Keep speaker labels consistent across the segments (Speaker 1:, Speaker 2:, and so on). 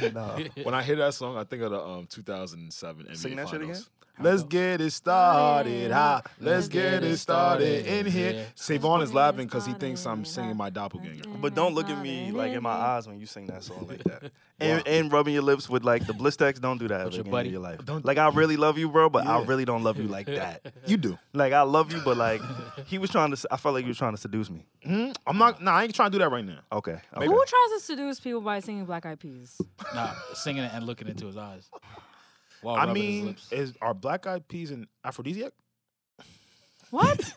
Speaker 1: No.
Speaker 2: When I hear that song, I think of the um 2007 NBA
Speaker 1: Sing that
Speaker 2: Finals.
Speaker 1: shit again?
Speaker 2: Let's get it started, huh? Let's get it started in
Speaker 3: Yeah.
Speaker 2: here. Savon is laughing because he thinks I'm singing my doppelganger.
Speaker 1: But don't look at me like in my eyes when you sing that song like that. And, and rubbing your lips with like the blistex. Don't do that ever
Speaker 3: your
Speaker 1: again
Speaker 3: buddy-
Speaker 1: in your life.
Speaker 2: don't-
Speaker 1: like I really love you, bro, but I
Speaker 2: Yeah.
Speaker 1: really don't love you like that.
Speaker 2: You do.
Speaker 1: Like I love you, but like he was trying to. s- I felt like he was trying to seduce me.
Speaker 2: Hmm? I'm not. Nah, I ain't trying to do that right now.
Speaker 1: Okay. okay.
Speaker 2: Maybe.
Speaker 4: Who tries to seduce people by singing Black Eyed Peas?
Speaker 3: Nah, singing it and looking into his eyes. While
Speaker 2: I
Speaker 3: rubbing his
Speaker 2: mean,
Speaker 3: lips.
Speaker 2: is are black eyed peas an aphrodisiac?
Speaker 4: What?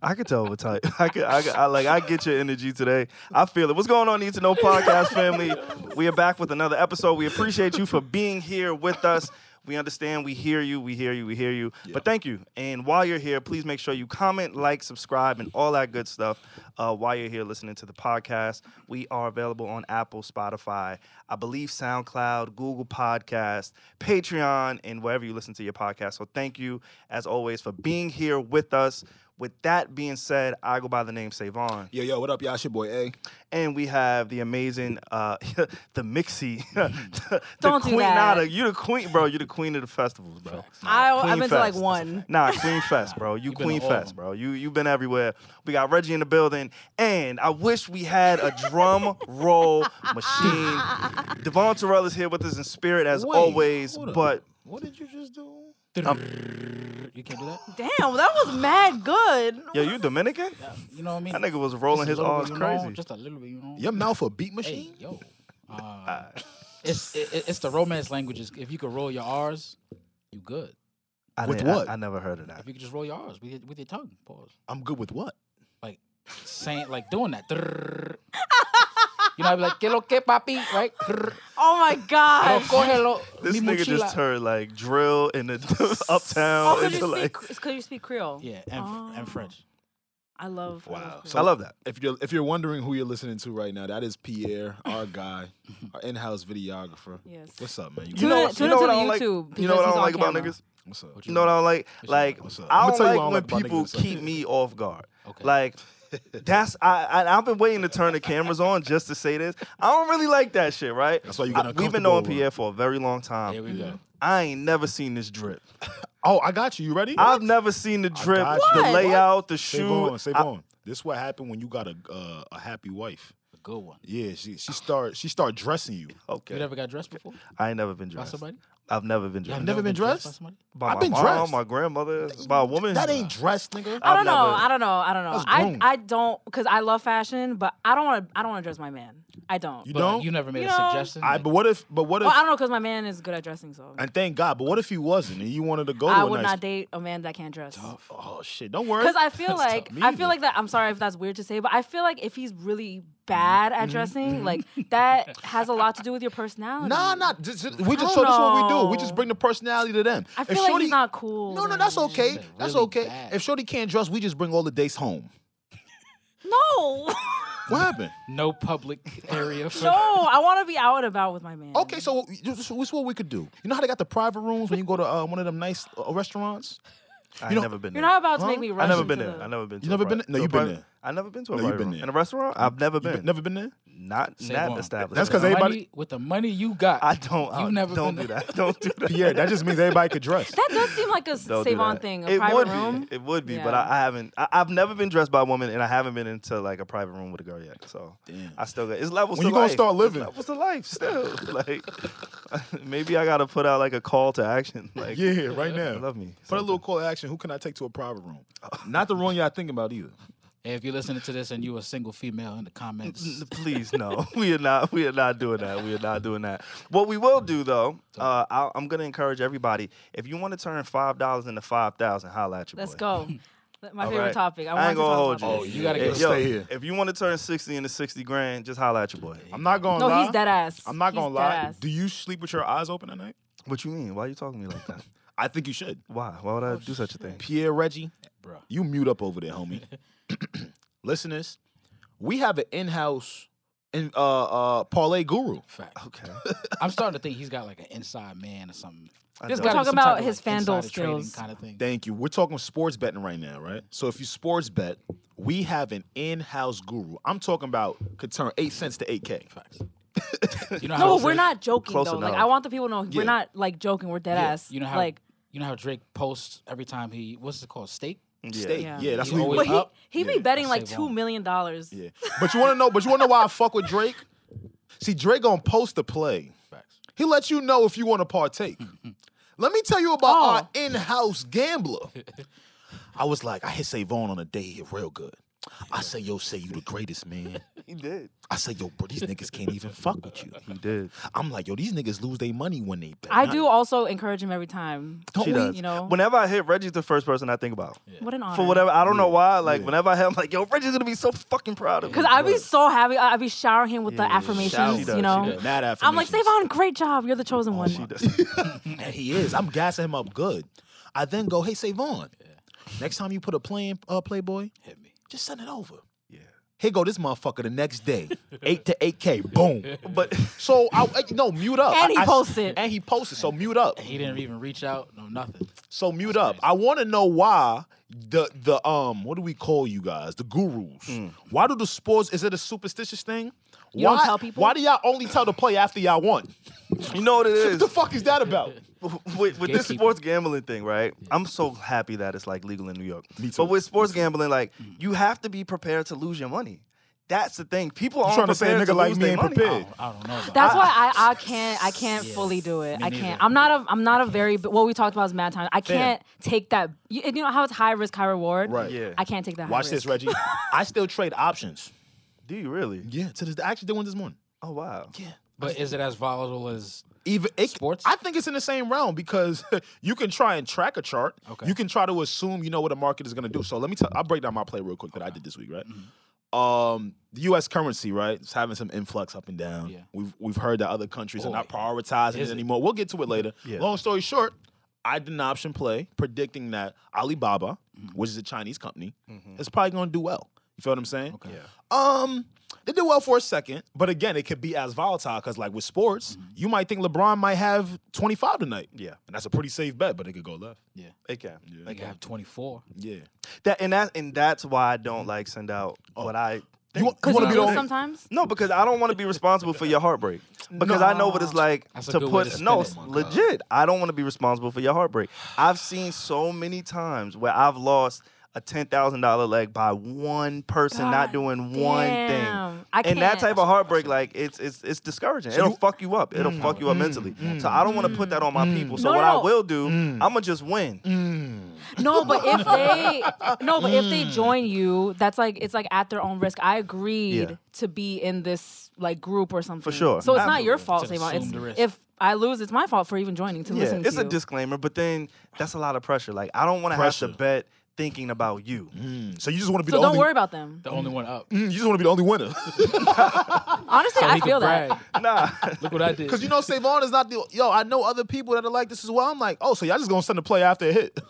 Speaker 1: I could tell what type. I could. I, could- I like. I get your energy today. I feel it. What's going on, Need to Know podcast family? We are back with another episode. We appreciate you for being here with us. We understand. We hear you. We hear you. We hear you. But thank you. And while you're here, please make sure you comment, like, subscribe, and all that good stuff. Uh, while you're here listening to the podcast, we are available on Apple, Spotify, I believe SoundCloud, Google Podcast, Patreon, and wherever you listen to your podcast. So thank you, as always, for being here with us. With that being said, I go by the name Savon,
Speaker 2: Yo, yo, what up, y'all? It's your boy A.
Speaker 1: and we have the amazing, uh, the Mixie,
Speaker 3: Mm-hmm.
Speaker 1: the,
Speaker 4: Don't
Speaker 1: the
Speaker 4: do
Speaker 1: Queen
Speaker 4: that.
Speaker 1: Nada. You the queen, bro. You the queen of the festivals, bro.
Speaker 4: I,
Speaker 1: Queen
Speaker 4: I've been to like
Speaker 1: Fest.
Speaker 4: one.
Speaker 1: Nah, Queen Fest, bro. You
Speaker 3: You been to
Speaker 1: Queen
Speaker 3: all of
Speaker 1: Fest,
Speaker 3: them.
Speaker 1: bro. You you been everywhere. We got Reggie in the building, and I wish we had a drum roll machine. Devon Terrell is here with us in spirit as
Speaker 2: Wait,
Speaker 1: always,
Speaker 2: hold up.
Speaker 1: but
Speaker 2: what did you just do?
Speaker 3: you can't do that.
Speaker 4: Damn, that was mad good.
Speaker 1: yo, you Dominican?
Speaker 3: You know what I mean?
Speaker 1: That nigga was
Speaker 3: Just
Speaker 1: rolling
Speaker 3: a
Speaker 1: his
Speaker 3: little bit,
Speaker 1: R's
Speaker 3: you know,
Speaker 1: crazy.
Speaker 3: just a little bit, you know.
Speaker 2: Your mouth a beat
Speaker 3: Hey,
Speaker 2: machine?
Speaker 3: yo. Uh, it's it, it- it's the romance languages. If you could roll your R's, you good.
Speaker 1: I
Speaker 2: With
Speaker 1: didn't- I-
Speaker 2: what?
Speaker 1: I, never heard of that.
Speaker 3: If you could just roll your R's with your, with your tongue, pause.
Speaker 2: I'm good with what?
Speaker 3: Like saying, like doing that. Drrrr. You know, I'd be like, que lo que papi, right? Drrrr.
Speaker 4: Oh my
Speaker 3: Pero
Speaker 4: gosh.
Speaker 3: cógelo,
Speaker 1: This
Speaker 3: mi
Speaker 1: nigga
Speaker 3: mochila.
Speaker 1: just turned like drill in the uptown
Speaker 4: Oh, could
Speaker 1: into
Speaker 4: you,
Speaker 1: like.
Speaker 4: speak, could you speak Creole?
Speaker 3: Yeah, and, and French.
Speaker 4: I love. I love
Speaker 1: I
Speaker 2: So
Speaker 4: Creole.
Speaker 1: love that.
Speaker 2: If you're if you're wondering who you're listening to right now, that is Pierre, our guy, our in-house videographer.
Speaker 4: Yes.
Speaker 2: What's up, man? You
Speaker 4: Tune
Speaker 2: good?
Speaker 4: in-
Speaker 1: what-
Speaker 4: tune
Speaker 1: know
Speaker 4: into
Speaker 1: what
Speaker 4: the
Speaker 1: I don't like-
Speaker 4: YouTube
Speaker 1: You know what
Speaker 4: because
Speaker 1: I
Speaker 4: he's
Speaker 1: don't
Speaker 4: on
Speaker 1: like about
Speaker 4: camera.
Speaker 1: niggas?
Speaker 2: What's up?
Speaker 1: You know what I don't like? Like
Speaker 2: What's up?
Speaker 1: I
Speaker 2: I'ma
Speaker 1: don't
Speaker 2: tell you
Speaker 1: like
Speaker 2: why I don't
Speaker 1: when
Speaker 2: like about
Speaker 1: people
Speaker 2: niggas in a
Speaker 1: keep me off guard.
Speaker 3: Okay.
Speaker 1: Like that's I, I I've been waiting to turn the cameras on just to say this. I don't really like that shit, right?
Speaker 2: That's why
Speaker 1: I-
Speaker 2: you get
Speaker 1: We've been
Speaker 2: uncomfortable
Speaker 1: knowing
Speaker 2: with-
Speaker 1: Pierre for a very long time.
Speaker 3: Here we go.
Speaker 1: I ain't never seen this drip.
Speaker 2: Oh, I got you. You ready?
Speaker 1: I've never seen the drip,
Speaker 2: got
Speaker 1: the
Speaker 2: you. What?
Speaker 1: layout, the
Speaker 2: save
Speaker 1: shoe.
Speaker 2: on, save
Speaker 1: I-
Speaker 2: on. This is what happened when you got a uh, a happy wife.
Speaker 3: A good one.
Speaker 2: Yeah, she she start she start dressing you.
Speaker 3: You
Speaker 1: Okay.
Speaker 3: never got dressed before
Speaker 1: I ain't never been
Speaker 3: by
Speaker 1: dressed.
Speaker 3: somebody?
Speaker 1: I've never been
Speaker 3: You
Speaker 1: dressed.
Speaker 2: never been
Speaker 3: by
Speaker 2: dressed?
Speaker 3: somebody?
Speaker 1: By
Speaker 2: I've
Speaker 1: my
Speaker 2: been
Speaker 1: mom,
Speaker 2: dressed.
Speaker 1: my grandmother, by a woman.
Speaker 2: That ain't dressed, nigga.
Speaker 4: I don't
Speaker 1: I've
Speaker 4: know.
Speaker 1: never-
Speaker 4: I don't know. I don't know.
Speaker 2: That's
Speaker 4: I,
Speaker 2: grown.
Speaker 4: I don't because I love fashion, but I don't want to. I don't want to dress my man. I don't.
Speaker 2: You
Speaker 3: But
Speaker 2: don't.
Speaker 3: you never made
Speaker 4: You
Speaker 3: a
Speaker 4: know-
Speaker 3: suggestion.
Speaker 2: I.
Speaker 3: like,
Speaker 2: But what if? But what if?
Speaker 4: well, I don't know because my man is good at dressing, so
Speaker 2: and thank God. But what if he wasn't and you wanted to go to
Speaker 4: I
Speaker 2: a
Speaker 4: would
Speaker 2: nice?
Speaker 4: not date a man that can't dress.
Speaker 2: oh shit! Don't worry.
Speaker 4: Because I feel
Speaker 2: That's
Speaker 4: like
Speaker 2: tough. Me
Speaker 4: I
Speaker 2: either.
Speaker 4: feel like that. I'm sorry if that's weird to say, but I feel like if he's really bad
Speaker 2: Mm-hmm.
Speaker 4: at dressing, like that has a lot to do with your personality.
Speaker 2: Nah, nah. Just, just- we just so
Speaker 4: don't
Speaker 2: this is what we do. We
Speaker 4: know.
Speaker 2: just bring the personality to them.
Speaker 4: I
Speaker 2: If
Speaker 4: feel like
Speaker 2: Shorty-
Speaker 4: he's not cool.
Speaker 2: No, no, that's
Speaker 4: man.
Speaker 2: okay.
Speaker 3: He's
Speaker 2: That's
Speaker 3: really
Speaker 2: okay.
Speaker 3: bad.
Speaker 2: If Shorty can't dress, we just bring all the dates home.
Speaker 4: No,
Speaker 2: What happened?
Speaker 3: no public area. For,
Speaker 4: no. I want to be out and about with my man.
Speaker 2: Okay, so this is what we could do. You know how they got the private rooms when you go to uh, one of them nice uh, restaurants?
Speaker 1: I've
Speaker 2: You know-
Speaker 1: never been
Speaker 4: You're
Speaker 1: there.
Speaker 4: not about to
Speaker 2: Huh?
Speaker 4: make me rush.
Speaker 1: I never
Speaker 4: into
Speaker 1: been there.
Speaker 4: the-
Speaker 1: I never been. to
Speaker 2: You
Speaker 1: a
Speaker 2: never
Speaker 1: pri-
Speaker 2: been there? No,
Speaker 1: to a
Speaker 2: you've been
Speaker 1: pri-
Speaker 2: there.
Speaker 1: I never been to a
Speaker 2: No, you've
Speaker 1: private
Speaker 2: been
Speaker 1: room.
Speaker 2: there.
Speaker 1: in a restaurant. I've never
Speaker 2: You
Speaker 1: been.
Speaker 2: never been there?
Speaker 1: Not
Speaker 3: Say
Speaker 1: not
Speaker 3: one.
Speaker 1: established.
Speaker 2: That's 'cause
Speaker 3: Money-
Speaker 2: everybody-
Speaker 3: with the money you got.
Speaker 1: I don't. I
Speaker 3: You've never
Speaker 1: don't
Speaker 3: been
Speaker 1: do that. Don't do that.
Speaker 2: Pierre, that just means everybody could dress.
Speaker 4: That does seem like a
Speaker 1: Don't do
Speaker 4: Savon
Speaker 1: that.
Speaker 4: thing, a
Speaker 1: It
Speaker 4: private
Speaker 1: would
Speaker 4: room.
Speaker 1: Be. It would be, but
Speaker 4: Yeah.
Speaker 1: I, I haven't. I, I've never been dressed by a woman, and I haven't been into like a private room with a girl yet. So
Speaker 2: Damn.
Speaker 1: I still got. It's levels.
Speaker 2: When
Speaker 1: to
Speaker 2: you gonna
Speaker 1: life.
Speaker 2: start
Speaker 1: It's
Speaker 2: living?
Speaker 1: levels to life still. like maybe I gotta put out like a call to action. Like
Speaker 2: Yeah, right now.
Speaker 1: love me.
Speaker 2: Put a little call to action. Who can I take to a private room? Not the room y'all thinking about either.
Speaker 3: Hey, if you're listening to this and you're a single female in the comments,
Speaker 1: N- Please no, we are not. We are not doing that. We are not doing that. What we will do though, uh, I, I'm gonna encourage everybody. If you want to turn five dollars into five thousand, holla at your
Speaker 4: Let's
Speaker 1: boy.
Speaker 4: go. That- My
Speaker 1: All
Speaker 4: favorite
Speaker 1: right.
Speaker 4: topic. I,
Speaker 1: I
Speaker 4: want
Speaker 1: ain't
Speaker 4: to
Speaker 1: gonna
Speaker 4: talk
Speaker 1: hold
Speaker 4: about
Speaker 1: you.
Speaker 2: Oh,
Speaker 4: this.
Speaker 3: you gotta
Speaker 1: Hey,
Speaker 3: get
Speaker 1: yo,
Speaker 2: stay here.
Speaker 1: If you want to turn sixty into sixty grand, just holla at your boy.
Speaker 2: I'm not gonna
Speaker 4: No,
Speaker 2: lie.
Speaker 4: he's dead ass.
Speaker 2: I'm not
Speaker 4: He's
Speaker 2: gonna lie.
Speaker 4: dead ass.
Speaker 2: Do you sleep with your eyes open at night?
Speaker 1: What you mean? Why you talking to me like that?
Speaker 2: I think you should.
Speaker 1: Why? Why
Speaker 4: Oh,
Speaker 1: would I do such a thing?
Speaker 2: Pierre Reggie,
Speaker 3: bro.
Speaker 2: you mute up over there, homie. Listeners, we have an in-house in, uh, uh, parlay guru.
Speaker 3: Fact.
Speaker 1: Okay.
Speaker 3: I'm starting to think he's got like an inside man or something.
Speaker 1: I
Speaker 3: There's
Speaker 1: don't.
Speaker 3: gotta be
Speaker 4: Talk
Speaker 3: some type
Speaker 4: about
Speaker 3: of,
Speaker 4: his
Speaker 3: like,
Speaker 4: FanDuel
Speaker 3: insider trading
Speaker 4: skills.
Speaker 3: kind of thing.
Speaker 2: Thank you. We're talking sports betting right now, right? So if you sports bet, we have an in-house guru. I'm talking about could turn eight cents to eight k.
Speaker 3: Facts. You
Speaker 4: No,
Speaker 3: know how
Speaker 4: but we're
Speaker 3: Drake-
Speaker 4: not joking
Speaker 1: Close
Speaker 4: though. Like
Speaker 1: enough.
Speaker 4: I want the people to know
Speaker 2: Yeah.
Speaker 4: we're not like joking. We're dead ass.
Speaker 3: You know how
Speaker 4: like,
Speaker 3: you know how Drake posts every time he what's it called steak?
Speaker 2: Steak. Yeah,
Speaker 4: Yeah.
Speaker 2: that's
Speaker 3: He
Speaker 2: what we
Speaker 3: always
Speaker 4: but he
Speaker 3: up?
Speaker 4: he
Speaker 2: Yeah.
Speaker 4: be betting
Speaker 3: I
Speaker 4: like
Speaker 3: say
Speaker 4: two
Speaker 3: won't.
Speaker 4: million dollars.
Speaker 2: Yeah. But you wanna know, but you wanna know why I fuck with Drake? See, Drake gonna post a play.
Speaker 3: Facts.
Speaker 2: He lets you know if you wanna partake. Let me tell you about
Speaker 4: Oh.
Speaker 2: our in-house gambler. I was like, I hit Savon on a day he hit real good. I say, yo, say you the greatest man.
Speaker 1: He did.
Speaker 2: I say, yo, bro, these niggas can't even fuck with you.
Speaker 1: He did.
Speaker 2: I'm like, yo, these niggas lose their money when they bet.
Speaker 4: I do also encourage him every time.
Speaker 2: Don't
Speaker 1: She
Speaker 2: we?
Speaker 1: does.
Speaker 4: You know?
Speaker 1: Whenever I hit Reggie's the first person I think about.
Speaker 4: What an honor.
Speaker 1: For whatever, I don't know why. Like
Speaker 2: Yeah.
Speaker 1: whenever I hit, I'm like, yo, Reggie's gonna be so fucking proud of me.
Speaker 4: Because I be so happy. I I be showering him with
Speaker 1: Yeah,
Speaker 4: the
Speaker 1: yeah, yeah. Shower. She
Speaker 4: affirmations.
Speaker 1: does,
Speaker 4: You
Speaker 1: she
Speaker 4: know.
Speaker 1: does.
Speaker 2: Mad affirmations.
Speaker 4: I'm like, Savon, great job. You're the chosen one.
Speaker 1: She does.
Speaker 2: And he is. I'm gassing him up good. I then go, hey, Savon, next time you put a play in, uh, Playboy,
Speaker 3: Hit me.
Speaker 2: just send it over.
Speaker 1: yeah.
Speaker 2: Here go this motherfucker the next day, eight to eight k, boom.
Speaker 1: But
Speaker 2: So I I- no mute up.
Speaker 4: And he
Speaker 2: I- I-
Speaker 4: posted.
Speaker 2: And he posted. So mute up.
Speaker 3: He didn't even reach out, no nothing.
Speaker 2: So mute up. I want to know why the the um what do we call you guys? The gurus. Why do the sports? Is it a superstitious thing?
Speaker 4: You don't
Speaker 2: why,
Speaker 4: tell people?
Speaker 2: Why do y'all only tell the play after y'all won?
Speaker 1: you know what it
Speaker 2: What
Speaker 1: is
Speaker 2: the fuck is that about?
Speaker 1: with, with this
Speaker 3: Gatekeeper.
Speaker 1: sports gambling thing, right? I'm so happy that it's like legal in New York.
Speaker 2: Me too. Mm.
Speaker 1: But with sports gambling, like you have to be prepared to lose your money. That's the thing. People aren't
Speaker 2: trying to say a
Speaker 1: prepared
Speaker 2: nigga like
Speaker 1: lose
Speaker 2: me
Speaker 1: their
Speaker 2: ain't
Speaker 1: money.
Speaker 2: prepared.
Speaker 3: I don't, I don't know. About
Speaker 4: That's
Speaker 3: that.
Speaker 4: why I, I can't I can't
Speaker 3: Yeah.
Speaker 4: fully do it.
Speaker 3: Me
Speaker 4: I
Speaker 3: neither.
Speaker 4: can't. I'm not a I'm not a very what we talked about is mad time. I can't take that. You, you know how it's high risk high reward.
Speaker 2: Right.
Speaker 1: Yeah.
Speaker 4: I can't take that. high
Speaker 2: Watch this,
Speaker 4: risk.
Speaker 2: Reggie. I still trade options.
Speaker 1: Do you really?
Speaker 2: Yeah, to this. I actually did one this morning.
Speaker 1: Oh wow.
Speaker 2: Yeah.
Speaker 3: But is it as volatable as
Speaker 2: Even it,
Speaker 3: Sports?
Speaker 2: I think it's in the same realm because you can try and track a chart.
Speaker 3: Okay.
Speaker 2: You can try to assume you know what a market is going to do. So let me tell. I'll break down my play real quick that I did this week. Right.
Speaker 3: Mm-hmm.
Speaker 2: Um, the U.S. currency, right, it's having some influx up and down.
Speaker 3: Yeah.
Speaker 2: We've we've heard that other countries are
Speaker 3: Boy,
Speaker 2: not prioritizing it
Speaker 3: is it?
Speaker 2: anymore. We'll get to it later.
Speaker 1: Yeah.
Speaker 2: Long story short, I did an option play predicting that Alibaba,
Speaker 3: Mm-hmm.
Speaker 2: which is a Chinese company, is probably going to do well. You feel what I'm saying?
Speaker 3: Okay.
Speaker 2: Um, they did well for a second, but again, it could be as volatile because, like with sports, you might think LeBron might have 25 tonight.
Speaker 1: Yeah.
Speaker 2: And that's a pretty safe bet, but it could go left.
Speaker 3: yeah?
Speaker 1: It can.
Speaker 2: Yeah.
Speaker 1: It
Speaker 3: Like I
Speaker 1: can.
Speaker 3: have 24.
Speaker 2: Yeah.
Speaker 1: That and that and that's why I don't like send out what I
Speaker 2: Oh. You, wa- you
Speaker 4: Because
Speaker 2: want
Speaker 4: you
Speaker 2: to be
Speaker 4: do
Speaker 2: the only-
Speaker 4: sometimes.
Speaker 1: No, because I don't want to be responsible for your heartbreak. Because I know what it's like
Speaker 3: That's a
Speaker 1: to
Speaker 3: good way
Speaker 1: put
Speaker 3: to spin
Speaker 1: no,
Speaker 3: it.
Speaker 1: s-
Speaker 3: Oh my God.
Speaker 1: legit. I don't want to be responsible for your heartbreak. I've seen so many times where I've lost a ten thousand dollar leg by one person not
Speaker 4: God
Speaker 1: doing one thing.
Speaker 4: damn. I
Speaker 1: and that
Speaker 4: can't.
Speaker 1: type of heartbreak, like it's it's it's discouraging. It'll
Speaker 2: you-
Speaker 1: fuck you up. It'll fuck you up mentally. so I don't want to put that on my people. So
Speaker 4: No,
Speaker 1: what
Speaker 4: no,
Speaker 1: I
Speaker 4: no.
Speaker 1: will do, I'ma just win.
Speaker 4: No, but if they no, but if
Speaker 1: Mm.
Speaker 4: they join you, that's like it's like at their own risk. I agreed
Speaker 1: Yeah.
Speaker 4: to be in this like group or something.
Speaker 1: sure.
Speaker 4: So it's not your
Speaker 1: Absolutely.
Speaker 4: fault,
Speaker 3: To
Speaker 4: Savon.
Speaker 3: assume the
Speaker 4: It's
Speaker 3: risk.
Speaker 4: if I lose, it's my fault for even joining to
Speaker 1: Yeah,
Speaker 4: listen to
Speaker 1: it's a
Speaker 4: you.
Speaker 1: disclaimer, but then that's a lot of pressure. Like I don't want to have to
Speaker 2: Pressure.
Speaker 1: bet thinking about you.
Speaker 2: Mm, So you just want to be
Speaker 4: so
Speaker 2: the
Speaker 4: don't
Speaker 2: only
Speaker 4: worry about them.
Speaker 3: The only one up.
Speaker 2: Mm, You just want to be the only winner.
Speaker 4: Honestly,
Speaker 3: So
Speaker 4: I
Speaker 3: he could
Speaker 4: feel that.
Speaker 3: brag.
Speaker 1: Nah.
Speaker 3: Look what I did.
Speaker 2: Because you know, Savon is not the. Yo, I know other people that are like this as well. I'm like, oh, so y'all just going to send a play after a hit.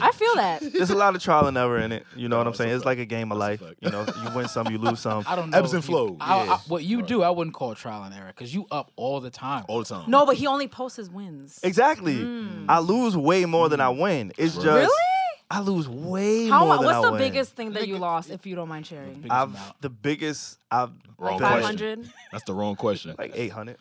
Speaker 4: I feel that.
Speaker 1: There's a lot of trial and error in it. You know what I'm saying?
Speaker 2: a
Speaker 1: It's like a game of life.
Speaker 2: fact.
Speaker 1: You know, you win some, you lose some.
Speaker 3: I don't know.
Speaker 2: Ebbs
Speaker 3: if
Speaker 2: and
Speaker 3: you-
Speaker 2: flows.
Speaker 3: I-
Speaker 2: Yeah.
Speaker 3: I- What you do, I wouldn't call trial and error because you up all the time.
Speaker 2: All the time.
Speaker 4: No, but he only posts his wins.
Speaker 1: Exactly. I lose way more than I
Speaker 2: Mm.
Speaker 1: win. It's just
Speaker 4: Mm. Really?
Speaker 1: I lose way
Speaker 4: How
Speaker 1: more
Speaker 4: mu-
Speaker 1: than I
Speaker 4: What's the
Speaker 1: win.
Speaker 4: biggest thing that you lost, if you don't mind sharing?
Speaker 3: Biggest
Speaker 1: I've
Speaker 3: amount.
Speaker 1: the biggest I've
Speaker 2: Wrong
Speaker 4: Like
Speaker 1: bet,
Speaker 4: five
Speaker 2: question.
Speaker 4: hundred.
Speaker 2: That's the wrong question.
Speaker 1: like 800.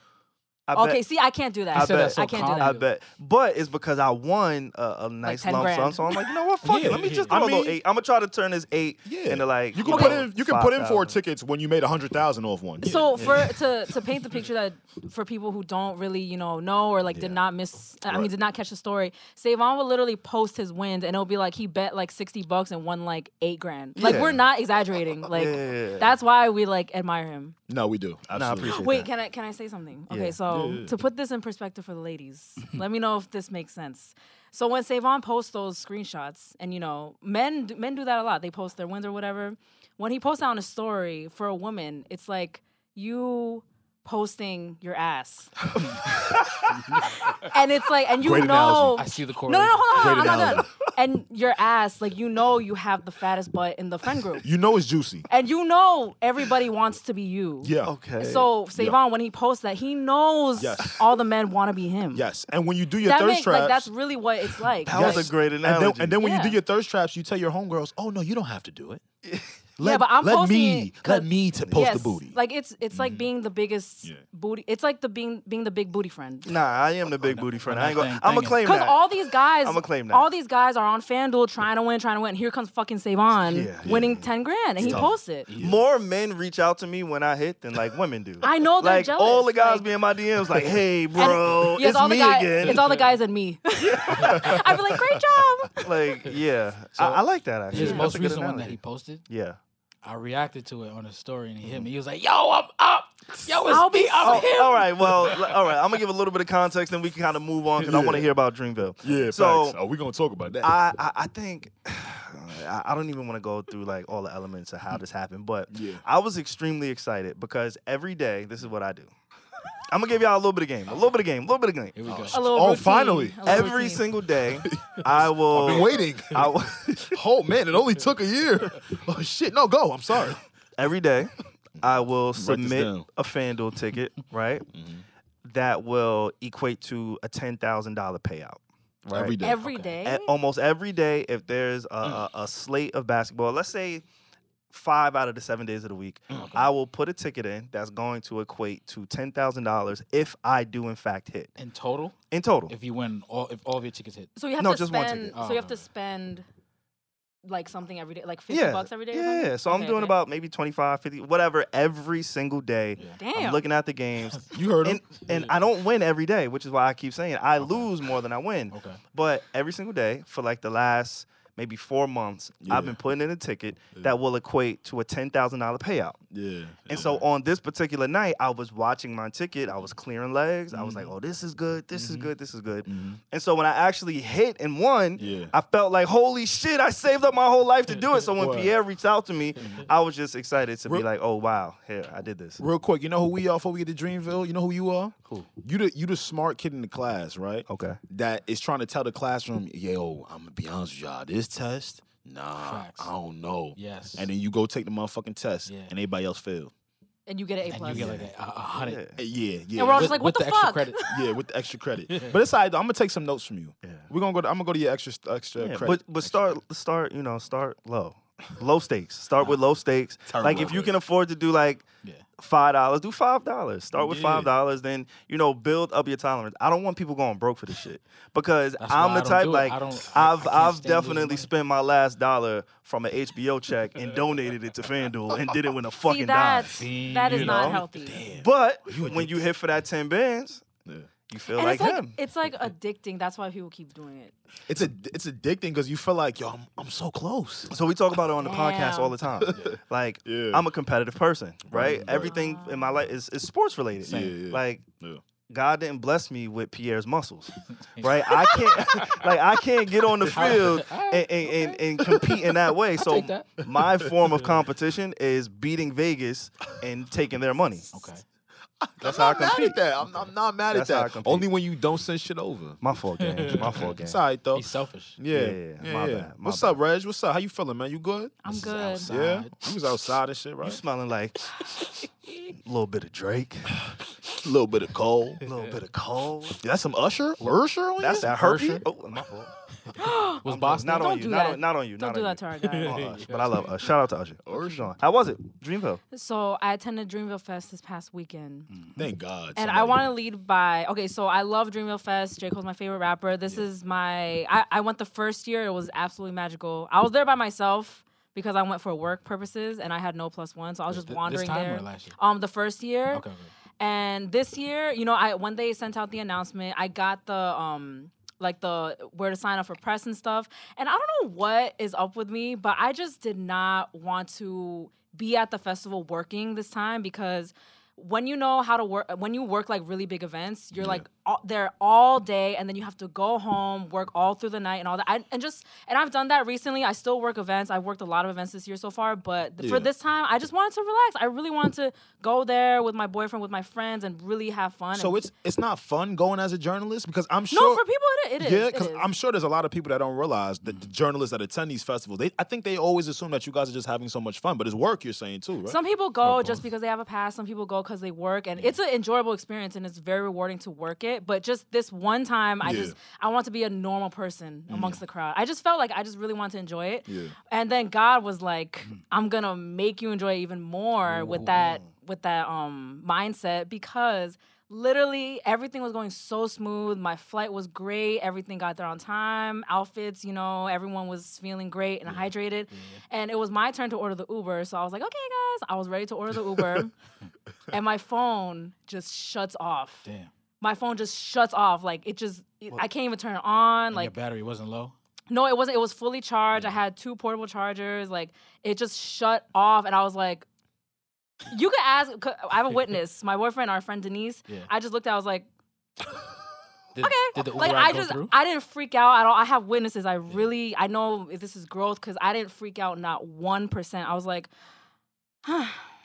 Speaker 1: I bet-
Speaker 4: Okay, see, I can't do
Speaker 1: I
Speaker 4: that.
Speaker 1: said that so
Speaker 4: I can't do
Speaker 1: I
Speaker 4: that.
Speaker 3: calmly.
Speaker 1: bet, but it's because I won a, a nice
Speaker 4: 10
Speaker 1: lump sum.
Speaker 4: grand.
Speaker 1: So I'm like, you know what? Fuck
Speaker 2: Yeah.
Speaker 1: it. Let me just
Speaker 2: I
Speaker 1: throw a little
Speaker 2: mean-
Speaker 1: eight. I'm gonna try to turn this eight
Speaker 2: Yeah.
Speaker 1: into like
Speaker 2: You can
Speaker 4: Okay.
Speaker 2: put in you can put in four
Speaker 1: 5,000.
Speaker 2: tickets when you made a hundred thousand off one. Yeah.
Speaker 4: So for to to paint the picture that for people who don't really you know know or like did not miss I mean
Speaker 2: Right.
Speaker 4: did not catch the story, Savon would literally post his wins and it'll be like he bet like sixty bucks and won like eight grand. Like
Speaker 1: Yeah.
Speaker 4: we're not exaggerating. Like
Speaker 1: Yeah.
Speaker 4: that's why we like admire him.
Speaker 2: no, we do. Absolutely.
Speaker 1: Nah, I appreciate
Speaker 4: Wait,
Speaker 1: that.
Speaker 4: can I can I say something?
Speaker 1: Yeah.
Speaker 4: Okay, so to put this in perspective for the ladies, let me know if this makes sense. So when Savon posts those screenshots, and you know, men d- men do that a lot. They post their wins or whatever. When he posts out a story for a woman, it's like you posting your ass, and it's like, and you
Speaker 2: Great
Speaker 4: know,
Speaker 2: analogy.
Speaker 3: I see the
Speaker 4: no, no, no,
Speaker 3: correlation.
Speaker 4: hold
Speaker 2: Great
Speaker 4: on, hold on, I'm not done.
Speaker 2: analogy.
Speaker 4: And your ass, like you know, you have the fattest butt in the friend group,
Speaker 2: You know it's juicy.
Speaker 4: and you know everybody wants to be you.
Speaker 2: Yeah.
Speaker 1: Okay.
Speaker 4: So Savon, when he posts that, he knows
Speaker 2: Yes.
Speaker 4: all the men want to be him.
Speaker 2: Yes. And when you do your
Speaker 4: that
Speaker 2: thirst
Speaker 4: makes
Speaker 2: traps,
Speaker 4: like that's really what it's like.
Speaker 1: That was
Speaker 4: Like,
Speaker 1: a great
Speaker 2: and then,
Speaker 1: analogy.
Speaker 2: and then when you do
Speaker 4: Yeah.
Speaker 2: your thirst traps, you tell your homegirls, "Oh no, you don't have to do it. Let,
Speaker 4: but I'm
Speaker 2: let
Speaker 4: posting
Speaker 2: me
Speaker 4: it 'cause-
Speaker 2: let me to post the booty.
Speaker 4: Like it's it's like being the biggest
Speaker 2: Mm-hmm. Yeah.
Speaker 4: booty. It's like the being being the big booty friend.
Speaker 1: Nah, I am the big booty friend. I ain't
Speaker 3: Thing-
Speaker 1: gonna. I'm
Speaker 3: thing
Speaker 1: gonna
Speaker 3: is-
Speaker 1: claim
Speaker 4: Because
Speaker 1: that.
Speaker 4: all these guys,
Speaker 1: I'ma claim that.
Speaker 4: all these guys are on FanDuel trying to win, trying to win. Here comes fucking Savon
Speaker 1: Yeah, yeah,
Speaker 4: winning ten grand, and he posts it.
Speaker 1: More men reach out to me when I hit than like women do.
Speaker 4: I know they're
Speaker 1: like
Speaker 4: jealous.
Speaker 1: all the guys
Speaker 4: like-
Speaker 1: be in my DMs like, "Hey,
Speaker 4: and-
Speaker 1: bro,
Speaker 4: yeah,
Speaker 1: it's,
Speaker 4: all
Speaker 1: me
Speaker 4: the guy,
Speaker 1: again."
Speaker 4: It's all the guys and me. I'd be like, great job.
Speaker 1: like, yeah, I, I like that actually.
Speaker 3: His
Speaker 1: That's
Speaker 3: most
Speaker 1: a good
Speaker 3: recent one that
Speaker 1: analogy.
Speaker 3: he posted,
Speaker 1: yeah.
Speaker 3: I reacted to it on a story and he
Speaker 2: Mm-hmm.
Speaker 3: hit me. He was like, "Yo, I'm up. Yo, it's
Speaker 4: I'll
Speaker 3: me.
Speaker 4: be
Speaker 3: I'm
Speaker 4: so-
Speaker 3: him."
Speaker 1: Oh, All right, well, l- all right. I'm gonna give a little bit of context, then we can kind of move on because I
Speaker 2: Yeah.
Speaker 1: want to hear about Dreamville.
Speaker 2: yeah,
Speaker 1: so
Speaker 2: facts. Oh, we gonna talk about that.
Speaker 1: I, I I think I I don't even want to go through like all the elements of how this happened, but
Speaker 2: Yeah.
Speaker 1: I was extremely excited because every day this is what I do. I'm gonna give y'all a little bit of game, a little bit of game, a little bit of game.
Speaker 3: Here we go.
Speaker 4: A little
Speaker 2: Oh,
Speaker 4: routine,
Speaker 2: finally.
Speaker 4: a little
Speaker 1: Every
Speaker 4: routine.
Speaker 1: single day, I will.
Speaker 2: Been waiting.
Speaker 1: I will-
Speaker 2: oh man, it only took a year. Oh shit, no, go. I'm sorry.
Speaker 1: every day, I will submit
Speaker 2: down.
Speaker 1: a FanDuel ticket, right?
Speaker 2: Mm-hmm.
Speaker 1: That will equate to a ten thousand dollar payout. Right.
Speaker 2: Every day.
Speaker 4: every day.
Speaker 1: e- almost every day if there's a,
Speaker 2: Mm.
Speaker 1: a, a slate of basketball let's say five out of the seven days of the week
Speaker 2: Mm,
Speaker 1: i will put a ticket in that's going to equate to $10000 if i do in fact hit
Speaker 3: In total,
Speaker 1: in total
Speaker 3: if you win all, if all of your tickets hit,
Speaker 4: So you have
Speaker 1: No,
Speaker 4: to
Speaker 1: just one ticket. Ah.
Speaker 4: spend. So you have to
Speaker 3: Oh.
Speaker 4: spend like something every day, like fifty
Speaker 1: yeah
Speaker 4: bucks every day. or
Speaker 1: yeah
Speaker 4: something?
Speaker 1: so i'm
Speaker 4: Okay,
Speaker 1: doing
Speaker 4: okay.
Speaker 1: about maybe 25 50 whatever every single day i'm
Speaker 4: Damn.
Speaker 1: looking at the games
Speaker 2: You heard him.
Speaker 1: and, and I don't win every day, which is why I keep saying I lose more than I win.
Speaker 3: Okay.
Speaker 1: But every single day for like the last maybe four months,
Speaker 2: Yeah.
Speaker 1: I've been putting in a ticket that will equate to a ten thousand dollar payout.
Speaker 2: yeah.
Speaker 1: And so on this particular night, I was watching my ticket. I was clearing legs. I was
Speaker 2: Mm-hmm.
Speaker 1: like, "Oh, this is good. This is good. This is good." And so when I actually hit and won,
Speaker 2: Yeah.
Speaker 1: I felt like, "Holy shit! I saved up my whole life to do it." So when
Speaker 2: Word.
Speaker 1: Pierre reached out to me, I was just excited to
Speaker 2: Re-
Speaker 1: be like, "Oh wow, here I did this."
Speaker 2: Real quick, you know who we are before we get to Dreamville? You know who you are? Who? Oh. You the you the smart kid in the class, right?
Speaker 1: Okay.
Speaker 2: That is trying to tell the classroom, yo, I'm gonna be honest with y'all, this test, nah,
Speaker 3: Facts.
Speaker 2: I don't know.
Speaker 3: Yes.
Speaker 2: And then you go take the motherfucking test,
Speaker 3: Yeah.
Speaker 2: and everybody else failed.
Speaker 4: and you get an A
Speaker 3: and
Speaker 4: plus.
Speaker 3: you get like a, a hundred.
Speaker 1: Yeah.
Speaker 2: Eh, Yeah, yeah.
Speaker 4: And we're all
Speaker 2: with,
Speaker 4: just like, what
Speaker 3: with
Speaker 4: the
Speaker 3: extra
Speaker 4: fuck?
Speaker 3: credit.
Speaker 2: yeah, with the extra credit. But it's all right. though. I'm gonna take some notes from you.
Speaker 1: Yeah.
Speaker 2: We're gonna go. To, I'm gonna go to your extra extra
Speaker 1: Yeah,
Speaker 2: credit.
Speaker 1: But but start start you know start low, low stakes. Start with low stakes.
Speaker 2: Terrible
Speaker 1: like if you
Speaker 2: idea.
Speaker 1: can afford to do like
Speaker 3: Yeah.
Speaker 1: five dollars, do five dollars. Start with
Speaker 2: Yeah.
Speaker 1: five dollars, then you know build up your tolerance. I don't want people going broke for this shit because
Speaker 3: That's
Speaker 1: I'm the
Speaker 3: why I don't
Speaker 1: type
Speaker 3: do it.
Speaker 1: like
Speaker 3: I don't- I-
Speaker 1: I've
Speaker 3: I can't
Speaker 1: I've
Speaker 3: stand losing
Speaker 1: definitely
Speaker 3: money.
Speaker 1: spent my last dollar from an HBO check and donated it to FanDuel and did it when a
Speaker 4: See,
Speaker 1: fucking dime.
Speaker 4: that's
Speaker 3: See,
Speaker 4: that is
Speaker 3: you
Speaker 4: not
Speaker 1: know?
Speaker 4: healthy.
Speaker 1: But when you hit for that ten bands,
Speaker 2: Yeah.
Speaker 1: you feel
Speaker 4: And
Speaker 1: like
Speaker 4: it's like
Speaker 1: him.
Speaker 4: it's like addicting. That's why people keep doing it.
Speaker 2: It's a it's addicting because you feel like yo, I'm, I'm so close.
Speaker 1: So we talk about it on the podcast
Speaker 4: Damn.
Speaker 1: all the time. Like
Speaker 2: Yeah.
Speaker 1: I'm a competitive person, right? Everything in my life is, is sports related.
Speaker 2: Same. Yeah.
Speaker 1: Like
Speaker 2: Yeah.
Speaker 1: God didn't bless me with Pierre's muscles, right? I can't like I can't get on the field and, and, and, and compete in that way. So
Speaker 3: take that.
Speaker 1: my form of competition is beating Vegas and taking their money.
Speaker 3: Okay.
Speaker 1: That's
Speaker 2: I'm
Speaker 1: how I
Speaker 2: not mad
Speaker 1: compete.
Speaker 2: at that. I'm, I'm not mad
Speaker 1: That's how I
Speaker 2: at that.
Speaker 1: compete.
Speaker 2: Only when you don't send shit over.
Speaker 1: My fault game. My fault game.
Speaker 2: It's all right though.
Speaker 3: He's selfish.
Speaker 2: Yeah,
Speaker 1: Yeah, my
Speaker 2: yeah.
Speaker 1: bad, my
Speaker 2: What's up, Reg? What's up? How you feeling, man? You good?
Speaker 4: I'm
Speaker 3: This is
Speaker 4: good.
Speaker 3: outside.
Speaker 2: Yeah,
Speaker 3: Outside.
Speaker 2: you was outside and shit, right?
Speaker 1: You smelling like a little bit of Drake,
Speaker 2: a little bit of cold.
Speaker 1: a little bit of Cole.
Speaker 2: That's some Usher, Usher on
Speaker 1: That's
Speaker 2: you?
Speaker 1: that herpy.
Speaker 3: Ursher.
Speaker 1: Oh, my fault.
Speaker 3: Was Boston?
Speaker 1: Not on
Speaker 4: Don't
Speaker 1: you.
Speaker 4: do
Speaker 1: Not
Speaker 4: that.
Speaker 1: on, not on you.
Speaker 4: Don't
Speaker 1: not
Speaker 4: do
Speaker 1: on
Speaker 4: that
Speaker 1: you.
Speaker 4: to our guy.
Speaker 1: on Ush, but I love Ush. Shout out to Usher. What you doing? How was it? Dreamville.
Speaker 4: So I attended Dreamville Fest this past weekend.
Speaker 2: Thank God.
Speaker 4: And I want to lead by okay, so I love Dreamville Fest. J. Cole's my favorite rapper. This is my I, I went the first year. It was absolutely magical. I was there by myself because I went for work purposes and I had no plus one, so I was just
Speaker 3: th- this
Speaker 4: wandering
Speaker 3: time
Speaker 4: there.
Speaker 3: or last year?
Speaker 4: Um, the first year.
Speaker 3: Okay. okay.
Speaker 4: And this year, you know, I when they sent out the announcement, I got the um like the where to sign up for press and stuff. And I don't know what is up with me, but I just did not want to be at the festival working this time because when you know how to work when you work like really big events you're like all, there all day and then you have to go home work all through the night and all that I, and just and i've done that recently i still work events i've worked a lot of events this year so far but th-
Speaker 2: Yeah.
Speaker 4: for this time i just wanted to relax i really wanted to go there with my boyfriend with my friends and really have fun
Speaker 2: So
Speaker 4: and-
Speaker 2: it's it's not fun going as a journalist because I'm
Speaker 4: no
Speaker 2: sure.
Speaker 4: for people it, it is
Speaker 2: Yeah,
Speaker 4: it
Speaker 2: because
Speaker 4: is.
Speaker 2: I'm sure there's a lot of people that don't realize that the journalists that attend these festivals, they I think they always assume that you guys are just having so much fun, but it's work. You're saying too, right?
Speaker 4: Some people go just because they have a pass. Some people go because they work, and it's an enjoyable experience, and it's very rewarding to work it. But just this one time, I
Speaker 2: Yeah.
Speaker 4: just I want to be a normal person amongst the crowd. I just felt like I just really want to enjoy it.
Speaker 2: Yeah.
Speaker 4: And then God was like, I'm gonna make you enjoy it even more with that with that um mindset because literally everything was going so smooth. My flight was great, everything got there on time, outfits, you know, everyone was feeling great and hydrated. And it was my turn to order the Uber. So I was like, okay guys, I was ready to order the Uber. and my phone just shuts off.
Speaker 3: Damn.
Speaker 4: My phone just shuts off. Like it just it- I can't even turn it on.
Speaker 3: And
Speaker 4: Like
Speaker 3: your battery wasn't low.
Speaker 4: no, it wasn't. It was fully charged. I had two portable chargers. Like it just shut off, and I was like, "You could ask." 'cause I have a witness. My boyfriend, our friend Denise.
Speaker 3: Yeah.
Speaker 4: I just looked. at I was like,
Speaker 3: Did,
Speaker 4: "Okay."
Speaker 3: Did the Uber
Speaker 4: like
Speaker 3: ride
Speaker 4: I
Speaker 3: go
Speaker 4: just,
Speaker 3: through?
Speaker 4: I didn't freak out at all. I have witnesses. I really, I know if this is growth because I didn't freak out not one percent. I was like,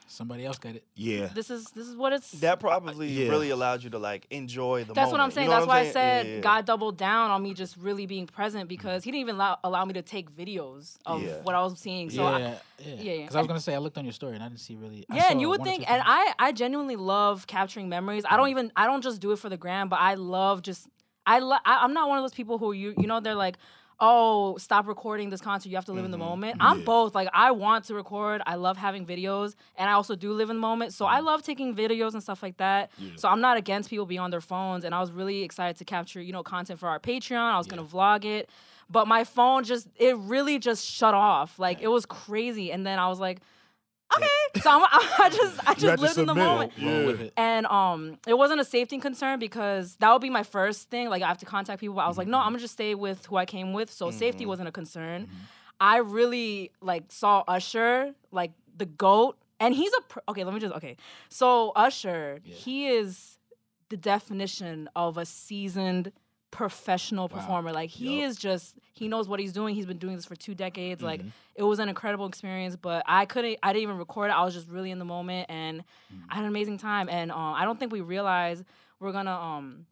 Speaker 3: Somebody else got it.
Speaker 2: Yeah.
Speaker 4: "This is this is what it's."
Speaker 1: That probably
Speaker 2: Yeah.
Speaker 1: really allowed you to like enjoy the.
Speaker 4: That's what I'm
Speaker 1: moment. You
Speaker 4: saying.
Speaker 1: know
Speaker 4: That's why
Speaker 1: I'm
Speaker 4: I said
Speaker 1: saying? Yeah, yeah.
Speaker 4: God doubled down on me just really being present because He didn't even allow, allow me to take videos of
Speaker 2: Yeah.
Speaker 4: what I was seeing. So I,
Speaker 3: yeah,
Speaker 4: yeah,
Speaker 3: yeah,
Speaker 4: yeah.
Speaker 3: Because I was gonna say I looked on your story and I didn't see really. I
Speaker 4: Yeah, and
Speaker 3: saw
Speaker 4: you would
Speaker 3: one or two
Speaker 4: think, and
Speaker 3: things. Mm.
Speaker 4: I, I genuinely love capturing memories. I don't even, I don't just do it for the gram, but I love just, I, lo- I I'm not one of those people who you, you know, they're like, oh, stop recording this concert. You have to live in
Speaker 3: Mm-hmm.
Speaker 4: the moment.
Speaker 3: Mm,
Speaker 4: I'm
Speaker 2: Yeah.
Speaker 4: both. Like, I want to record. I love having videos, and I also do live in the moment. So
Speaker 3: Mm.
Speaker 4: I love taking videos and stuff like that. So I'm not against people being on their phones, and I was really excited to capture, you know, content for our Patreon. I was gonna vlog it, but my phone just, it really just shut off. Like, it was crazy, and then I was like okay. So I'm, I just I
Speaker 2: had
Speaker 4: just
Speaker 2: to
Speaker 4: lived in the
Speaker 2: submit.
Speaker 4: moment.
Speaker 3: Roll with it.
Speaker 4: And um, it wasn't a safety concern because that would be my first thing. Like I have to contact people. But I was like, no,
Speaker 2: Mm-hmm.
Speaker 4: I'm gonna just stay with who I came with. So safety wasn't a concern. I really like saw Usher, like the goat, and he's a pr- okay. Let me just okay. So Usher, he is the definition of a seasoned professional performer. Like he is just he knows what he's doing. He's been doing this for two decades. Like it was an incredible experience, but I couldn't I didn't even record it. I was just really in the moment and I had an amazing time. And um, I don't think we realize we're gonna um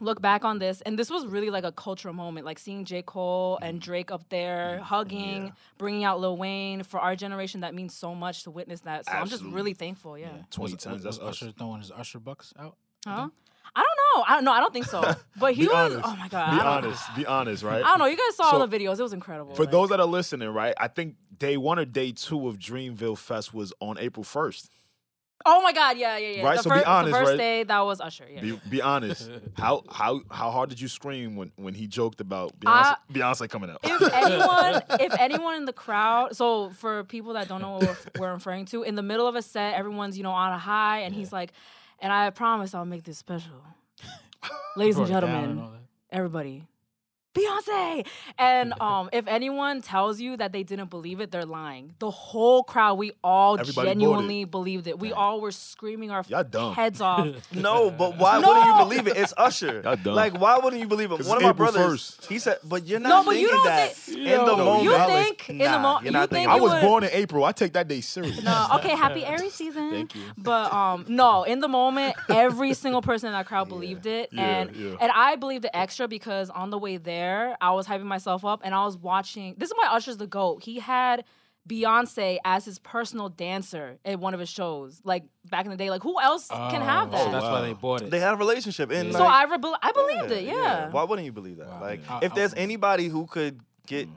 Speaker 4: look back on this and this was really like a cultural moment like seeing j cole and drake up there hugging bringing out lil wayne for our generation that means so much to witness that so i'm just
Speaker 2: Absolutely.
Speaker 4: really thankful yeah,
Speaker 3: Was-
Speaker 2: 20 times.
Speaker 3: was
Speaker 2: That's us.
Speaker 3: Usher throwing his Usher bucks out.
Speaker 4: Huh? I don't know. I don't know. I don't think so. But he
Speaker 2: Be
Speaker 4: was.
Speaker 2: honest.
Speaker 4: Oh my god.
Speaker 2: Be
Speaker 4: I don't,
Speaker 2: honest. Be honest, right?
Speaker 4: I don't know. You guys saw
Speaker 2: So,
Speaker 4: all the videos. It was incredible.
Speaker 2: For
Speaker 4: Like,
Speaker 2: those that are listening, right, I think day one or day two of Dreamville Fest was on April 1st.
Speaker 4: Oh my god. Yeah. Yeah. Yeah.
Speaker 2: Right,
Speaker 4: The
Speaker 2: so be
Speaker 4: first,
Speaker 2: honest,
Speaker 4: The first
Speaker 2: right?
Speaker 4: day that was Usher. Yeah.
Speaker 2: Be, be honest. How how how hard did you scream when, when he joked about Beyonce,
Speaker 4: I-
Speaker 2: Beyonce coming out?
Speaker 4: if anyone, if anyone in the crowd, so for people that don't know what we're, we're referring to, in the middle of a set, everyone's you know on a high, and he's like, "And I promise I'll make this special, ladies and
Speaker 3: Brought it down
Speaker 4: gentlemen."
Speaker 3: and all that.
Speaker 4: everybody Beyonce. And um, if anyone tells you that they didn't believe it, they're lying. The whole crowd, we all
Speaker 2: Everybody bought
Speaker 4: genuinely believed it. We all were screaming our
Speaker 2: Y'all dumb.
Speaker 4: heads off.
Speaker 1: No, but why
Speaker 4: No.
Speaker 1: wouldn't you believe it? It's Usher.
Speaker 2: Y'all dumb.
Speaker 1: Like, why wouldn't you believe it?
Speaker 2: 'Cause
Speaker 1: One of
Speaker 2: it's
Speaker 1: my
Speaker 2: April
Speaker 1: brothers,
Speaker 2: 1st.
Speaker 1: he said, but you're not
Speaker 4: No, but you
Speaker 1: thinking
Speaker 4: don't
Speaker 1: that
Speaker 4: think-
Speaker 1: in the
Speaker 2: No,
Speaker 1: moment.
Speaker 4: you think in the
Speaker 1: Nah,
Speaker 4: mo-
Speaker 1: you're not
Speaker 4: you think
Speaker 1: thinking
Speaker 2: I
Speaker 1: that.
Speaker 2: was
Speaker 4: would-
Speaker 2: born in April. I take that day serious.
Speaker 4: No, okay, happy Aries season.
Speaker 2: Thank you.
Speaker 4: But um, no, in the moment, every single person in that crowd believed it,
Speaker 2: Yeah,
Speaker 4: and
Speaker 2: yeah.
Speaker 4: and I believed it extra because on the way there, I was hyping myself up, and I was watching. This is why Usher's the goat. He had. Beyonce as his personal dancer at one of his shows, like back in the day. Like who else can have
Speaker 3: Oh,
Speaker 4: that?
Speaker 3: So that's why
Speaker 2: Wow.
Speaker 3: they bought it.
Speaker 1: They had a relationship. And
Speaker 4: so
Speaker 1: like,
Speaker 4: I re- I believed it. Yeah.
Speaker 1: Why wouldn't you believe that?
Speaker 3: Wow.
Speaker 1: Like,
Speaker 3: Yeah.
Speaker 1: if
Speaker 3: I-
Speaker 1: there's
Speaker 3: I-
Speaker 1: anybody who could get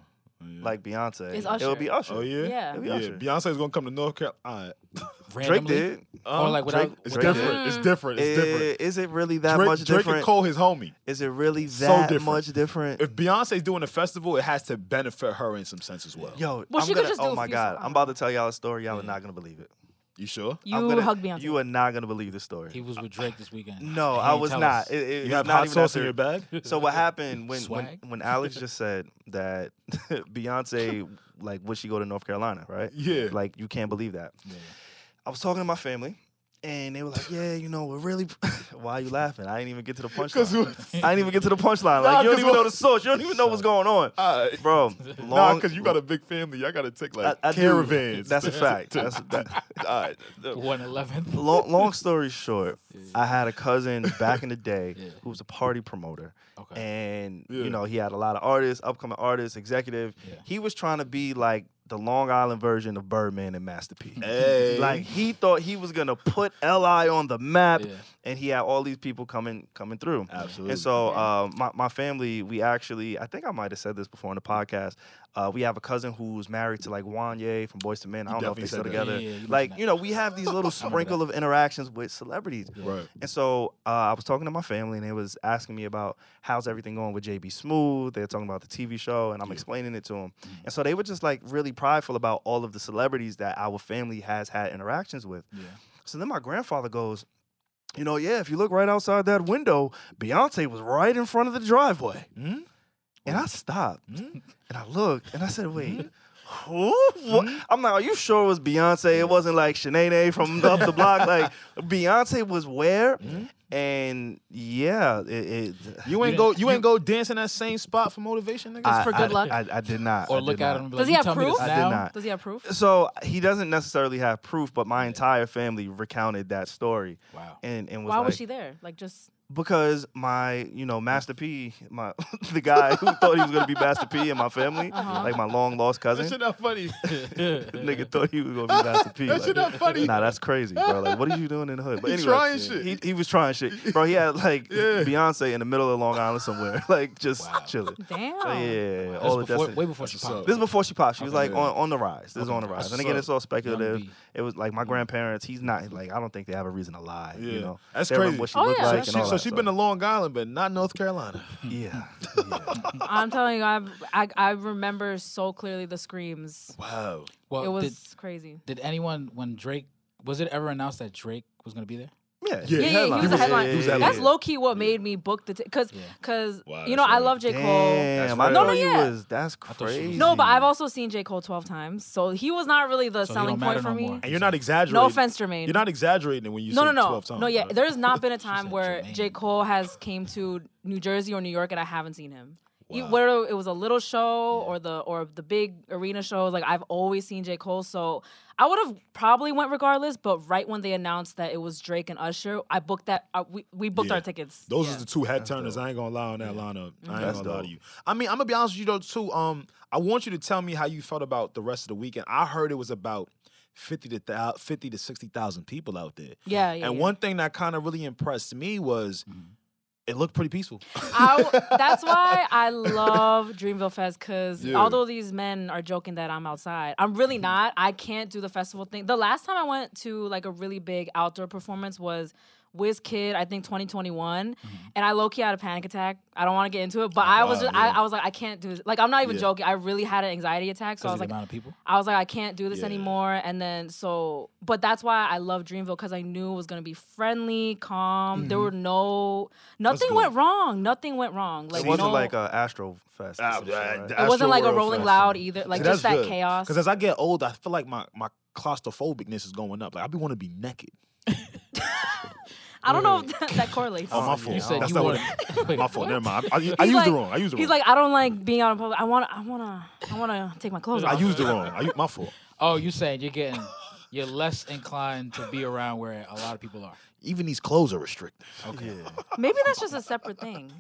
Speaker 1: like Beyonce,
Speaker 4: It's
Speaker 1: it would be Usher.
Speaker 2: Mm, Oh yeah.
Speaker 4: Yeah.
Speaker 1: It'd be
Speaker 2: Yeah,
Speaker 1: Usher.
Speaker 2: Beyonce's gonna come to North Carolina. Um,
Speaker 1: Drake
Speaker 3: Randomly?
Speaker 1: did.
Speaker 3: Or like without.
Speaker 2: Drake- it's
Speaker 1: Drake did.
Speaker 2: different. It's different. It's
Speaker 1: Eh,
Speaker 2: different.
Speaker 1: Is it really that
Speaker 2: Drake,
Speaker 1: much
Speaker 2: Drake
Speaker 1: different?
Speaker 2: and Cole, his homie.
Speaker 1: Is it really
Speaker 2: So
Speaker 1: that
Speaker 2: different.
Speaker 1: much different?
Speaker 2: If Beyonce's doing a festival, it has to benefit her in some sense as well.
Speaker 1: Yo, I'm
Speaker 4: Well, she could
Speaker 1: gonna,
Speaker 4: just do
Speaker 1: oh
Speaker 4: a
Speaker 1: my
Speaker 4: few
Speaker 1: god,
Speaker 4: songs.
Speaker 1: I'm about to tell y'all a story. Y'all are not gonna believe it.
Speaker 2: You sure?
Speaker 4: You
Speaker 1: I'm gonna-
Speaker 4: hug Beyonce.
Speaker 1: You are not gonna believe this story.
Speaker 3: He was with Drake this weekend.
Speaker 1: no,
Speaker 3: He
Speaker 1: I
Speaker 3: ain't
Speaker 1: was
Speaker 3: tell
Speaker 1: not.
Speaker 3: us.
Speaker 1: It- it-
Speaker 2: You have
Speaker 1: not
Speaker 2: hot
Speaker 1: even
Speaker 2: sauce
Speaker 1: after-
Speaker 2: in your bag?
Speaker 1: So what happened when when,
Speaker 3: Swag.
Speaker 1: when Alex just said that Beyonce like would she go to North Carolina, right?
Speaker 2: Yeah.
Speaker 1: Like you can't believe that. I was talking to my family and they were like, "Yeah, you know, we're really Why are you laughing? I didn't even get to the
Speaker 2: Because
Speaker 1: punchline. I didn't even get to the punchline.
Speaker 2: Nah,
Speaker 1: Like you don't
Speaker 2: 'cause
Speaker 1: even know
Speaker 2: what-
Speaker 1: the source. You don't even know what's going on."
Speaker 2: uh,
Speaker 1: Bro, long
Speaker 2: nah, because you got a big family. I gotta take like
Speaker 1: I- I do.
Speaker 2: caravans.
Speaker 1: That's a fact. That's a, that,
Speaker 2: All right.
Speaker 3: One eleventh.
Speaker 1: long, long story short, I had a cousin back in the day who was a party promoter.
Speaker 3: Okay.
Speaker 1: And
Speaker 2: Yeah.
Speaker 1: you know, he had a lot of artists, upcoming artists, executive.
Speaker 3: Yeah.
Speaker 1: He was trying to be like the Long Island version of Birdman and Master P.
Speaker 2: Hey.
Speaker 1: Like he thought he was gonna put LI on the map,
Speaker 3: Yeah.
Speaker 1: and he had all these people coming coming through.
Speaker 2: Absolutely.
Speaker 1: And so uh, my my family, we actually, I think I might have said this before on the podcast. Uh, we have a cousin who's married to like Wanye from Boys to Men. I don't know if
Speaker 2: definitely
Speaker 1: they're still
Speaker 2: said that.
Speaker 1: together.
Speaker 3: Yeah, yeah, yeah, you mentioned
Speaker 1: like
Speaker 3: that.
Speaker 1: you know, we have these little sprinkle of interactions with celebrities.
Speaker 2: Right.
Speaker 1: And so uh, I was talking to my family, and they was asking me about how's everything going with JB Smooth. They're talking about the TV show, and I'm explaining it to them. And so they were just like really prideful about all of the celebrities that our family has had interactions with.
Speaker 3: Yeah.
Speaker 1: So then my grandfather goes, you know, yeah, if you look right outside that window, Beyonce was right in front of the driveway. And I stopped mm, and I looked and I said, wait. Who? What? I'm like, are you sure it was Beyonce? It wasn't like Sinead from up the block. Like Beyonce was where? And yeah, it, it
Speaker 2: You ain't go. You ain't go dance in that same spot for motivation, nigga.
Speaker 1: I-
Speaker 4: for good
Speaker 1: I-
Speaker 4: luck?
Speaker 1: I, I did not. I
Speaker 3: Or
Speaker 1: did
Speaker 3: look at
Speaker 1: not.
Speaker 3: him. and be
Speaker 4: Does
Speaker 3: like,
Speaker 4: he
Speaker 3: "You
Speaker 4: have
Speaker 3: tell me this
Speaker 4: proof? I
Speaker 1: did
Speaker 3: now?"
Speaker 1: not.
Speaker 4: Does he have proof?
Speaker 1: So he doesn't necessarily have proof, but my entire family recounted that story.
Speaker 3: Wow.
Speaker 1: And and was
Speaker 4: Why
Speaker 1: like,
Speaker 4: was she there? Like just
Speaker 1: because my you know Master P, my the guy who thought he was gonna be Master P in my family,
Speaker 4: Uh-huh.
Speaker 1: like my long lost cousin,
Speaker 2: That's not funny.
Speaker 1: the nigga thought he was gonna be Master P.
Speaker 2: That
Speaker 1: like,
Speaker 2: shit not funny.
Speaker 1: Nah, that's crazy, bro. Like, what are you doing in the hood? But
Speaker 2: He
Speaker 1: anyway,
Speaker 2: trying shit.
Speaker 1: He, he was trying shit, bro. He had like
Speaker 2: Yeah.
Speaker 1: Beyonce in the middle of Long Island somewhere, like just
Speaker 3: Wow.
Speaker 1: chilling.
Speaker 4: damn.
Speaker 1: But yeah, yeah, yeah.
Speaker 3: That's
Speaker 1: all the
Speaker 3: before,
Speaker 1: that's-
Speaker 3: way before she
Speaker 2: That's what's
Speaker 3: popped.
Speaker 1: this is before she popped. She was
Speaker 2: Okay.
Speaker 1: like on, on the rise. This is on the rise. And again,
Speaker 2: So,
Speaker 1: it's all speculative.
Speaker 3: Young B.
Speaker 1: It was like my grandparents. He's not like I don't think they have a reason to lie.
Speaker 2: Yeah.
Speaker 1: You know,
Speaker 2: That's
Speaker 1: They remember
Speaker 2: crazy.
Speaker 1: What she
Speaker 4: Oh,
Speaker 1: looked
Speaker 4: yeah.
Speaker 1: like.
Speaker 2: so
Speaker 1: and
Speaker 2: she,
Speaker 1: all
Speaker 2: so
Speaker 1: that,
Speaker 2: she been to Long Island, but not North Carolina.
Speaker 3: Hmm.
Speaker 1: yeah. yeah.
Speaker 4: I'm telling you, I, I I remember so clearly the screams.
Speaker 2: Wow.
Speaker 3: Well,
Speaker 4: it was
Speaker 3: did,
Speaker 4: crazy.
Speaker 3: did anyone when Drake was it ever announced that Drake was gonna be there?
Speaker 1: Yeah,
Speaker 2: Yeah,
Speaker 4: Yeah, yeah, he was a
Speaker 2: was-
Speaker 4: headline.
Speaker 2: he was a
Speaker 4: That's
Speaker 2: headline.
Speaker 4: low key what made me book the because
Speaker 3: Yeah.
Speaker 4: because
Speaker 2: Wow,
Speaker 4: you know
Speaker 2: that's
Speaker 4: I
Speaker 2: right.
Speaker 4: love J Cole.
Speaker 1: Damn,
Speaker 2: That's
Speaker 1: I know
Speaker 2: right.
Speaker 1: he
Speaker 4: No, no, yeah.
Speaker 1: was. That's
Speaker 3: thought she
Speaker 1: crazy.
Speaker 3: was-
Speaker 4: No, but I've also seen J Cole twelve times, so he was not really the
Speaker 3: So he
Speaker 4: selling
Speaker 3: don't matter
Speaker 4: point for
Speaker 3: no
Speaker 4: me.
Speaker 3: more.
Speaker 2: And you're not exaggerating.
Speaker 4: No offense, Jermaine.
Speaker 2: You're not exaggerating when you
Speaker 4: no,
Speaker 2: say
Speaker 4: no, no,
Speaker 2: 12 times.
Speaker 4: no. Yeah,
Speaker 2: right?
Speaker 4: there's not been a time
Speaker 3: said
Speaker 4: where
Speaker 3: Jermaine.
Speaker 4: J Cole has came to New Jersey or New York and I haven't seen him. E-
Speaker 2: Wow.
Speaker 4: Whether it was a little show or the or the big arena shows, like I've always seen J Cole. So I would have probably went regardless. But right when they announced that it was Drake and Usher, I booked that. Uh, we we booked
Speaker 2: Yeah.
Speaker 4: our tickets.
Speaker 2: Those
Speaker 4: Yeah.
Speaker 2: is the two head turners. I ain't gonna lie on that lineup. I ain't
Speaker 1: That's
Speaker 2: gonna lie to
Speaker 1: dope.
Speaker 2: you. I mean, I'm gonna be honest with you though too. Um, I want you to tell me how you felt about the rest of the weekend. I heard it was about fifty to thou- fifty to sixty thousand people out there.
Speaker 4: Yeah, yeah.
Speaker 2: and
Speaker 4: yeah.
Speaker 2: one thing that kind of really impressed me was it looked pretty peaceful.
Speaker 4: I w- that's why I love Dreamville Fest because
Speaker 2: Yeah. Mm-hmm.
Speaker 4: although these men are joking that I'm outside, I'm really not. I can't do the festival thing. The last time I went to like a really big outdoor performance was Kid, I think 2021,
Speaker 2: Mm-hmm.
Speaker 4: and I low key had a panic attack. I don't want to get into it, but I was
Speaker 2: wow,
Speaker 4: just I, I was like I can't do this. Like I'm not even joking. I really had an anxiety attack, so I was
Speaker 3: Because the
Speaker 4: like
Speaker 3: amount of people.
Speaker 4: I was like, I can't do this
Speaker 2: Yeah.
Speaker 4: anymore. And then so, but that's why I love Dreamville because I knew it was gonna be friendly, calm. There
Speaker 1: Mm-hmm.
Speaker 4: were no, nothing went wrong. Nothing went wrong. Like
Speaker 1: It wasn't
Speaker 4: no-
Speaker 1: like a Astro Fest. or
Speaker 2: Ah,
Speaker 1: some shit,
Speaker 2: I-
Speaker 1: right?
Speaker 2: I-
Speaker 4: it wasn't like a
Speaker 2: Astroworld
Speaker 4: Rolling
Speaker 2: Fest.
Speaker 4: Loud either. Like just that chaos.
Speaker 2: Because as I get older, I feel like my my claustrophobicness is going up. Like I be want to be naked.
Speaker 4: I don't know if that, that correlates.
Speaker 2: Oh my fault.
Speaker 3: You said
Speaker 2: That's
Speaker 3: you
Speaker 2: not
Speaker 3: were.
Speaker 2: what-
Speaker 3: wait,
Speaker 2: My fault. Never mind. I, I, I
Speaker 4: He's
Speaker 2: used the
Speaker 4: like-
Speaker 2: wrong. I used the
Speaker 4: He's
Speaker 2: wrong.
Speaker 4: like, I don't like being out in public. I wanna, I wanna, I wanna take my clothes off.
Speaker 2: I used the wrong. I u- my fault.
Speaker 3: Oh, you saying you're getting you're less inclined to be around where a lot of people are.
Speaker 2: Even these clothes are restricted.
Speaker 3: Okay.
Speaker 4: Maybe that's just a separate thing.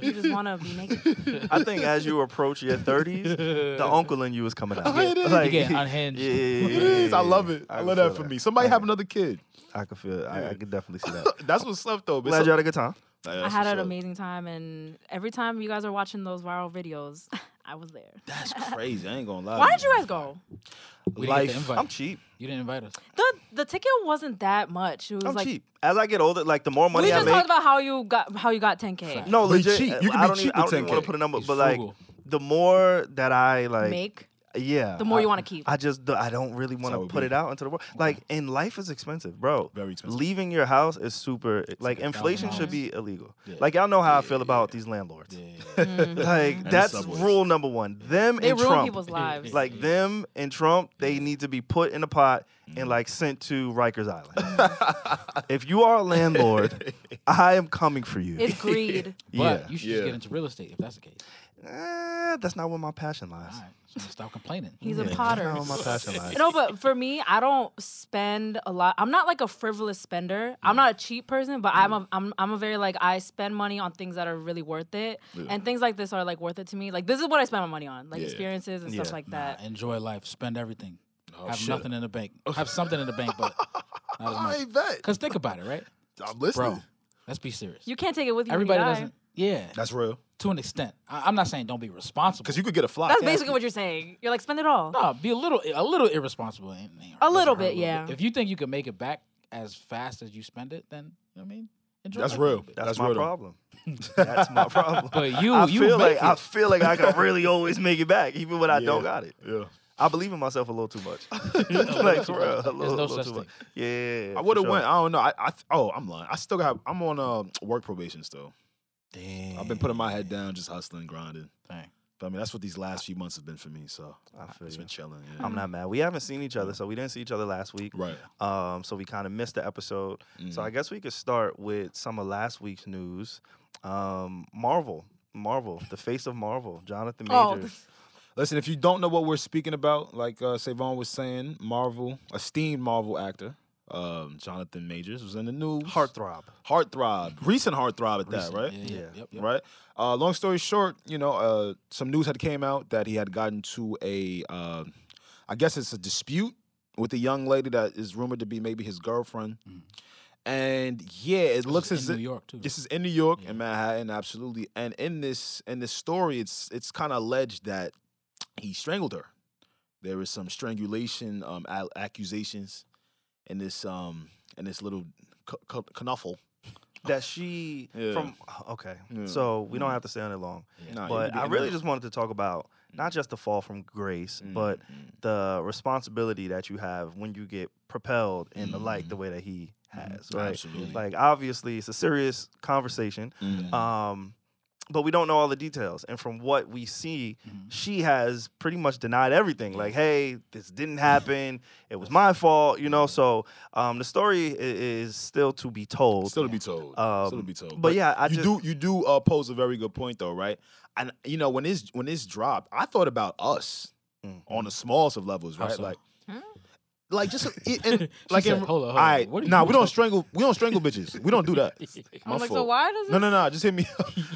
Speaker 4: You just wanna be naked.
Speaker 1: I think as you approach your thirties, the uncle in you is coming out.
Speaker 2: it is.
Speaker 1: Like,
Speaker 3: You're getting unhinged.
Speaker 1: Yeah, yeah, yeah,
Speaker 2: It is. I
Speaker 1: yeah,
Speaker 2: love
Speaker 1: yeah.
Speaker 2: it.
Speaker 1: I
Speaker 2: I
Speaker 1: can
Speaker 2: love
Speaker 1: feel
Speaker 2: that for me. Somebody have another kid.
Speaker 1: I can feel. I, I can definitely see that.
Speaker 2: That's what's left though. but
Speaker 1: Glad
Speaker 2: so-
Speaker 1: you had a good time.
Speaker 4: I had an amazing time, and every time you guys are watching those viral videos, I was there.
Speaker 2: That's crazy. I ain't gonna lie.
Speaker 4: Why did you guys go?
Speaker 3: We didn't get
Speaker 2: Life-
Speaker 3: the invite.
Speaker 1: I'm cheap.
Speaker 3: You didn't invite us.
Speaker 4: The the ticket wasn't that much. It was
Speaker 1: I'm
Speaker 4: like
Speaker 1: cheap. As I get older, like the more money
Speaker 4: we
Speaker 1: I
Speaker 4: just
Speaker 1: make,
Speaker 4: talked about how you got how you got 10k.
Speaker 1: no,
Speaker 2: But you
Speaker 1: legit.
Speaker 2: cheap. You can
Speaker 1: I
Speaker 2: be
Speaker 1: don't
Speaker 2: cheap
Speaker 1: even, I
Speaker 2: with
Speaker 1: don't even want
Speaker 2: 10K.
Speaker 1: to put a number,
Speaker 3: He's
Speaker 1: but like
Speaker 3: frugal.
Speaker 1: the more that I like
Speaker 4: Make
Speaker 1: Yeah.
Speaker 4: The more
Speaker 1: I-
Speaker 4: you wanna keep.
Speaker 1: I just do- I don't really want
Speaker 2: how
Speaker 1: to
Speaker 2: it
Speaker 1: put
Speaker 2: be.
Speaker 1: it out into the world. Like, and life is expensive, bro.
Speaker 2: Very expensive.
Speaker 1: Leaving your house is super. like,
Speaker 3: like a
Speaker 1: inflation
Speaker 3: thousand
Speaker 1: should be illegal. Like, y'all know how I feel about these landlords. like,
Speaker 2: the
Speaker 1: that's
Speaker 2: subways.
Speaker 1: rule number one. Them
Speaker 4: Mm-hmm. they
Speaker 1: and
Speaker 4: ruin
Speaker 1: Trump.
Speaker 4: people's lives.
Speaker 1: like them and Trump,
Speaker 2: Mm-hmm.
Speaker 1: they need to be put in a pot and like sent to Rikers Island.
Speaker 2: Mm-hmm.
Speaker 1: if you are a landlord, I am coming for you.
Speaker 4: it's greed.
Speaker 3: But
Speaker 1: yeah.
Speaker 3: you should just
Speaker 2: Yeah.
Speaker 3: get into real estate if that's the case.
Speaker 1: eh, that's not where my passion lies.
Speaker 3: All right, so stop complaining.
Speaker 4: He's a
Speaker 1: Yeah,
Speaker 4: potter.
Speaker 1: That's not where my passion lies.
Speaker 4: No, but for me, I don't spend a lot. I'm not like a frivolous spender.
Speaker 1: Mm.
Speaker 4: I'm not a cheap person, but I'm a I'm I'm a very like I spend money on things that are really worth it, and things like this are like worth it to me. Like this is what I spend my money on, like
Speaker 2: Yeah.
Speaker 4: experiences and
Speaker 1: Yeah.
Speaker 4: stuff like that.
Speaker 3: Enjoy life. Spend everything. Have
Speaker 2: Oh, shit. Oh.
Speaker 3: nothing in the bank. Have something in the bank, but not as
Speaker 2: I
Speaker 3: much.
Speaker 2: ain't bet.
Speaker 3: Cause think about it, right?
Speaker 2: I'm listening.
Speaker 3: Bro, let's be serious.
Speaker 4: You can't take it with you. when you
Speaker 3: Everybody
Speaker 4: die.
Speaker 3: doesn't. Yeah,
Speaker 2: That's real.
Speaker 3: to an extent. I, I'm not saying don't be responsible.
Speaker 2: Because you could get a fly.
Speaker 4: That's basically what you're saying. You're like spend it all.
Speaker 3: No, be a little, a little irresponsible. Ain't, ain't-
Speaker 4: A
Speaker 3: doesn't
Speaker 4: little
Speaker 3: hurt
Speaker 4: bit, yeah.
Speaker 3: If you think you can make it back as fast as you spend it, then you know what I mean. Enjoy
Speaker 2: That's
Speaker 3: life a little
Speaker 2: real.
Speaker 3: bit.
Speaker 1: That's,
Speaker 2: That's
Speaker 1: my
Speaker 2: real though.
Speaker 1: problem. that's my problem.
Speaker 3: But you,
Speaker 1: I
Speaker 3: you
Speaker 1: feel like
Speaker 3: make
Speaker 1: I
Speaker 3: it.
Speaker 1: feel like I can really always make it back, even when I don't
Speaker 2: Yeah.
Speaker 1: got it.
Speaker 2: Yeah.
Speaker 1: I believe in myself a little too much. like for real, a little, a
Speaker 3: no
Speaker 1: little
Speaker 3: such
Speaker 1: too
Speaker 3: thing.
Speaker 1: much. Yeah, yeah, yeah,
Speaker 2: I
Speaker 1: for
Speaker 2: would have
Speaker 1: sure.
Speaker 2: went. I don't know. I, I th- oh, I'm lying. I still got. I'm on uh, work probation still.
Speaker 3: Damn.
Speaker 2: I've been putting my head down, just hustling, grinding.
Speaker 3: Dang.
Speaker 2: But I mean, that's what these last few months have been for me. So
Speaker 1: I feel
Speaker 2: I've just
Speaker 1: you.
Speaker 2: been chilling. Yeah.
Speaker 1: I'm not mad. We haven't seen each other, so we didn't see each other last week.
Speaker 2: right.
Speaker 1: Um, so we kind of missed the episode.
Speaker 3: Mm.
Speaker 1: So I guess we could start with some of last week's news. Um, Marvel, Marvel, the face of Marvel, Jonathan
Speaker 4: Oh,
Speaker 1: Majors.
Speaker 2: Mm-hmm. Listen, if you don't know what we're speaking about, like uh, Savon was saying, Marvel, esteemed Marvel actor, um, Jonathan Majors was in the news.
Speaker 1: Heartthrob.
Speaker 2: heartthrob, recent heartthrob at that, right?
Speaker 3: Yeah. yeah,
Speaker 1: Yeah.
Speaker 3: Yep, yep.
Speaker 2: Right. Uh, long story short, you know, uh, some news had came out that he had gotten to a, uh, I guess it's a dispute with a young lady that is rumored to be maybe his girlfriend, and yeah, it looks
Speaker 3: in
Speaker 2: as
Speaker 3: New
Speaker 2: if-
Speaker 3: York, too.
Speaker 2: This is in New York, in Manhattan, absolutely. And in this in this story, it's it's kind of alleged that he strangled her. There is some strangulation um, al- accusations in this um in this little cu- cu- knuffle.
Speaker 1: That she
Speaker 2: Yeah.
Speaker 1: from okay.
Speaker 2: Yeah.
Speaker 1: So we don't have to stay on it long.
Speaker 2: Nah, you
Speaker 1: but
Speaker 2: can
Speaker 1: I
Speaker 2: get
Speaker 1: really
Speaker 2: in
Speaker 1: just wanted to talk about not just the fall from grace,
Speaker 2: Mm.
Speaker 1: but the responsibility that you have when you get propelled in the light the way that he
Speaker 3: Mm-hmm.
Speaker 1: has, right?
Speaker 2: Mm-hmm. Absolutely.
Speaker 1: Like obviously, it's a serious conversation,
Speaker 3: Mm-hmm.
Speaker 2: Mm.
Speaker 1: um, but we don't know all the details. And from what we see,
Speaker 3: Mm-hmm.
Speaker 2: Mm-hmm.
Speaker 1: she has pretty much denied everything. Like, hey, this didn't happen. it was my fault, you know. So um, the story i- is still to be told.
Speaker 2: Still to be told. Still to
Speaker 1: Um,
Speaker 2: be told.
Speaker 1: but yeah, I
Speaker 2: you
Speaker 1: just-
Speaker 2: do you do uh, pose a very good point though, right? And you know when it's when it's dropped, I thought about us
Speaker 1: Mm.
Speaker 2: on the smallest of levels,
Speaker 3: How
Speaker 2: right?
Speaker 3: so? Hmm?
Speaker 2: Like, like just it, and,
Speaker 3: She
Speaker 2: like
Speaker 3: said,
Speaker 2: in,
Speaker 3: "Hold on, hold on.
Speaker 2: all right,
Speaker 3: What are you
Speaker 2: nah, we don't
Speaker 3: talking-
Speaker 2: strangle we don't strangle bitches. We don't do that.
Speaker 4: I'm
Speaker 2: My
Speaker 4: like, so
Speaker 2: fault.
Speaker 4: why does
Speaker 2: No,
Speaker 4: it?
Speaker 2: no, no. Just hit me.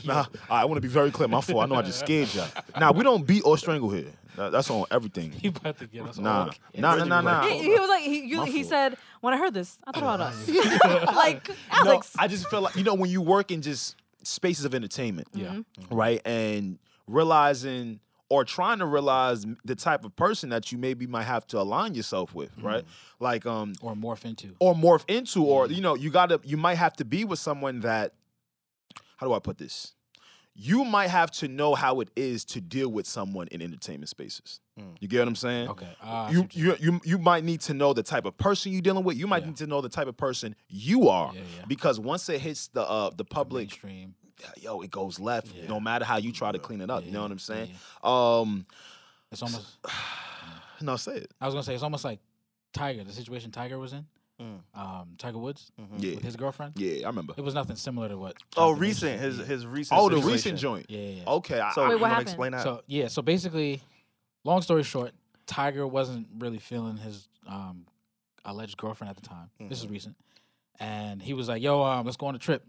Speaker 2: nah, I want to be very clear. My fault. I know I just scared y'all. Nah, we don't beat or strangle here. Nah, that's on everything.
Speaker 3: You about to get us all
Speaker 2: Nah,
Speaker 3: kicked.
Speaker 2: nah, nah, nah, nah.
Speaker 4: He, he was like he you,
Speaker 2: My
Speaker 4: he
Speaker 2: fault.
Speaker 4: said when I heard this I thought about us like Alex.
Speaker 2: No, I just feel like you know when you work in just spaces of entertainment,
Speaker 3: Yeah.
Speaker 4: Mm-hmm.
Speaker 2: right, and realizing or trying to realize the type of person that you maybe might have to align yourself with,
Speaker 3: Mm-hmm.
Speaker 2: right? Like um
Speaker 3: Or morph into.
Speaker 2: or morph into or
Speaker 3: Mm-hmm.
Speaker 2: you know, you got to you might have to be with someone that how do I put this? You might have to know how it is to deal with someone in entertainment spaces. You get what I'm saying?
Speaker 3: Mm. Okay. ah, I see
Speaker 2: you,
Speaker 3: what
Speaker 2: you you you might need to know the type of person you're dealing with. You might need to know the type of person you are,
Speaker 3: Yeah, yeah.
Speaker 2: because once it hits the uh, the public,
Speaker 3: mainstream.
Speaker 2: yo, it goes left. No matter how you try to clean it up, you know what I'm saying? Um,
Speaker 3: It's almost.
Speaker 2: no, say it.
Speaker 3: I was gonna say it's almost like Tiger, the situation Tiger was in.
Speaker 1: Mm.
Speaker 3: Um, Tiger Woods
Speaker 2: Yeah,
Speaker 3: with his girlfriend.
Speaker 2: yeah, I remember.
Speaker 3: It was nothing similar to what.
Speaker 1: Mm-hmm. Oh,
Speaker 3: Jonathan Majors
Speaker 1: recent
Speaker 3: did,
Speaker 1: his
Speaker 3: yeah.
Speaker 1: his recent.
Speaker 2: Oh, the
Speaker 1: situation.
Speaker 2: recent joint.
Speaker 3: Yeah, yeah, yeah.
Speaker 2: Okay, I,
Speaker 1: So
Speaker 2: I-
Speaker 4: Wait,
Speaker 1: you
Speaker 4: what
Speaker 1: wanna
Speaker 4: happened?
Speaker 1: explain that?
Speaker 3: So yeah, so basically, long story short, Tiger wasn't really feeling his um, alleged girlfriend at the time. This
Speaker 1: Mm-hmm.
Speaker 3: is recent, and he was like, "Yo, um, let's go on a trip.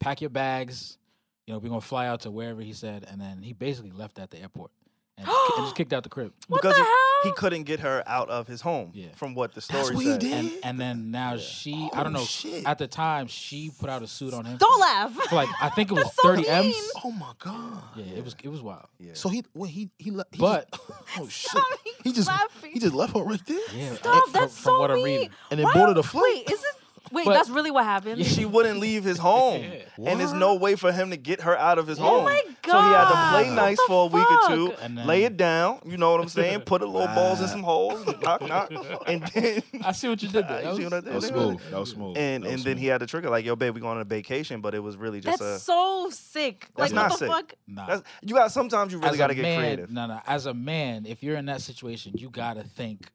Speaker 3: Pack your bags. You know, we're gonna fly out to wherever." He said, and then he basically left at the airport and, just ki- and just kicked out the crib.
Speaker 1: because
Speaker 4: the
Speaker 1: he, he
Speaker 4: hell?
Speaker 1: couldn't get her out of his home.
Speaker 3: Yeah.
Speaker 1: From what the story
Speaker 2: what he
Speaker 1: said.
Speaker 2: did?
Speaker 3: And and then now she, I don't know.
Speaker 2: oh, shit.
Speaker 3: At the time, she put out a suit on him.
Speaker 4: don't
Speaker 3: for-
Speaker 4: laugh
Speaker 3: For like I think it was
Speaker 4: That's so
Speaker 3: thirty m's.
Speaker 4: mean.
Speaker 2: oh my god.
Speaker 3: Yeah, it was it was wild. Yeah,
Speaker 2: So he, well, he, he, le- he
Speaker 3: But-
Speaker 2: just, oh shit,
Speaker 4: Stop, he's
Speaker 2: he just,
Speaker 4: laughing.
Speaker 2: he just left her right there.
Speaker 3: yeah
Speaker 4: stop
Speaker 3: from-
Speaker 4: that's
Speaker 3: from
Speaker 4: so
Speaker 3: what I'm
Speaker 4: mean
Speaker 3: reading.
Speaker 2: And then
Speaker 4: Why
Speaker 2: boarded a
Speaker 4: would-
Speaker 2: flight.
Speaker 4: wait is this wait
Speaker 3: But-
Speaker 4: that's really what happened
Speaker 1: She wouldn't leave his home, and there's no way for him to get her out
Speaker 2: Oh
Speaker 1: of his home.
Speaker 4: my
Speaker 1: So he had to
Speaker 4: God.
Speaker 1: play nice
Speaker 4: What the
Speaker 1: for a week or two,
Speaker 4: fuck?
Speaker 3: And
Speaker 1: lay
Speaker 3: then-
Speaker 1: it down. You know what I'm saying? Put a little balls in some holes, knock knock, and then
Speaker 3: I see what you did there.
Speaker 1: You
Speaker 3: That was,
Speaker 1: see what I did
Speaker 2: That was
Speaker 1: there?
Speaker 2: smooth. That was smooth.
Speaker 1: And
Speaker 2: That was
Speaker 1: and then he
Speaker 2: smooth.
Speaker 1: had to trigger like, "Yo, babe, we going on a vacation," but it was really just
Speaker 4: that's so sick
Speaker 1: That's
Speaker 4: like
Speaker 1: uh, not
Speaker 4: what the
Speaker 1: sick.
Speaker 4: fuck
Speaker 1: a.
Speaker 3: Nah.
Speaker 1: That's, you got sometimes you really
Speaker 3: As
Speaker 1: got to
Speaker 3: a
Speaker 1: get
Speaker 3: man,
Speaker 1: creative.
Speaker 3: No, no. As a man, if you're in that situation, you gotta think.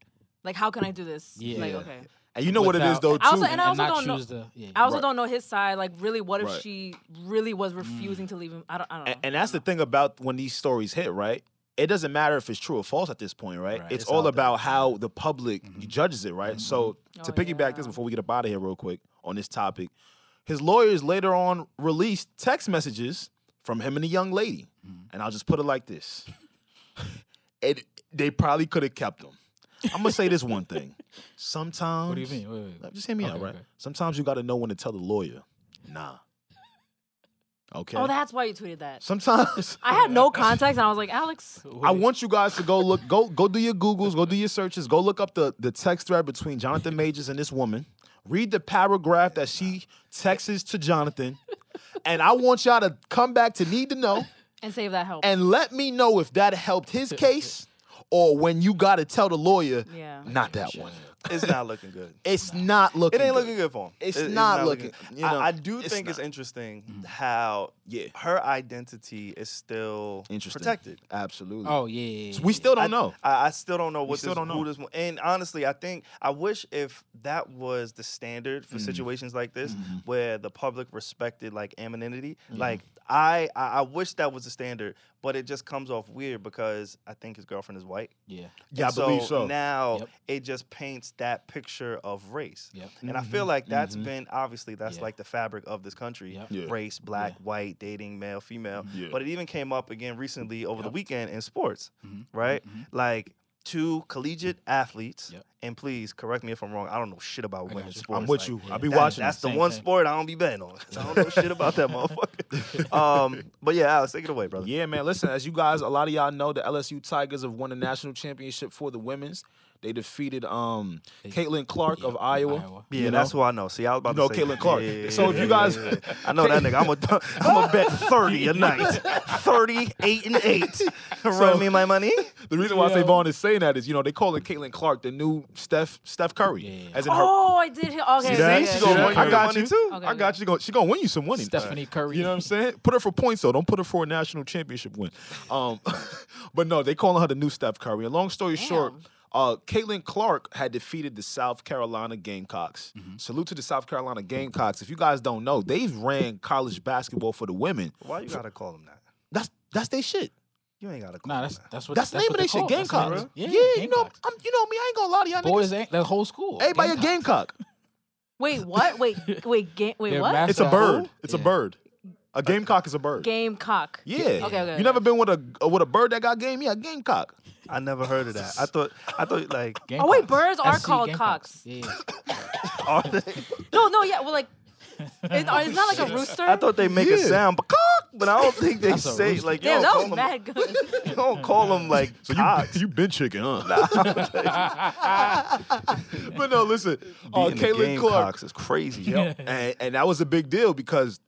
Speaker 4: like how can I do this
Speaker 3: Yeah.
Speaker 4: like okay
Speaker 2: And you know what it is
Speaker 3: without-
Speaker 2: though too.
Speaker 4: I also- and I
Speaker 3: and not
Speaker 4: don't know-
Speaker 3: choose the. Yeah,
Speaker 4: I also
Speaker 2: Right.
Speaker 4: don't know his side. Like, really, what if
Speaker 2: Right.
Speaker 4: she really
Speaker 3: Mm.
Speaker 4: was refusing to leave him? I don't. I don't know.
Speaker 2: and, and that's the thing about when these stories hit, right? It doesn't matter if it's true or false at this point, right?
Speaker 3: Right,
Speaker 2: It's,
Speaker 3: it's
Speaker 2: all
Speaker 3: out there.
Speaker 2: about how the public judges it, right? So to
Speaker 4: Oh,
Speaker 2: piggyback
Speaker 4: yeah.
Speaker 2: this before we get up out of here real quick on this topic, his lawyers later on released text messages from him and a young lady, and I'll just put it like this: it, they probably could have kept them. I'm gonna say this one thing: sometimes
Speaker 3: What do you mean? Wait, wait, wait.
Speaker 2: Just hear me out,
Speaker 3: Okay,
Speaker 2: right?
Speaker 3: okay.
Speaker 2: Sometimes you gotta know when to tell the lawyer, nah. Okay.
Speaker 4: Oh, that's why you tweeted that.
Speaker 2: Sometimes
Speaker 4: I had no context, and I was like, Alex,
Speaker 2: I want you guys to go look, go go do your Googles, go do your searches, go look up the, the text thread between Jonathan Majors and this woman. Read the paragraph that she texts to Jonathan. And I want y'all to come back to need to know
Speaker 4: and save that help.
Speaker 2: and let me know if that helped his case or when you gotta tell the lawyer,
Speaker 4: Yeah.
Speaker 2: not that one.
Speaker 1: It's not looking good.
Speaker 2: It's not looking
Speaker 1: It ain't looking good for him.
Speaker 2: It's
Speaker 1: It-
Speaker 2: not looking-
Speaker 1: good.
Speaker 2: you know,
Speaker 1: I, I do
Speaker 2: it's
Speaker 1: think it's
Speaker 2: not.
Speaker 1: interesting
Speaker 3: Mm-hmm.
Speaker 1: how
Speaker 2: Yeah.
Speaker 1: her identity is still
Speaker 2: Interesting.
Speaker 1: protected.
Speaker 2: Absolutely.
Speaker 3: Oh yeah, yeah, yeah,
Speaker 2: we
Speaker 3: yeah.
Speaker 2: still don't
Speaker 1: I
Speaker 2: know.
Speaker 1: I, I still don't know what
Speaker 2: still
Speaker 1: this,
Speaker 2: don't know.
Speaker 1: who this. And honestly, I think I wish if that was the standard
Speaker 2: Mm.
Speaker 1: for situations like this,
Speaker 3: Mm-hmm.
Speaker 1: where the public respected like anonymity. Like I, I, I wish that was the standard, but it just comes off weird because I think his girlfriend is white.
Speaker 3: yeah.
Speaker 2: Yeah, I
Speaker 1: And
Speaker 2: believe so.
Speaker 1: Now
Speaker 3: Yep.
Speaker 1: it just paints that picture of race.
Speaker 3: Yep.
Speaker 1: And I
Speaker 2: Mm-hmm.
Speaker 1: feel like that's been obviously that's
Speaker 3: Yeah.
Speaker 1: like the fabric of this country.
Speaker 3: Yep.
Speaker 2: Yeah.
Speaker 1: Race, black, white, dating, male, female.
Speaker 2: Yeah.
Speaker 1: But it even came up again recently over the weekend in sports, right? Like two collegiate athletes.
Speaker 3: Yep.
Speaker 1: And please correct me if I'm wrong. I don't know shit about
Speaker 3: got
Speaker 1: women's
Speaker 3: you.
Speaker 1: sports.
Speaker 2: I'm with
Speaker 1: Like,
Speaker 2: you.
Speaker 3: yeah,
Speaker 2: I'll be
Speaker 1: that-
Speaker 2: watching.
Speaker 1: That's the
Speaker 3: Same
Speaker 1: one
Speaker 3: thing.
Speaker 1: sport I don't be betting on. 'cause I don't know shit about that motherfucker. Um, but yeah, Alex, take it away, brother.
Speaker 2: Yeah, man. Listen, as you guys, a lot of y'all know, the LSU Tigers have won the national championship for the women's. They defeated um, Caitlin Clark of Iowa.
Speaker 3: Iowa.
Speaker 1: Yeah,
Speaker 2: you
Speaker 1: that's
Speaker 2: know?
Speaker 1: who I know. See, I was about
Speaker 2: You know
Speaker 1: to say
Speaker 2: Caitlin Clark.
Speaker 1: Yeah, yeah,
Speaker 2: So if
Speaker 1: yeah,
Speaker 2: you guys-
Speaker 1: yeah, yeah. I know that nigga. I'm a, I'm a bet thirty a night, thirty eight and eight. Run me my money.
Speaker 2: The reason why
Speaker 3: Yeah.
Speaker 2: Savon is saying that is, you know, they calling Caitlin Clark the new Steph Steph Curry,
Speaker 3: Yeah.
Speaker 2: as in her.
Speaker 4: oh, I did. hear- Okay,
Speaker 2: See
Speaker 4: okay,
Speaker 2: that?
Speaker 4: okay,
Speaker 2: She
Speaker 4: okay,
Speaker 2: gonna
Speaker 1: win
Speaker 4: okay.
Speaker 1: your
Speaker 2: I got
Speaker 1: money
Speaker 2: you.
Speaker 1: too.
Speaker 4: Okay,
Speaker 2: I got you. She gonna, she gonna win you some money.
Speaker 3: Stephanie Curry.
Speaker 2: You know what I'm saying? Put her for points though. Don't put her for a national championship win. Um, but no, they calling her the new Steph Curry. And long story short,
Speaker 4: Damn.
Speaker 2: uh, Caitlin Clark had defeated the South Carolina Gamecocks.
Speaker 3: Mm-hmm.
Speaker 2: Salute to the South Carolina Gamecocks. If you guys don't know, they've ran college basketball for the women.
Speaker 1: Why you gotta call him that?
Speaker 2: That's that's their shit.
Speaker 1: You ain't gotta call
Speaker 3: Nah,
Speaker 1: him
Speaker 3: that's
Speaker 1: that.
Speaker 3: that's what
Speaker 2: That's, the name of
Speaker 3: what
Speaker 2: their
Speaker 3: they're
Speaker 2: shit.
Speaker 3: called.
Speaker 2: Gamecocks.
Speaker 3: That's the name of it.
Speaker 2: yeah,
Speaker 3: Yeah,
Speaker 2: you know,
Speaker 3: Gamecocks.
Speaker 2: I'm, you know me. I ain't gonna lie to y'all
Speaker 3: boys,
Speaker 2: niggas.
Speaker 3: ain't that whole school.
Speaker 2: Everybody
Speaker 3: Gamecocks.
Speaker 2: a Gamecock.
Speaker 4: Wait, what? Wait, wait, ga- wait,
Speaker 3: They're
Speaker 4: what?
Speaker 3: massive.
Speaker 2: It's a
Speaker 3: That's
Speaker 2: bird.
Speaker 3: cool.
Speaker 2: It's a
Speaker 3: Yeah.
Speaker 2: bird. A Gamecock is a bird.
Speaker 4: Gamecock.
Speaker 2: Yeah.
Speaker 4: Okay, okay.
Speaker 2: You never been with a uh, with a bird that got game? Yeah, Gamecock.
Speaker 1: I never heard of that. I thought I thought like
Speaker 4: Oh, wait,
Speaker 3: Gamecocks.
Speaker 4: birds are
Speaker 3: SC
Speaker 4: called
Speaker 3: Gamecocks.
Speaker 4: cocks.
Speaker 3: Yeah, yeah.
Speaker 1: are they,
Speaker 4: No, no, yeah. Well, like, it,
Speaker 2: Oh,
Speaker 4: uh, it's not like a rooster.
Speaker 1: I thought they make a
Speaker 2: Yeah.
Speaker 1: sound, but cock, but I don't think they
Speaker 3: That's a
Speaker 1: say
Speaker 3: rooster.
Speaker 1: like you
Speaker 4: Damn, that
Speaker 1: don't
Speaker 4: was
Speaker 1: call them.
Speaker 4: mad good.
Speaker 1: You don't call them like cocks.
Speaker 2: you been chicken, huh? but no, listen. Uh,
Speaker 1: Beating the
Speaker 2: Caitlin Clark.
Speaker 1: Gamecocks is crazy.
Speaker 2: Yep. and, and that was a big deal because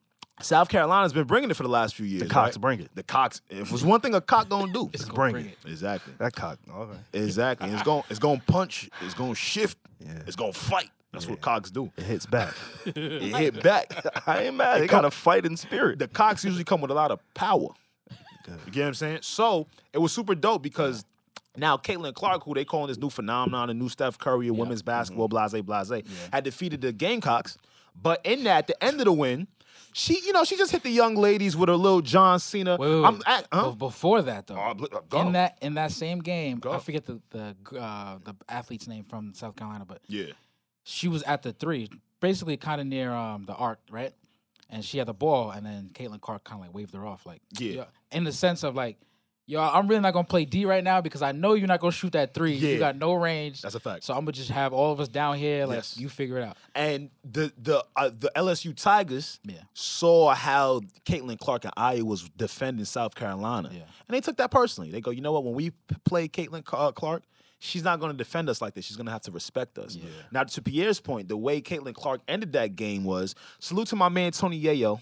Speaker 2: South Carolina's been bringing it for the last few years. The
Speaker 1: Cox bring it.
Speaker 2: The Cox. If there's one thing a cock gonna do,
Speaker 3: It's
Speaker 2: it's
Speaker 3: gonna
Speaker 1: bring
Speaker 3: bring
Speaker 1: it.
Speaker 3: it.
Speaker 2: exactly.
Speaker 1: That cock. All right.
Speaker 2: Exactly. It's gonna it's gonna punch. It's gonna shift.
Speaker 1: Yeah.
Speaker 2: It's gonna fight. That's what cocks do.
Speaker 1: It hits back.
Speaker 2: It hit back.
Speaker 1: I ain't mad. They got a fighting spirit.
Speaker 2: the cocks usually come with a lot of power. You get what I'm saying? So it was super dope because now Caitlin Clark, who they calling this new phenomenon, the new Steph Curry of
Speaker 1: Mm-hmm.
Speaker 2: women's basketball, blase blase, had defeated the Gamecocks. But in that, the end of the win, she, you know, she just hit the young ladies with a little John Cena.
Speaker 3: Wait, wait, wait.
Speaker 2: I'm at, huh?
Speaker 3: But before that though,
Speaker 2: Oh, bl- uh, go.
Speaker 3: in that in that same game,
Speaker 2: Go.
Speaker 3: I forget the the uh, the athlete's name from South Carolina, but
Speaker 2: Yeah.
Speaker 3: she was at the three, basically kind of near um, the arc, right? And she had the ball, and then Caitlin Clark kind of like waved her off, like
Speaker 2: Yeah.
Speaker 3: "Yo," in the sense of like, yo, I'm really not gonna play D right now because I know you're not gonna shoot that three.
Speaker 2: Yeah.
Speaker 3: You got no range.
Speaker 2: That's a fact.
Speaker 3: So I'm gonna just have all of us down here, like
Speaker 2: Yes.
Speaker 3: you figure it out.
Speaker 2: And the the uh, the LSU Tigers
Speaker 3: Yeah.
Speaker 2: saw how Caitlin Clark and Iowa was defending South Carolina,
Speaker 3: Yeah.
Speaker 2: and they took that personally. They go, you know what? When we p- play Caitlin Ca- uh, Clark, she's not going to defend us like this. She's going to have to respect us. Now, to Pierre's point, the way Caitlin Clark ended that game was salute to my man Tony Yayo.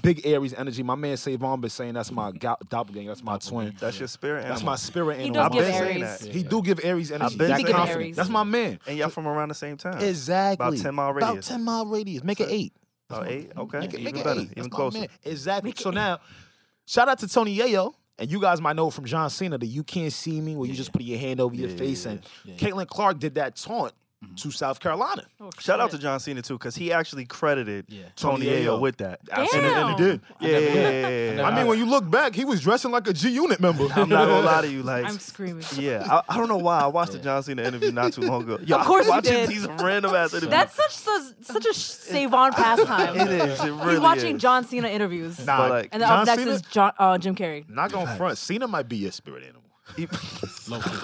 Speaker 2: Big Aries energy. My man Savon been saying that's my go- doppelganger. That's my twin.
Speaker 1: That's your spirit
Speaker 2: That's
Speaker 1: animal.
Speaker 2: my spirit
Speaker 4: He
Speaker 2: animal.
Speaker 4: does
Speaker 1: I've
Speaker 4: give
Speaker 1: been
Speaker 4: Aries.
Speaker 1: saying that.
Speaker 2: He do give Aries energy.
Speaker 1: been
Speaker 2: That
Speaker 1: saying that.
Speaker 2: confidence. That's my man.
Speaker 1: And y'all from around the same time.
Speaker 2: Exactly.
Speaker 1: About 10 mile
Speaker 2: About
Speaker 1: radius.
Speaker 2: 10 mile radius. Make it eight.
Speaker 1: Oh, eight? Okay.
Speaker 2: Make it,
Speaker 1: even
Speaker 2: make it
Speaker 1: better.
Speaker 2: eight. That's
Speaker 1: Even
Speaker 2: my
Speaker 1: closer.
Speaker 2: man. Exactly. So now, shout out to Tony Yayo. And you guys might know from John Cena that you can't see me where you just put your hand over your face. And Caitlin Clark did that taunt
Speaker 1: Mm-hmm.
Speaker 2: to South Carolina.
Speaker 4: Oh,
Speaker 1: Shout out to
Speaker 4: shit.
Speaker 1: John Cena too, because he actually credited
Speaker 3: Yeah.
Speaker 1: Tony
Speaker 2: Tony
Speaker 1: Ayo
Speaker 2: Ayo.
Speaker 1: with that.
Speaker 4: Absolutely.
Speaker 1: And, it- and it did.
Speaker 3: I
Speaker 1: Yeah,
Speaker 3: never
Speaker 1: yeah,
Speaker 3: knew.
Speaker 1: yeah, yeah,
Speaker 3: I
Speaker 1: yeah.
Speaker 3: never
Speaker 2: I mean, when you look back, he was dressing like a G Unit member.
Speaker 1: I'm not gonna lie to you, like.
Speaker 4: I'm screaming.
Speaker 1: yeah, I, I don't know why I watched the
Speaker 3: Yeah.
Speaker 1: John Cena interview not too long ago. Yo,
Speaker 4: Of course
Speaker 1: I'm
Speaker 4: you
Speaker 1: watching
Speaker 4: did.
Speaker 1: these random ass interviews.
Speaker 4: That's such a, such a save on pastime.
Speaker 1: it is. It really
Speaker 4: He's watching
Speaker 1: is.
Speaker 4: John Cena interviews.
Speaker 2: Nah,
Speaker 1: But, like,
Speaker 4: and then
Speaker 2: John
Speaker 4: up next
Speaker 2: Cena-
Speaker 4: is John, uh, Jim Carrey.
Speaker 2: Not going front. Cena might be your spirit animal.
Speaker 1: He-
Speaker 3: Low key.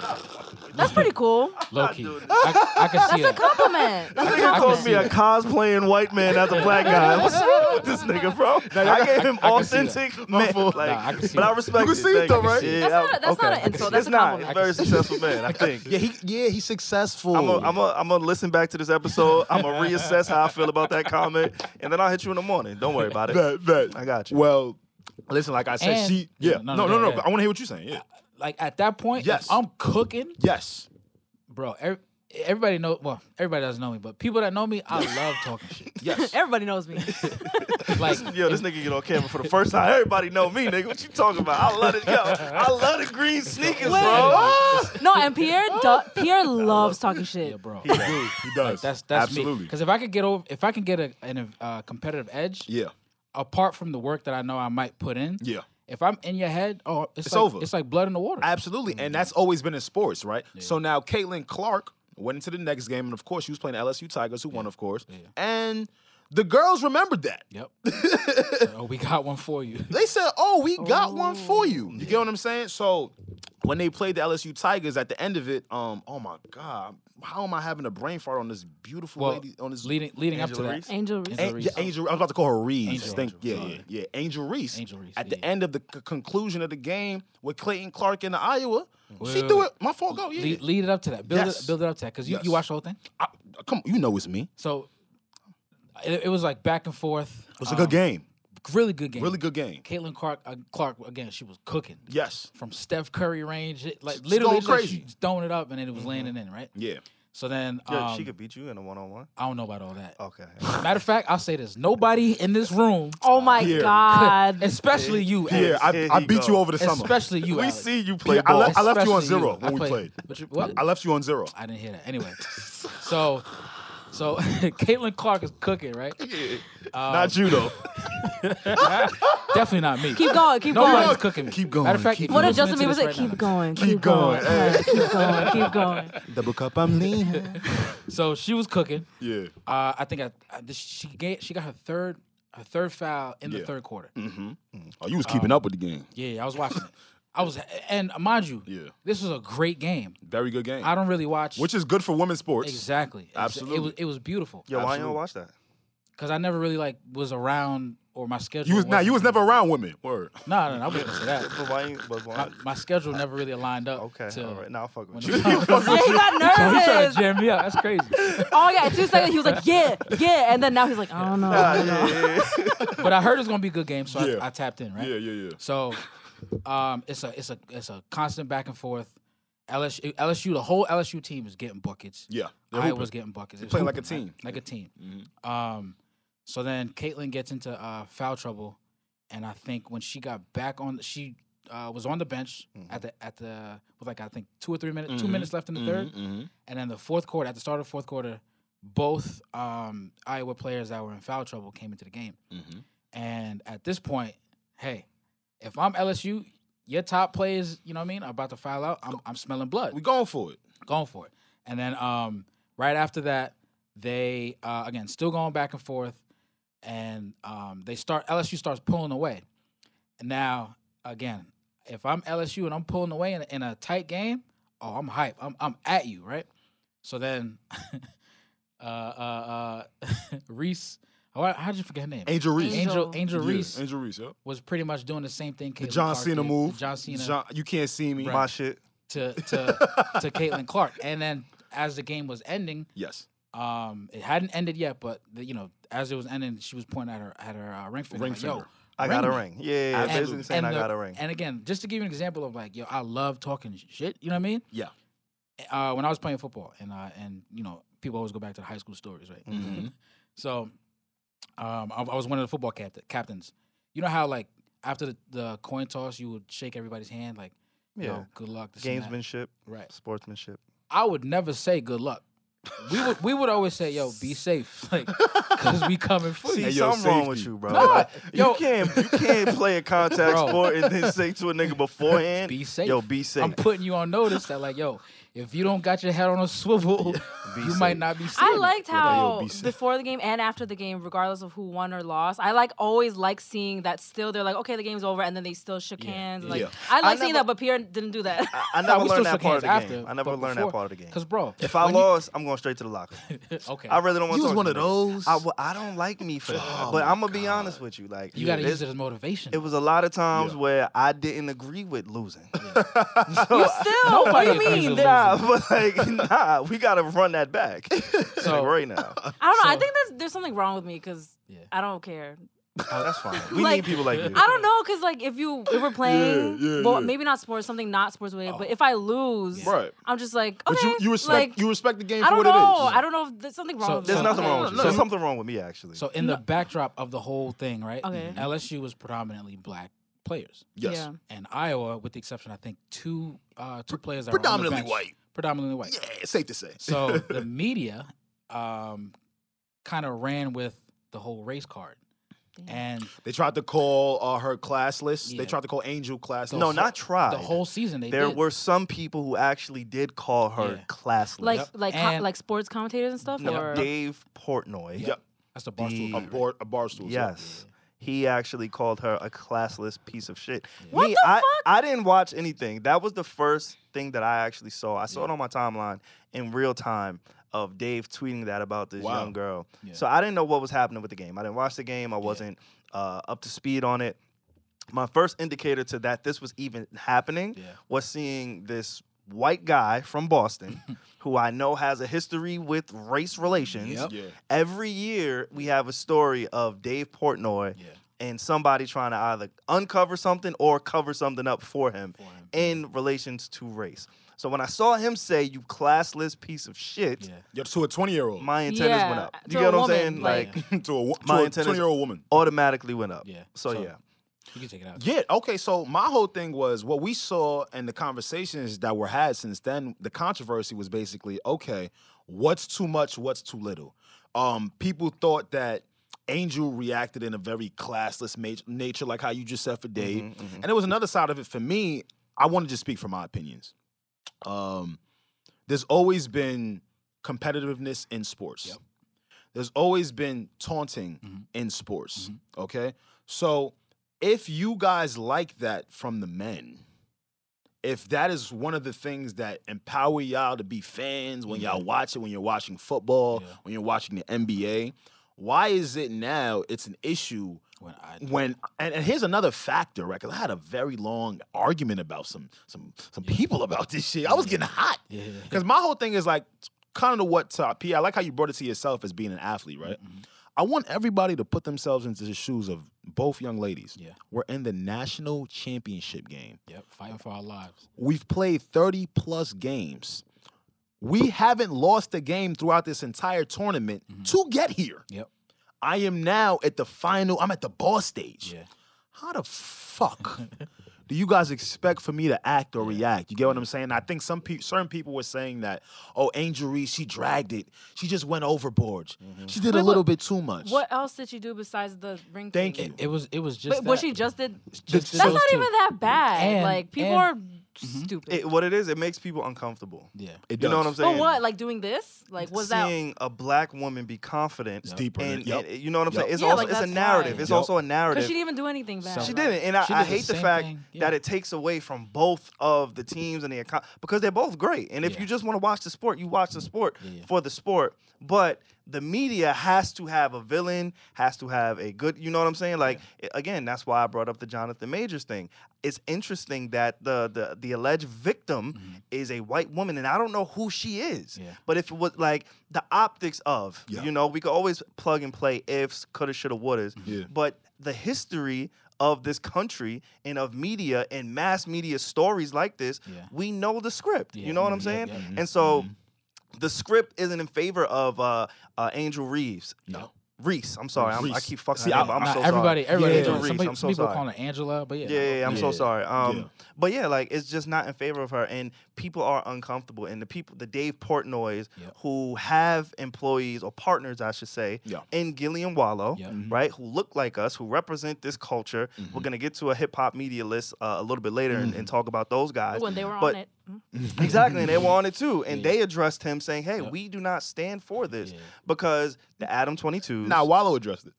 Speaker 4: That's pretty cool.
Speaker 3: Low
Speaker 1: not
Speaker 3: key.
Speaker 1: doing
Speaker 3: I, I can see
Speaker 4: That's a
Speaker 3: that.
Speaker 4: compliment. That's a
Speaker 1: Nigga calls
Speaker 4: compliment.
Speaker 1: me uh, a cosplaying white man, not a black guy. What's wrong with this nigga, bro? I gave him
Speaker 3: I- I can see that.
Speaker 1: authentic man.
Speaker 2: fault.
Speaker 1: Like,
Speaker 3: Nah, I can see
Speaker 1: but I
Speaker 3: that.
Speaker 1: respect
Speaker 2: You can
Speaker 1: it.
Speaker 2: see it
Speaker 1: Thank
Speaker 2: though,
Speaker 1: you.
Speaker 2: right?
Speaker 1: Yeah,
Speaker 4: That's
Speaker 1: I-
Speaker 4: not- that's
Speaker 1: okay.
Speaker 4: not an insult. That's
Speaker 1: it's
Speaker 4: a
Speaker 1: not. He's
Speaker 4: compliment.
Speaker 1: a very successful man, I think.
Speaker 2: Yeah, he yeah he's successful.
Speaker 1: I'm gonna I'm a- I'm a listen back to this episode. I'm gonna reassess how I feel about that comment, and then I'll hit you in the morning. Don't worry about it.
Speaker 2: Bet, bet.
Speaker 1: I got you.
Speaker 2: Well, listen, like I said,
Speaker 3: And-
Speaker 2: she yeah.
Speaker 3: Yeah,
Speaker 2: No, no, no.
Speaker 3: no, no,
Speaker 2: no,
Speaker 3: yeah.
Speaker 2: but I want to hear what you're saying. Yeah.
Speaker 3: Like at that point, if
Speaker 2: Yes.
Speaker 3: I'm cooking,
Speaker 2: Yes.
Speaker 3: bro. ev- everybody know. Well, everybody doesn't know me, but people that know me, I love talking shit.
Speaker 2: Yes.
Speaker 4: Everybody knows me.
Speaker 3: Like
Speaker 1: Yo, this nigga get on camera for the first time. Everybody know me, nigga. What you talking about? I love it. Yo, I love the green sneakers, bro.
Speaker 4: no, and Pierre do- Pierre loves talking shit.
Speaker 3: yeah, bro.
Speaker 2: Dude, he does.
Speaker 3: Like, that's that's
Speaker 2: absolutely.
Speaker 3: Because if I could get over, if I can get a, an uh, competitive edge,
Speaker 2: Yeah.
Speaker 3: apart from the work that I know I might put in,
Speaker 2: Yeah.
Speaker 3: If I'm in your head, oh, it's,
Speaker 2: It's
Speaker 3: like,
Speaker 2: over.
Speaker 3: It's like blood in the water.
Speaker 2: Absolutely. And that's always been in sports, right? So now Caitlin Clark went into the next game, and of course, she was playing LSU Tigers, who won, of course. And the girls remembered that.
Speaker 3: yep. oh, we got one for you.
Speaker 2: They said, "Oh, we got one for you." You get what I'm saying? So when they played the LSU Tigers at the end of it, um, oh my god, how am I having a brain fart on this beautiful
Speaker 3: Well,
Speaker 2: lady on this
Speaker 3: leading leading up to
Speaker 1: Angela
Speaker 3: that,
Speaker 1: Reese?
Speaker 4: Angel Reese.
Speaker 3: Angel
Speaker 2: An-
Speaker 3: Reese.
Speaker 2: yeah, Angel, I was about to call her Reese.
Speaker 3: Angel.
Speaker 2: Think- yeah,
Speaker 3: Sorry.
Speaker 2: yeah, yeah. Angel Reese.
Speaker 3: Angel Reese,
Speaker 2: At the
Speaker 3: yeah.
Speaker 2: end of the c- conclusion of the game with Clayton Clark in the Iowa, she
Speaker 3: wait,
Speaker 2: threw
Speaker 3: wait.
Speaker 2: it. My fault. Go. Yeah.
Speaker 3: lead, lead it up to that. Build
Speaker 2: Yes.
Speaker 3: it build it up to that because you,
Speaker 2: Yes.
Speaker 3: you watched the whole thing.
Speaker 2: I, come, you know it's me.
Speaker 3: So it, it was like back and forth. Um,
Speaker 2: It was a good game.
Speaker 3: Really good game.
Speaker 2: Really good game.
Speaker 3: Caitlin Clark, uh, Clark again. She was cooking.
Speaker 2: Yes.
Speaker 3: From Steph Curry range, it- like
Speaker 2: She's
Speaker 3: literally,
Speaker 2: going
Speaker 3: like,
Speaker 2: crazy. Mm-hmm.
Speaker 3: she's throwing it up, and then it was landing in, right?
Speaker 2: Yeah.
Speaker 3: So then,
Speaker 1: Yo,
Speaker 3: um,
Speaker 1: she could beat you in a one-on-one.
Speaker 3: I don't know about all that.
Speaker 2: Oh.
Speaker 1: Okay.
Speaker 3: Matter of fact, I'll say this: nobody in this room,
Speaker 4: Oh my
Speaker 2: Yeah.
Speaker 4: God.
Speaker 3: especially you,
Speaker 2: Yeah.
Speaker 3: Alex,
Speaker 2: I,
Speaker 1: Here
Speaker 2: I
Speaker 1: he
Speaker 2: beat you
Speaker 1: go.
Speaker 2: over the summer.
Speaker 3: especially you.
Speaker 1: we
Speaker 3: Alex.
Speaker 1: see you play
Speaker 2: Yeah, I
Speaker 1: ball.
Speaker 2: left- I left you on
Speaker 3: Especially
Speaker 2: zero
Speaker 3: I
Speaker 2: when we played.
Speaker 3: But you, what?
Speaker 2: I left you on zero.
Speaker 3: I didn't hear that. Anyway, so so Caitlin Clark is cooking, right?
Speaker 2: Not you though.
Speaker 3: Definitely not me.
Speaker 4: Keep going. Keep
Speaker 3: Nobody's
Speaker 4: going.
Speaker 3: cooking me.
Speaker 2: Keep going,
Speaker 3: Matter of fact,
Speaker 2: keep
Speaker 3: if
Speaker 4: What
Speaker 3: you're
Speaker 4: did Justin
Speaker 3: listening
Speaker 4: Bieber
Speaker 3: to
Speaker 4: say?
Speaker 3: this right
Speaker 4: Keep
Speaker 3: now-
Speaker 4: going. Keep
Speaker 2: going.
Speaker 4: going. uh, Keep going. Keep going.
Speaker 2: Double cup, I'm lean.
Speaker 3: So she was cooking.
Speaker 2: Yeah.
Speaker 3: Uh, I think I, I this- she gave, she got her third her third foul in the
Speaker 2: Yeah.
Speaker 3: third quarter.
Speaker 2: Oh, you was keeping up with the game.
Speaker 3: Yeah, yeah, I was watching it. I was and mind you,
Speaker 2: Yeah.
Speaker 3: this was a great game.
Speaker 2: Very good game.
Speaker 3: I don't really watch
Speaker 2: Which is good for women's sports.
Speaker 3: exactly. Exa- It
Speaker 2: Absolutely.
Speaker 3: was it was beautiful.
Speaker 1: Yo, why you
Speaker 2: Absolutely.
Speaker 1: don't watch that?
Speaker 3: Cause I never really like was around or my schedule.
Speaker 2: You was now. you was never around women. Word.
Speaker 3: No, no, no, I wasn't gonna say that.
Speaker 1: But why? you- But why?
Speaker 3: My, my schedule never really lined up.
Speaker 1: Okay.
Speaker 3: to-
Speaker 1: All right. Now I fuck
Speaker 3: when
Speaker 1: with
Speaker 3: it
Speaker 1: you.
Speaker 3: was time. so
Speaker 4: Yeah, he
Speaker 3: he
Speaker 4: got
Speaker 3: tried to
Speaker 4: nervous.
Speaker 3: jam me out. That's crazy.
Speaker 4: Oh yeah, two seconds he was like, yeah, yeah, and then now he's like, I don't know.
Speaker 1: Ah, yeah, yeah, yeah.
Speaker 3: But I heard it was gonna be a good game, so
Speaker 2: Yeah.
Speaker 3: I, I tapped in, right?
Speaker 2: Yeah, yeah, yeah.
Speaker 3: So, um, it's a it's a it's a constant back and forth. LSU, LSU, the whole LSU team is getting buckets.
Speaker 2: Yeah. They're
Speaker 3: I
Speaker 2: hooping.
Speaker 3: was getting buckets. It was
Speaker 2: playing like a
Speaker 3: hooping, right?
Speaker 2: team. Mm-hmm.
Speaker 3: Like a team. Um, so then Caitlin gets into uh, foul trouble, and I think when she got back on, she uh, was on the bench
Speaker 2: Mm-hmm.
Speaker 3: at the at the with like I think two or three minutes, two minutes left in the
Speaker 2: Mm-hmm.
Speaker 3: third, and then the fourth quarter. At the start of the fourth quarter, both um, Iowa players that were in foul trouble came into the game, and at this point, hey, if I'm LSU. Your top players, you know what I mean, are about to file out. I'm, I'm smelling blood
Speaker 2: We going for it.
Speaker 3: going for it. And then um, right after that, they uh, again still going back and forth, and um, they start LSU starts pulling away. And now again, if I'm LSU and I'm pulling away in, in a tight game, oh I'm hype. I'm I'm at you right. So then, uh, uh, uh, Reese, how, how did you forget her name?
Speaker 2: Angel Reese.
Speaker 4: Angel
Speaker 3: Angel, Angel
Speaker 2: Yeah,
Speaker 3: Reese
Speaker 2: Angel Reese. Yep.
Speaker 3: was pretty much doing the same thing.
Speaker 2: The
Speaker 3: Caitlin
Speaker 2: John
Speaker 3: Clark
Speaker 2: Cena
Speaker 3: did, the
Speaker 2: move.
Speaker 3: John Cena
Speaker 2: John, you can't see me.
Speaker 1: My shit.
Speaker 3: to to to Caitlin Clark. And then as the game was ending,
Speaker 2: Yes.
Speaker 3: um, it hadn't ended yet, but the, you know, as it was ending, she was pointing at her at her uh, ring finger.
Speaker 2: Ring
Speaker 3: like, Yo,
Speaker 2: finger.
Speaker 1: I got a
Speaker 3: me."
Speaker 1: ring. Yeah, yeah, yeah.
Speaker 2: Absolutely.
Speaker 1: basically saying I
Speaker 3: the-
Speaker 1: got a ring.
Speaker 3: And again, just to give you an example of like, yo, I love talking sh- shit. You know what I mean?
Speaker 2: Yeah.
Speaker 3: Uh, when I was playing football, and uh, and you know, people always go back to the high school stories, right?
Speaker 1: Mm-hmm.
Speaker 3: Mm-hmm. so, um, I, I was one of the football captain, captains. You know how like after the, the coin toss, you would shake everybody's hand, like,
Speaker 1: Yeah.
Speaker 3: yo, good luck. this and that.
Speaker 1: Gamesmanship,
Speaker 3: right?
Speaker 1: sportsmanship.
Speaker 3: I would never say good luck. we would we would always say, "Yo, be safe," like because we coming for
Speaker 1: See,
Speaker 3: you.
Speaker 2: Hey, yo,
Speaker 1: something wrong with
Speaker 2: safety.
Speaker 1: you, bro.
Speaker 3: Nah,
Speaker 1: Like,
Speaker 3: yo-
Speaker 1: you can't you can't play a contact
Speaker 3: Bro.
Speaker 1: sport and then say to a nigga beforehand,
Speaker 3: Be safe.
Speaker 1: Yo, be safe.
Speaker 3: I'm putting you on notice that, like, yo, if you don't got your head on a swivel, you might
Speaker 2: safe.
Speaker 3: not be safe.
Speaker 4: I liked
Speaker 2: What about your
Speaker 4: how
Speaker 2: obesity?
Speaker 4: before the game and after the game, regardless of who won or lost, I like always like seeing that. Still, they're like, okay, the game's over, and then they still shook hands. Like
Speaker 2: Yeah.
Speaker 4: I like
Speaker 1: I
Speaker 4: seeing
Speaker 1: never-
Speaker 4: that, but Pierre didn't do that.
Speaker 1: I, I never learned that part of the game. I never learned that part of the game.
Speaker 3: Because, bro,
Speaker 1: If I
Speaker 3: when you-
Speaker 1: lost, I'm going straight to the locker.
Speaker 3: okay,
Speaker 1: I really don't want
Speaker 2: You
Speaker 1: to talk
Speaker 2: was one
Speaker 1: to
Speaker 2: of
Speaker 1: you.
Speaker 2: those.
Speaker 1: I, w- I don't like me for that.
Speaker 2: Oh
Speaker 1: But
Speaker 2: my
Speaker 1: I'm gonna be honest with you. Like
Speaker 3: you gotta
Speaker 1: this-
Speaker 3: use it as motivation.
Speaker 1: It was a lot of times
Speaker 2: Yeah.
Speaker 1: where I didn't agree with losing.
Speaker 4: you still? What
Speaker 3: Nobody
Speaker 4: do you
Speaker 3: agrees
Speaker 4: mean?
Speaker 3: with
Speaker 4: They're-
Speaker 1: nah, but like nah, we gotta run that back. Like,
Speaker 3: So-
Speaker 1: right now,
Speaker 4: I don't know. I
Speaker 3: So-
Speaker 4: think that's, there's something wrong with me because
Speaker 3: Yeah.
Speaker 4: I don't care.
Speaker 1: that's fine. We
Speaker 4: Like,
Speaker 1: need people like you.
Speaker 4: I don't know because like if you if we're playing,
Speaker 2: yeah,
Speaker 4: well,
Speaker 2: yeah.
Speaker 4: maybe not sports, something not sports related. But if I lose,
Speaker 2: Right.
Speaker 4: I'm just like, okay,
Speaker 2: But you, you respect
Speaker 4: like,
Speaker 2: you respect the game
Speaker 4: I
Speaker 2: for
Speaker 4: don't
Speaker 2: what
Speaker 4: know.
Speaker 2: it is.
Speaker 4: I don't know if there's something wrong.
Speaker 3: So-
Speaker 4: with
Speaker 1: There's
Speaker 4: me.
Speaker 1: nothing wrong with you.
Speaker 4: No,
Speaker 1: There's
Speaker 4: no.
Speaker 1: something wrong with me actually.
Speaker 3: so in the backdrop of the whole thing, right?
Speaker 4: Okay.
Speaker 3: LSU was predominantly black players,
Speaker 2: yes.
Speaker 4: Yeah.
Speaker 3: and Iowa, with the exception, I think two uh, two players that
Speaker 2: Predominantly
Speaker 3: were on the bench,
Speaker 2: white.
Speaker 3: predominantly white.
Speaker 2: Yeah, it's safe to say.
Speaker 3: So the media um, kind of ran with the whole race card, and
Speaker 2: They tried to call uh, her classless.
Speaker 3: Yeah.
Speaker 2: They tried to call Angel classless.
Speaker 1: no,
Speaker 3: whole-
Speaker 1: not try.
Speaker 3: the whole season they
Speaker 1: there
Speaker 3: did.
Speaker 1: were some people who actually did call her
Speaker 3: Yeah.
Speaker 1: classless.
Speaker 4: Like
Speaker 3: Yep.
Speaker 4: like co-
Speaker 3: And-
Speaker 4: like sports commentators and stuff.
Speaker 1: No,
Speaker 4: Or
Speaker 1: Dave Portnoy.
Speaker 2: Yep.
Speaker 3: that's the Barstool.
Speaker 1: The-
Speaker 2: A
Speaker 3: Network.
Speaker 2: bar, a bar stool. so-
Speaker 1: Yes. He actually called her a classless piece of shit.
Speaker 4: What
Speaker 1: Me,
Speaker 4: the
Speaker 1: I,
Speaker 4: fuck?
Speaker 1: I didn't watch anything. That was the first thing that I actually saw. I saw it on my timeline in real time of Dave tweeting that about this
Speaker 2: Wow.
Speaker 1: young girl. So I didn't know what was happening with the game. I didn't watch the game. I wasn't uh, up to speed on it. My first indicator to that this was even happening
Speaker 3: Yeah.
Speaker 1: was seeing this white guy from Boston who I know has a history with race relations.
Speaker 3: Yep.
Speaker 2: Yeah.
Speaker 1: Every year we have a story of Dave Portnoy
Speaker 3: Yeah.
Speaker 1: and somebody trying to either uncover something or cover something up for him,
Speaker 3: him.
Speaker 1: in relations to race. So when I saw him say "you classless piece of shit,"
Speaker 3: Yeah.
Speaker 2: You're to a 20 year old.
Speaker 1: my antennas went
Speaker 4: Yeah,
Speaker 1: up.
Speaker 4: to
Speaker 1: You
Speaker 4: a
Speaker 1: get what
Speaker 4: woman,
Speaker 1: I'm saying?
Speaker 4: like-
Speaker 1: Like,
Speaker 2: to a, wo- to
Speaker 1: My
Speaker 2: a
Speaker 1: antennas-
Speaker 2: 20 year old woman.
Speaker 1: automatically went up.
Speaker 3: Yeah.
Speaker 1: So,
Speaker 3: So- mm-hmm,
Speaker 1: yeah,
Speaker 3: You can take it out.
Speaker 2: Yeah. Okay. So my whole thing was what we saw and the conversations that were had since then. The controversy was basically okay. What's too much? What's too little? Um, people thought that Angel reacted in a very classless ma- nature, like how you just said for
Speaker 1: Mm-hmm.
Speaker 2: Dave.
Speaker 3: mm-hmm.
Speaker 2: And there was another side of it for me. I wanted to speak for my opinions. Um, there's always been competitiveness in sports.
Speaker 3: Yep. Mm-hmm.
Speaker 2: There's always been taunting in sports. Okay. So if you guys like that from the men, if that is one of the things that empower y'all to be fans when y'all watch it, when you're watching football,
Speaker 3: Yeah.
Speaker 2: when you're watching the NBA, why is it now it's an issue
Speaker 3: When I
Speaker 2: when and, and here's another factor, right? 'Cause I had a very long argument about some some some people about this shit. I was getting hot.
Speaker 3: yeah.
Speaker 2: Because my whole thing is like kind of what uh, P. I like how you brought it to yourself as being an athlete, right?
Speaker 3: Mm-hmm.
Speaker 2: I want everybody to put themselves into the shoes of both young ladies.
Speaker 3: Yeah.
Speaker 2: We're in the national championship game.
Speaker 3: Yep, fighting for our lives.
Speaker 2: We've played 30 plus games. We haven't lost a game throughout this entire tournament to get here.
Speaker 3: Mm-hmm. Yep.
Speaker 2: I am now at the final, I'm at the ball stage.
Speaker 3: Yeah.
Speaker 2: How the fuck do you guys expect for me to act or react? You get what I'm saying? I think some people, certain people were saying that, oh, Angel Reese, she dragged it. She just went overboard.
Speaker 1: Mm-hmm.
Speaker 2: She did a little bit too much.
Speaker 4: what else did you do besides the ring?
Speaker 2: Thank
Speaker 4: thing?
Speaker 2: you.
Speaker 3: It was it was just
Speaker 4: But what
Speaker 3: that.
Speaker 4: she just did.
Speaker 3: Just-
Speaker 4: That's
Speaker 3: those
Speaker 4: not
Speaker 3: two.
Speaker 4: even that bad.
Speaker 3: And-
Speaker 4: like people
Speaker 3: and-
Speaker 4: are stupid.
Speaker 1: it, what it is, it makes people uncomfortable.
Speaker 3: Yeah.
Speaker 2: It
Speaker 1: You know
Speaker 2: does.
Speaker 1: what I'm saying?
Speaker 4: but what? Like doing this? Like was that?
Speaker 1: Seeing a black woman be confident,
Speaker 2: It's deeper than-
Speaker 1: and,
Speaker 2: yep.
Speaker 1: and- you know what I'm
Speaker 2: Yep.
Speaker 1: saying? It's
Speaker 4: Yeah,
Speaker 1: also
Speaker 4: like,
Speaker 1: it's a
Speaker 4: that's
Speaker 1: narrative.
Speaker 4: why.
Speaker 1: It's
Speaker 2: Yep.
Speaker 1: also a narrative.
Speaker 4: Because she didn't even do anything bad.
Speaker 1: She
Speaker 3: So-
Speaker 1: didn't, and I,
Speaker 3: She
Speaker 1: I
Speaker 3: did the
Speaker 1: hate the
Speaker 3: same
Speaker 1: fact
Speaker 3: thing,
Speaker 1: that
Speaker 3: yeah.
Speaker 1: it takes away from both of the teams and the account because they're both great. And if
Speaker 3: Yeah. Mm,
Speaker 1: you just want to watch the sport, you watch the sport
Speaker 3: Yeah, yeah.
Speaker 1: for the sport. But the media has to have a villain, has to have a good. You know what I'm saying? Like i- again, that's why I brought up the Jonathan Majors thing. It's interesting that the the the alleged victim is a white woman, and I don't know who she is.
Speaker 3: Mm-hmm. Yeah.
Speaker 1: But if it was like the optics of,
Speaker 2: Yeah.
Speaker 1: you know, we could always plug and play ifs, coulda, shoulda, wouldas.
Speaker 2: Yeah.
Speaker 1: But the history of this country and of media and mass media stories like this,
Speaker 3: Yeah.
Speaker 1: we know the script.
Speaker 3: Yeah.
Speaker 1: You know what I'm
Speaker 3: Mhm.
Speaker 2: Mm-hmm.
Speaker 1: saying?
Speaker 3: Yep, yep.
Speaker 1: And so the script isn't in favor of uh, uh, Angel Reeves.
Speaker 2: No.
Speaker 1: Reese. I'm sorry. I'm, I
Speaker 2: Reese.
Speaker 1: keep fucking.
Speaker 2: See,
Speaker 1: her name
Speaker 2: I-
Speaker 1: up. I'm
Speaker 3: Nah,
Speaker 1: so
Speaker 3: everybody,
Speaker 1: sorry.
Speaker 3: everybody,
Speaker 2: Yeah.
Speaker 3: Angela.
Speaker 1: Reese,
Speaker 3: Some, people-
Speaker 1: I'm so
Speaker 3: some people
Speaker 1: sorry.
Speaker 3: calling her Angela, but yeah,
Speaker 1: Yeah, yeah, yeah, I'm so
Speaker 2: Yeah.
Speaker 1: sorry. Um,
Speaker 2: Yeah.
Speaker 1: but yeah, like it's just not in favor of her, and people are uncomfortable. And the people, the Dave Portnoy's
Speaker 3: Yep.
Speaker 1: who have employees or partners, I should say,
Speaker 2: Yeah.
Speaker 1: in Gillian Wallow,
Speaker 3: Yep.
Speaker 2: Mhm.
Speaker 1: right, who look like us, who represent this culture.
Speaker 3: Mm-hmm.
Speaker 1: We're gonna get to a hip hop media list uh, a little bit later and, and talk about those guys.
Speaker 4: when they were
Speaker 1: but-
Speaker 4: on it. Mm.
Speaker 1: Exactly, and they were on it too, and
Speaker 3: Yeah.
Speaker 1: they addressed him saying, "Hey,
Speaker 3: Yep.
Speaker 1: we do not stand for this
Speaker 3: Yeah.
Speaker 1: because the Adam 22."
Speaker 2: Nah, Wallow addressed it.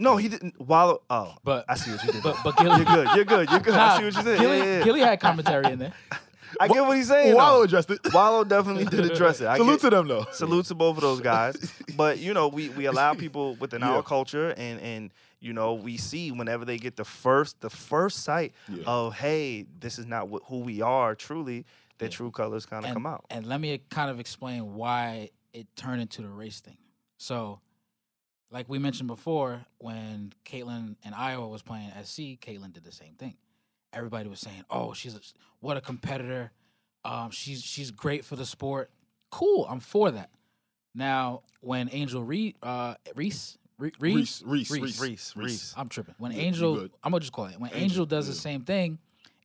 Speaker 1: no, he didn't. Wallow. Oh,
Speaker 3: But
Speaker 1: I see what you did.
Speaker 3: but but
Speaker 1: you're
Speaker 3: Gilly,
Speaker 1: good. You're good. You're good. I
Speaker 3: nah,
Speaker 1: see what you did.
Speaker 3: Gilly,
Speaker 1: Yeah, yeah, yeah.
Speaker 3: Gilly had commentary in there.
Speaker 1: I get what he's saying.
Speaker 2: Wallow
Speaker 1: Wallow,
Speaker 2: addressed it.
Speaker 1: Wallow definitely did address it. I get-
Speaker 2: Salute to them though.
Speaker 1: salute to both of those guys. but you know, we we allow people within
Speaker 2: Yeah.
Speaker 1: our culture, and and you know, we see whenever they get the first the first sight
Speaker 2: Yeah.
Speaker 1: of oh, hey, this is not wh- who we are truly. Their
Speaker 3: Yeah.
Speaker 1: true colors kind of
Speaker 3: and,
Speaker 1: come out.
Speaker 3: And let me kind of explain why it turned into the race thing. So, like we mentioned before, when Caitlyn and Iowa was playing SC, Caitlyn did the same thing. Everybody was saying, "Oh, she's a, what a competitor. Um, she's she's great for the sport. Cool, I'm for that." Now, when Angel Reed, uh, Reese, Re- Reed,
Speaker 2: Reese, Reese,
Speaker 3: Reese,
Speaker 2: Reese,
Speaker 1: Reese, Reese.
Speaker 3: I'm tripping. When
Speaker 2: You- you
Speaker 3: Angel,
Speaker 2: good.
Speaker 3: I'm gonna just call it. When Angel,
Speaker 2: Angel,
Speaker 3: does the
Speaker 2: yeah.
Speaker 3: same thing,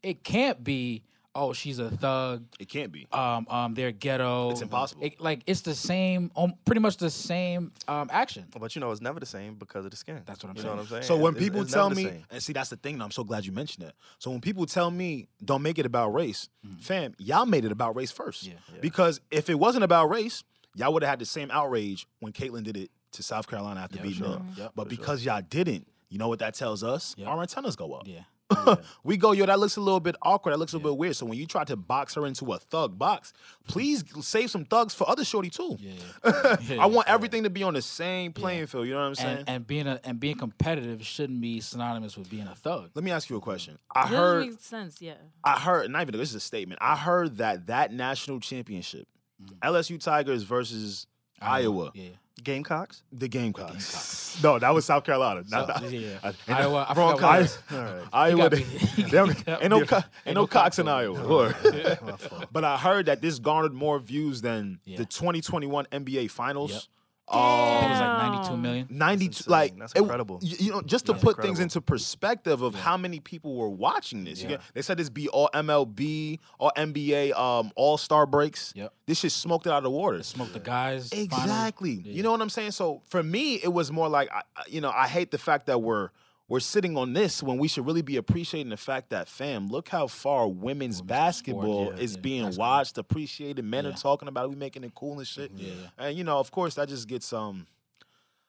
Speaker 3: it can't be, "Oh, she's a thug.
Speaker 2: It can't be.
Speaker 3: um, um, their ghetto.
Speaker 2: It's impossible.
Speaker 3: It- like it's the same, um, pretty much the same um, action.
Speaker 1: But you know, it's never the same because of the skin.
Speaker 3: That's what I'm
Speaker 1: you
Speaker 3: saying.
Speaker 1: Know what I'm saying.
Speaker 2: So when
Speaker 1: It's-
Speaker 2: people
Speaker 1: it's
Speaker 2: tell
Speaker 1: never the
Speaker 2: me,
Speaker 1: same.
Speaker 2: and see, that's the thing. Though, I'm so glad you mentioned that. So when people tell me, "Don't make it about race," fam, y'all made it about race first.
Speaker 3: Yeah.
Speaker 1: Yeah.
Speaker 2: Because if it wasn't about race, y'all would have had the same outrage when Caitlyn did it to South Carolina after
Speaker 3: Yeah,
Speaker 2: beating
Speaker 3: sure.
Speaker 2: up.
Speaker 3: Yep,
Speaker 2: but
Speaker 1: for sure.
Speaker 2: because y'all didn't, you know what that tells us?
Speaker 3: Yep.
Speaker 2: Our antennas go up.
Speaker 3: Yeah,
Speaker 2: we go, yo, that looks a little bit awkward. That looks a little bit weird. So when you try to box her into a thug box, please save some thugs for other shorty too.
Speaker 3: yeah. yeah. Yeah,
Speaker 2: I want
Speaker 3: yeah.
Speaker 2: everything to be on the same playing field. You know what I'm saying?
Speaker 3: And, and being a and being competitive shouldn't be synonymous with being a thug.
Speaker 2: Let me ask you a question. I
Speaker 4: It doesn't
Speaker 2: heard
Speaker 4: make sense. Yeah.
Speaker 2: I heard, not even this is a statement. I heard that that national championship,
Speaker 3: Mm.
Speaker 2: LSU Tigers versus Iowa,
Speaker 3: Yeah.
Speaker 1: Gamecocks.
Speaker 2: the Gamecocks. no, that was South Carolina. Not,
Speaker 3: So, yeah.
Speaker 2: I- and-
Speaker 3: Iowa. I
Speaker 2: wrong
Speaker 3: forgot what it
Speaker 2: colors.
Speaker 3: was.
Speaker 1: All right.
Speaker 2: Iowa,
Speaker 3: got
Speaker 2: they,
Speaker 3: me. He
Speaker 2: they don't-
Speaker 3: got
Speaker 2: ain't no
Speaker 3: me.
Speaker 2: co- ain't no Cox in Iowa. Or-
Speaker 1: My fault.
Speaker 2: but I heard that this garnered more views than
Speaker 3: Yeah.
Speaker 2: the 2021 NBA
Speaker 3: Yep.
Speaker 2: Finals.
Speaker 3: I think it
Speaker 2: Um,
Speaker 3: was like 92
Speaker 4: Damn.
Speaker 3: million.
Speaker 2: 92
Speaker 1: insane.
Speaker 2: like
Speaker 1: That's
Speaker 2: it-
Speaker 1: incredible.
Speaker 2: y- you know just to
Speaker 3: Yeah.
Speaker 2: put
Speaker 1: Incredible.
Speaker 2: things into perspective of how many people were watching this you
Speaker 3: Yeah.
Speaker 2: get, they said this be all mlb all nba um all-star breaks
Speaker 3: Yep.
Speaker 2: this shit smoked it out of the water
Speaker 3: Smoke the guys. finally.
Speaker 2: exactly you know what i'm saying so for me it was more like I, I- you know i hate the fact that we're we're sitting on this when we should really be appreciating the fact that fam look how far women's, basketball
Speaker 3: yeah,
Speaker 2: is
Speaker 3: yeah,
Speaker 2: being
Speaker 3: basketball.
Speaker 2: watched appreciated men
Speaker 3: Yeah. Mm-hmm.
Speaker 2: are talking about it we making it cool and shit
Speaker 3: Yeah, yeah.
Speaker 2: and you know of course that just gets um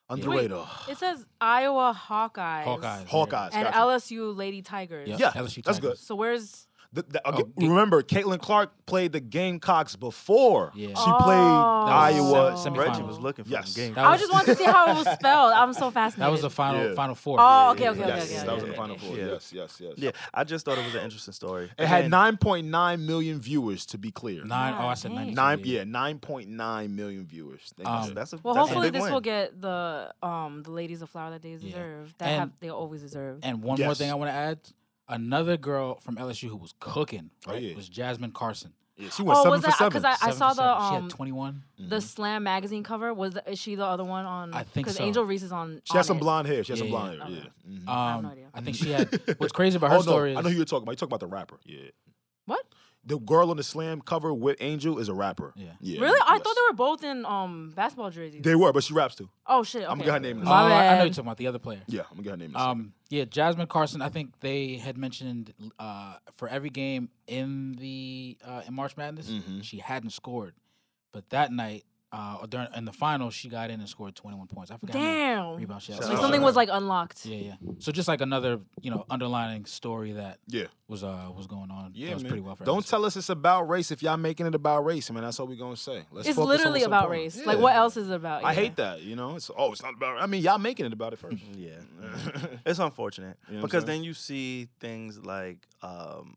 Speaker 2: under the
Speaker 4: Wait,
Speaker 2: radar
Speaker 4: It says Iowa Hawkeyes.
Speaker 3: Hawkeyes.
Speaker 2: Hawkeyes.
Speaker 4: And
Speaker 2: gotcha.
Speaker 4: LSU Lady Tigers.
Speaker 3: Yeah.
Speaker 2: Yeah,
Speaker 3: LSU
Speaker 2: that's
Speaker 3: Tigers.
Speaker 2: good.
Speaker 4: So where's
Speaker 2: The- the- okay,
Speaker 3: Oh, Ga-
Speaker 2: remember, Caitlin Clark played the Gamecocks before
Speaker 3: Yeah.
Speaker 2: she played
Speaker 4: Oh.
Speaker 2: Iowa.
Speaker 3: That was semi-
Speaker 1: Reggie
Speaker 3: semifinal.
Speaker 1: was looking for
Speaker 2: Yes.
Speaker 1: some game.
Speaker 3: That
Speaker 4: I
Speaker 3: was-
Speaker 4: just wanted to see how it was spelled. I'm so fascinated.
Speaker 3: That was the final
Speaker 2: Yeah.
Speaker 3: final four.
Speaker 4: Oh, okay, okay, okay,
Speaker 2: Yes,
Speaker 4: okay.
Speaker 2: that
Speaker 4: okay,
Speaker 2: was the
Speaker 4: okay.
Speaker 2: final four.
Speaker 1: Yeah.
Speaker 2: Yes, yes, yes.
Speaker 1: Yeah, I just thought it was an interesting story.
Speaker 2: It had
Speaker 1: Again,
Speaker 2: 9.9 million viewers, to be clear.
Speaker 3: Nine. Oh, I said
Speaker 4: Nine.
Speaker 3: 92.
Speaker 2: Nine, yeah, 9.9 million viewers. Thank
Speaker 3: Um,
Speaker 2: you.
Speaker 1: That's a
Speaker 4: Well,
Speaker 1: that's a
Speaker 4: hopefully
Speaker 1: big
Speaker 4: this
Speaker 1: win.
Speaker 4: will get the um the ladies a flower that they deserve. That
Speaker 3: And-
Speaker 4: have they always deserve.
Speaker 3: And one more thing
Speaker 2: Yes.
Speaker 3: I want to add: another girl from LSU who was cooking
Speaker 2: Oh,
Speaker 3: right,
Speaker 2: yeah.
Speaker 3: was Jasmine Carson.
Speaker 2: Yeah, she went
Speaker 4: oh,
Speaker 2: seven
Speaker 4: was
Speaker 2: for
Speaker 4: that
Speaker 2: seven.
Speaker 4: because I, I
Speaker 3: Seven
Speaker 4: saw
Speaker 3: for seven.
Speaker 4: the
Speaker 3: she had
Speaker 4: um
Speaker 3: 21.
Speaker 4: the Slam magazine cover? Was the, is she the other one on?
Speaker 3: I think
Speaker 4: because
Speaker 3: so.
Speaker 4: Angel Reese is on.
Speaker 2: she had
Speaker 4: on
Speaker 2: some
Speaker 4: it.
Speaker 2: blonde hair. She had some
Speaker 3: Yeah,
Speaker 2: blonde
Speaker 4: yeah.
Speaker 2: hair.
Speaker 4: Okay.
Speaker 2: Yeah. Mhm.
Speaker 3: Um, I,
Speaker 4: Mm, have no idea.
Speaker 3: think she had. What's crazy about her
Speaker 2: oh,
Speaker 3: story
Speaker 2: no,
Speaker 3: is
Speaker 2: I know who you're talking about. You're talking about the rapper. Yeah.
Speaker 4: What?
Speaker 2: The girl on the slam cover with Angel is a rapper.
Speaker 3: Yeah.
Speaker 4: Really? I
Speaker 2: yes.
Speaker 4: thought they were both in um basketball jerseys.
Speaker 2: They were, but she raps too.
Speaker 4: oh shit! Okay.
Speaker 2: I'm gonna get her name in a
Speaker 3: Oh,
Speaker 4: My
Speaker 3: I- I know
Speaker 4: bad.
Speaker 3: you're talking about the other player.
Speaker 2: Yeah, I'm gonna get her name. in a second.
Speaker 3: Um, yeah, Jasmine Carson. I think they had mentioned uh, for every game in the uh, in March Madness,
Speaker 2: Mhm.
Speaker 3: she hadn't scored, but that night uh, or during in the final, she got in and scored 21 points. I forgot how many
Speaker 4: Damn.
Speaker 3: rebounds she had.
Speaker 1: Shout
Speaker 4: Like
Speaker 1: out
Speaker 4: something
Speaker 1: to
Speaker 4: was like unlocked.
Speaker 3: Yeah, yeah. So just like another, you know, underlining story that
Speaker 2: Yeah.
Speaker 3: was uh was going on.
Speaker 2: Yeah,
Speaker 3: that was
Speaker 2: man.
Speaker 3: pretty well. For
Speaker 2: Don't
Speaker 3: us.
Speaker 2: tell us it's about race if y'all making it about race. I mean, that's all we gonna say. Let's
Speaker 4: It's
Speaker 2: focus on
Speaker 4: literally
Speaker 2: what's
Speaker 4: about
Speaker 2: important.
Speaker 4: race.
Speaker 2: Yeah.
Speaker 4: Like what else is it about?
Speaker 2: I
Speaker 4: Yeah.
Speaker 2: hate that. You know, it's oh, it's not about. I mean, y'all making it about it first.
Speaker 1: Yeah, it's unfortunate
Speaker 2: You know what I'm
Speaker 1: because
Speaker 2: saying?
Speaker 1: then you see things like um,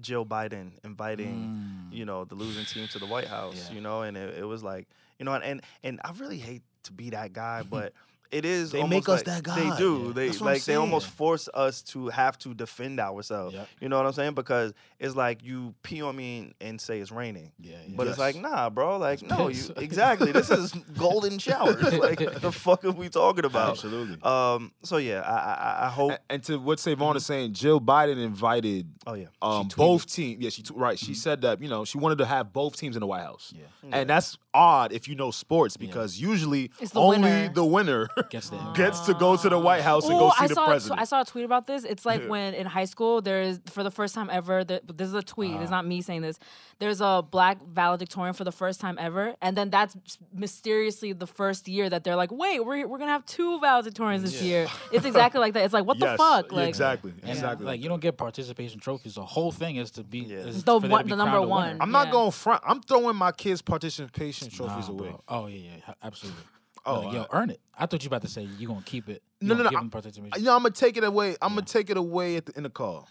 Speaker 1: Jill Biden inviting,
Speaker 3: Mm.
Speaker 1: you know, the losing team to the White House,
Speaker 3: Yeah.
Speaker 1: you know, and it, it was like, you know, and and I really hate to be that guy, but it is.
Speaker 2: They
Speaker 1: almost
Speaker 2: make us
Speaker 1: like-
Speaker 2: that
Speaker 1: They
Speaker 2: guy.
Speaker 1: do.
Speaker 2: Yeah.
Speaker 1: They
Speaker 2: That's what I'm
Speaker 1: like they almost
Speaker 2: saying.
Speaker 1: force us to have to defend ourselves.
Speaker 3: Yep.
Speaker 1: You know what I'm saying? Because it's like you pee on me and, and say it's raining.
Speaker 3: Yeah, yeah.
Speaker 1: But it's like,
Speaker 2: Yes.
Speaker 1: nah, bro. Like, no, you
Speaker 3: piss.
Speaker 1: exactly. This is golden showers. like, the fuck are we talking about?
Speaker 2: Absolutely.
Speaker 1: Um. So yeah, I I- I, I hope.
Speaker 2: A- and to what Savon is saying, Jill Biden invited
Speaker 1: Oh yeah.
Speaker 2: um,
Speaker 3: tweeted.
Speaker 2: both teams. Yeah, she t- right. She said that you know she wanted to have both teams in the White House.
Speaker 3: Yeah.
Speaker 2: and that's odd if you know sports because usually
Speaker 4: It's the
Speaker 2: only
Speaker 4: winner.
Speaker 2: the winner
Speaker 3: Gets the
Speaker 2: gets to go to the White House and
Speaker 4: Ooh,
Speaker 2: go see
Speaker 4: I
Speaker 2: the
Speaker 4: saw a tw-
Speaker 2: president.
Speaker 4: I saw a tweet about this. It's like when in high school there is for the first time ever. The, but this is a tweet.
Speaker 2: Uh-huh.
Speaker 4: it's not me saying this. There's a black valedictorian for the first time ever, and then that's s- mysteriously the first year that they're like, wait, we're we're gonna have two valedictorians this year. It's exactly like that. It's like what
Speaker 2: yes,
Speaker 4: the fuck,
Speaker 2: yeah,
Speaker 4: like.
Speaker 2: exactly,
Speaker 3: And
Speaker 2: exactly.
Speaker 3: like you don't get participation trophies. The whole thing is to be is
Speaker 4: The
Speaker 3: for there to
Speaker 4: one-
Speaker 3: be
Speaker 4: the number
Speaker 3: crowned a winner.
Speaker 4: one.
Speaker 2: I'm not
Speaker 4: yeah.
Speaker 2: going front. I'm throwing my kids' participation trophies
Speaker 3: Nah,
Speaker 2: away.
Speaker 3: bro. Oh yeah, yeah, ha- absolutely.
Speaker 2: Oh,
Speaker 3: Oh, yo,
Speaker 2: uh,
Speaker 3: earn it. I thought you about to say you gonna keep it. You
Speaker 2: No, no,
Speaker 3: gonna
Speaker 2: no,
Speaker 3: give
Speaker 2: I-
Speaker 3: them participation.
Speaker 2: You know, I'm gonna take it away. I'm gonna take it away at the, in the call.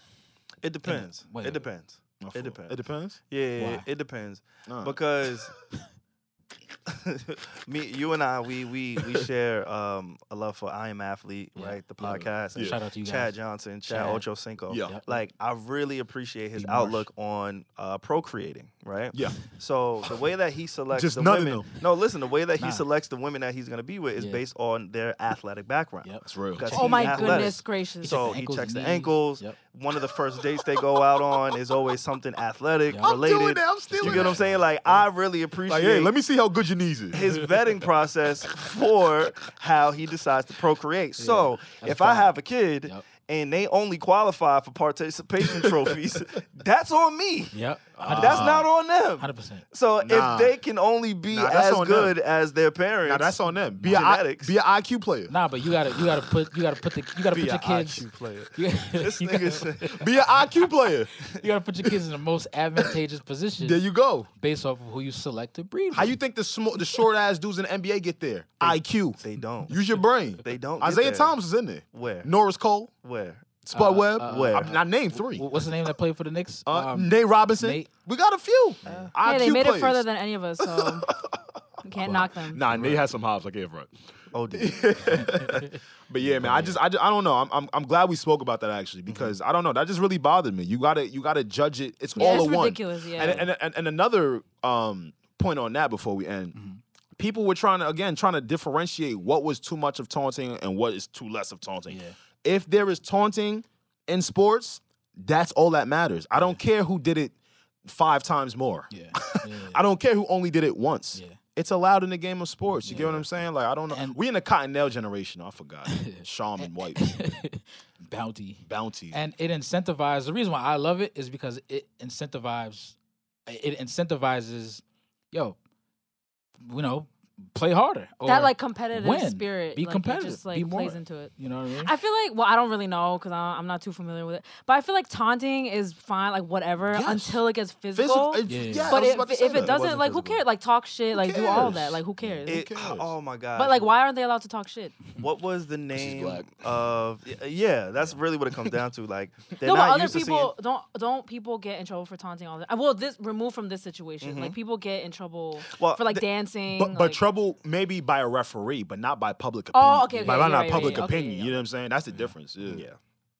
Speaker 1: It depends.
Speaker 3: wait,
Speaker 1: It
Speaker 3: wait.
Speaker 1: depends. It depends.
Speaker 2: It depends.
Speaker 1: Yeah, yeah, yeah,
Speaker 3: Why?
Speaker 1: it depends
Speaker 2: Nah.
Speaker 1: because me, you and I, we we we share um, a love for I Am Athlete,
Speaker 3: Yeah,
Speaker 1: right? The
Speaker 3: love it.
Speaker 1: podcast. and
Speaker 3: Shout out to you
Speaker 1: Chad
Speaker 3: guys.
Speaker 1: Johnson, Chad,
Speaker 3: Chad.
Speaker 1: Ocho Cinco.
Speaker 2: Yeah.
Speaker 3: Yep.
Speaker 1: Like I really appreciate his
Speaker 3: Be Marsh.
Speaker 1: outlook on uh, procreating, right?
Speaker 2: Yeah.
Speaker 1: So the way that he selects
Speaker 2: Just
Speaker 1: the
Speaker 2: none of
Speaker 1: women,
Speaker 2: them.
Speaker 1: no, listen, the way that
Speaker 3: Nah.
Speaker 1: he selects the women that he's gonna be with is
Speaker 3: Yeah.
Speaker 1: based on their athletic background.
Speaker 3: Yep.
Speaker 2: That's real.
Speaker 1: Because
Speaker 4: Oh
Speaker 1: he's
Speaker 4: my
Speaker 1: athletic.
Speaker 4: goodness gracious!
Speaker 1: So
Speaker 3: the
Speaker 1: he
Speaker 3: ankles,
Speaker 1: checks the
Speaker 3: knees.
Speaker 1: ankles.
Speaker 3: Yep.
Speaker 1: One of the first dates they go out on is always something athletic
Speaker 3: Yep. I'm
Speaker 1: related.
Speaker 2: that. I'm stealing
Speaker 1: you get what I'm
Speaker 2: that.
Speaker 1: saying? Like I really appreciate
Speaker 2: Like, hey, let me see how good your knees is.
Speaker 1: his vetting process for how he decides to procreate. so
Speaker 3: that's
Speaker 1: if I
Speaker 3: fine.
Speaker 1: have a kid
Speaker 3: Yep.
Speaker 1: and they only qualify for participation trophies, that's on me.
Speaker 3: Yep. Ah,
Speaker 1: That's not on them.
Speaker 3: Hundred percent.
Speaker 1: So
Speaker 2: Uh-huh. Nah.
Speaker 1: if they can only be
Speaker 2: Nah, that's
Speaker 1: as
Speaker 2: on them.
Speaker 1: good as their parents,
Speaker 2: Now that's on them. Be a, I,
Speaker 1: Genetics.
Speaker 2: be an IQ player.
Speaker 3: Nah, but you gotta you gotta put you gotta put the you gotta
Speaker 1: be a
Speaker 3: put your kids.
Speaker 1: IQ player.
Speaker 3: You,
Speaker 1: This
Speaker 3: you
Speaker 1: nigga
Speaker 3: gotta,
Speaker 1: said,
Speaker 2: Be an IQ player.
Speaker 3: you gotta put your kids in the most advantageous position
Speaker 2: There you go.
Speaker 3: based off of who you select to breed.
Speaker 2: How
Speaker 3: with.
Speaker 2: you think the sm- the short ass dudes in the NBA get there? IQ.
Speaker 1: they don't.
Speaker 2: Use your brain.
Speaker 1: They don't get
Speaker 2: Isaiah
Speaker 1: there.
Speaker 2: Thomas is in there.
Speaker 1: Where? Uh,
Speaker 2: Norris Cole,
Speaker 1: Where?
Speaker 2: Spud Webb.
Speaker 1: where?
Speaker 2: I, mean, I named three.
Speaker 3: Wh- What's the name that played for the Knicks?
Speaker 2: Uh,
Speaker 3: Um,
Speaker 2: Nate Robinson.
Speaker 3: Nate.
Speaker 2: We got a few. IQ
Speaker 4: Yeah, they made
Speaker 2: players.
Speaker 4: it further than any of us, so you can't knock them.
Speaker 2: Nah, Nate has some hops. I can't front.
Speaker 1: Oh, dude.
Speaker 2: But yeah, man, I just, I, just- I don't know. I'm, I'm, I'm glad we spoke about that actually because I don't know. That just really bothered me. You gotta, you gotta judge it. It's all
Speaker 4: it's
Speaker 2: a one.
Speaker 4: ridiculous, yeah.
Speaker 2: And, and, and, and another um, point on that before we end. People were trying to again trying to differentiate what was too much of taunting and what is too less of taunting.
Speaker 3: Yeah.
Speaker 2: If there is taunting in sports, that's all that matters. I don't care who did it five times more.
Speaker 3: yeah. yeah, yeah.
Speaker 2: I don't care who only did it once.
Speaker 3: Yeah.
Speaker 2: It's allowed in the game of sports. You get what I'm saying? Like I don't know.
Speaker 3: And-
Speaker 2: we in the Cottonelle generation. I forgot. Shaman White,
Speaker 3: Bounty.
Speaker 2: Bounty.
Speaker 3: and it incentivizes the reason why i love it is because it incentivizes it incentivizes yo you know play harder or,
Speaker 4: that like competitive
Speaker 3: win.
Speaker 4: spirit,
Speaker 3: Be
Speaker 4: like, it
Speaker 3: competitive.
Speaker 4: just like
Speaker 3: Be
Speaker 4: plays
Speaker 3: more.
Speaker 4: into it.
Speaker 3: you know what i mean
Speaker 4: I feel like well, I don't really know because I'm not too familiar with it. But I feel like taunting is fine, like whatever,
Speaker 2: Yes.
Speaker 4: until it gets
Speaker 2: Physical.
Speaker 4: physical.
Speaker 3: Yeah, yeah.
Speaker 2: yeah, I
Speaker 4: but
Speaker 2: was
Speaker 4: if,
Speaker 2: about to
Speaker 4: if
Speaker 2: say
Speaker 4: it
Speaker 2: that.
Speaker 4: doesn't,
Speaker 2: wasn't
Speaker 4: like who
Speaker 2: physical.
Speaker 4: cares? Like talk shit, like do all
Speaker 2: cares? uh,
Speaker 4: that, like who cares?
Speaker 1: It-
Speaker 2: cares?
Speaker 1: oh my god.
Speaker 4: but like, why aren't they allowed to talk shit?
Speaker 1: what was the name
Speaker 2: black.
Speaker 1: of? y- Yeah, that's really what it comes down to. Like, they're
Speaker 4: No,
Speaker 1: not
Speaker 4: but other
Speaker 1: used to
Speaker 4: people don't don't people get in trouble for taunting all the time? Well, this removed from this situation, like people get in trouble
Speaker 1: Well,
Speaker 4: for like
Speaker 1: the-
Speaker 4: dancing.
Speaker 2: Mm-hmm. But, but
Speaker 4: like,
Speaker 2: trouble maybe by a referee, but not by public opinion.
Speaker 4: Oh, okay, okay,
Speaker 2: By,
Speaker 4: yeah,
Speaker 2: by not
Speaker 4: right,
Speaker 2: public
Speaker 4: right, okay, Mm-hmm.
Speaker 2: opinion.
Speaker 4: yeah.
Speaker 2: You know what I'm saying? That's the difference. Yeah.
Speaker 1: seeing. Yeah,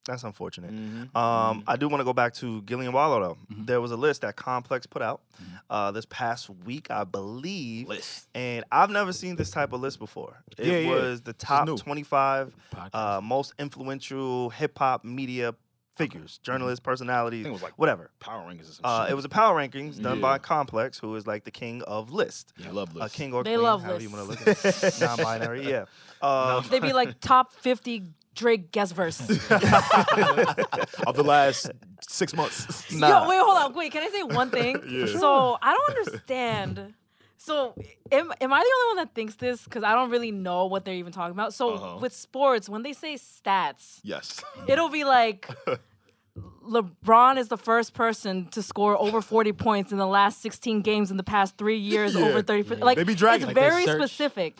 Speaker 1: that's unfortunate. Um,
Speaker 2: Mm-hmm.
Speaker 1: I do want to go back to Gillian Wallow though. There was a list that Complex put out
Speaker 2: Mm-hmm.
Speaker 1: uh, this past week, I believe.
Speaker 2: List.
Speaker 1: And I've never seen this type of list before. It
Speaker 2: Yeah, yeah.
Speaker 1: was the
Speaker 2: is
Speaker 1: top
Speaker 2: new.
Speaker 1: 25 uh,
Speaker 3: Podcast.
Speaker 1: most influential hip hop media figures,
Speaker 2: Mm-hmm.
Speaker 1: journalists, personalities,
Speaker 2: think it was like-
Speaker 1: whatever.
Speaker 2: Power Rangers. Is some
Speaker 1: Uh,
Speaker 2: shit.
Speaker 1: it was a power rankings done
Speaker 2: Yeah.
Speaker 1: by Complex, who is like the king of list.
Speaker 2: Yeah, love
Speaker 1: A
Speaker 2: lists.
Speaker 1: king or
Speaker 4: They
Speaker 1: queen,
Speaker 4: love
Speaker 1: however you want
Speaker 4: lists.
Speaker 1: to look at it. Non-binary, yeah. Um,
Speaker 4: they'd be like top fifty Drake guest verse.
Speaker 2: of the last six months.
Speaker 1: Nah.
Speaker 4: Yo, wait, hold on. Wait, can I say one thing? So I don't understand. So am, am I the only one that thinks this? Because I don't really know what they're even talking about. So
Speaker 2: Uh-huh.
Speaker 4: with sports, when they say stats,
Speaker 2: yes.
Speaker 4: it'll be like LeBron is the first person to score over 40 points in the last 16 games in the past three years,
Speaker 2: Yeah.
Speaker 4: over 30. Like
Speaker 2: They be dragging it.
Speaker 4: it's
Speaker 3: Like, they
Speaker 4: very
Speaker 3: search-
Speaker 4: specific.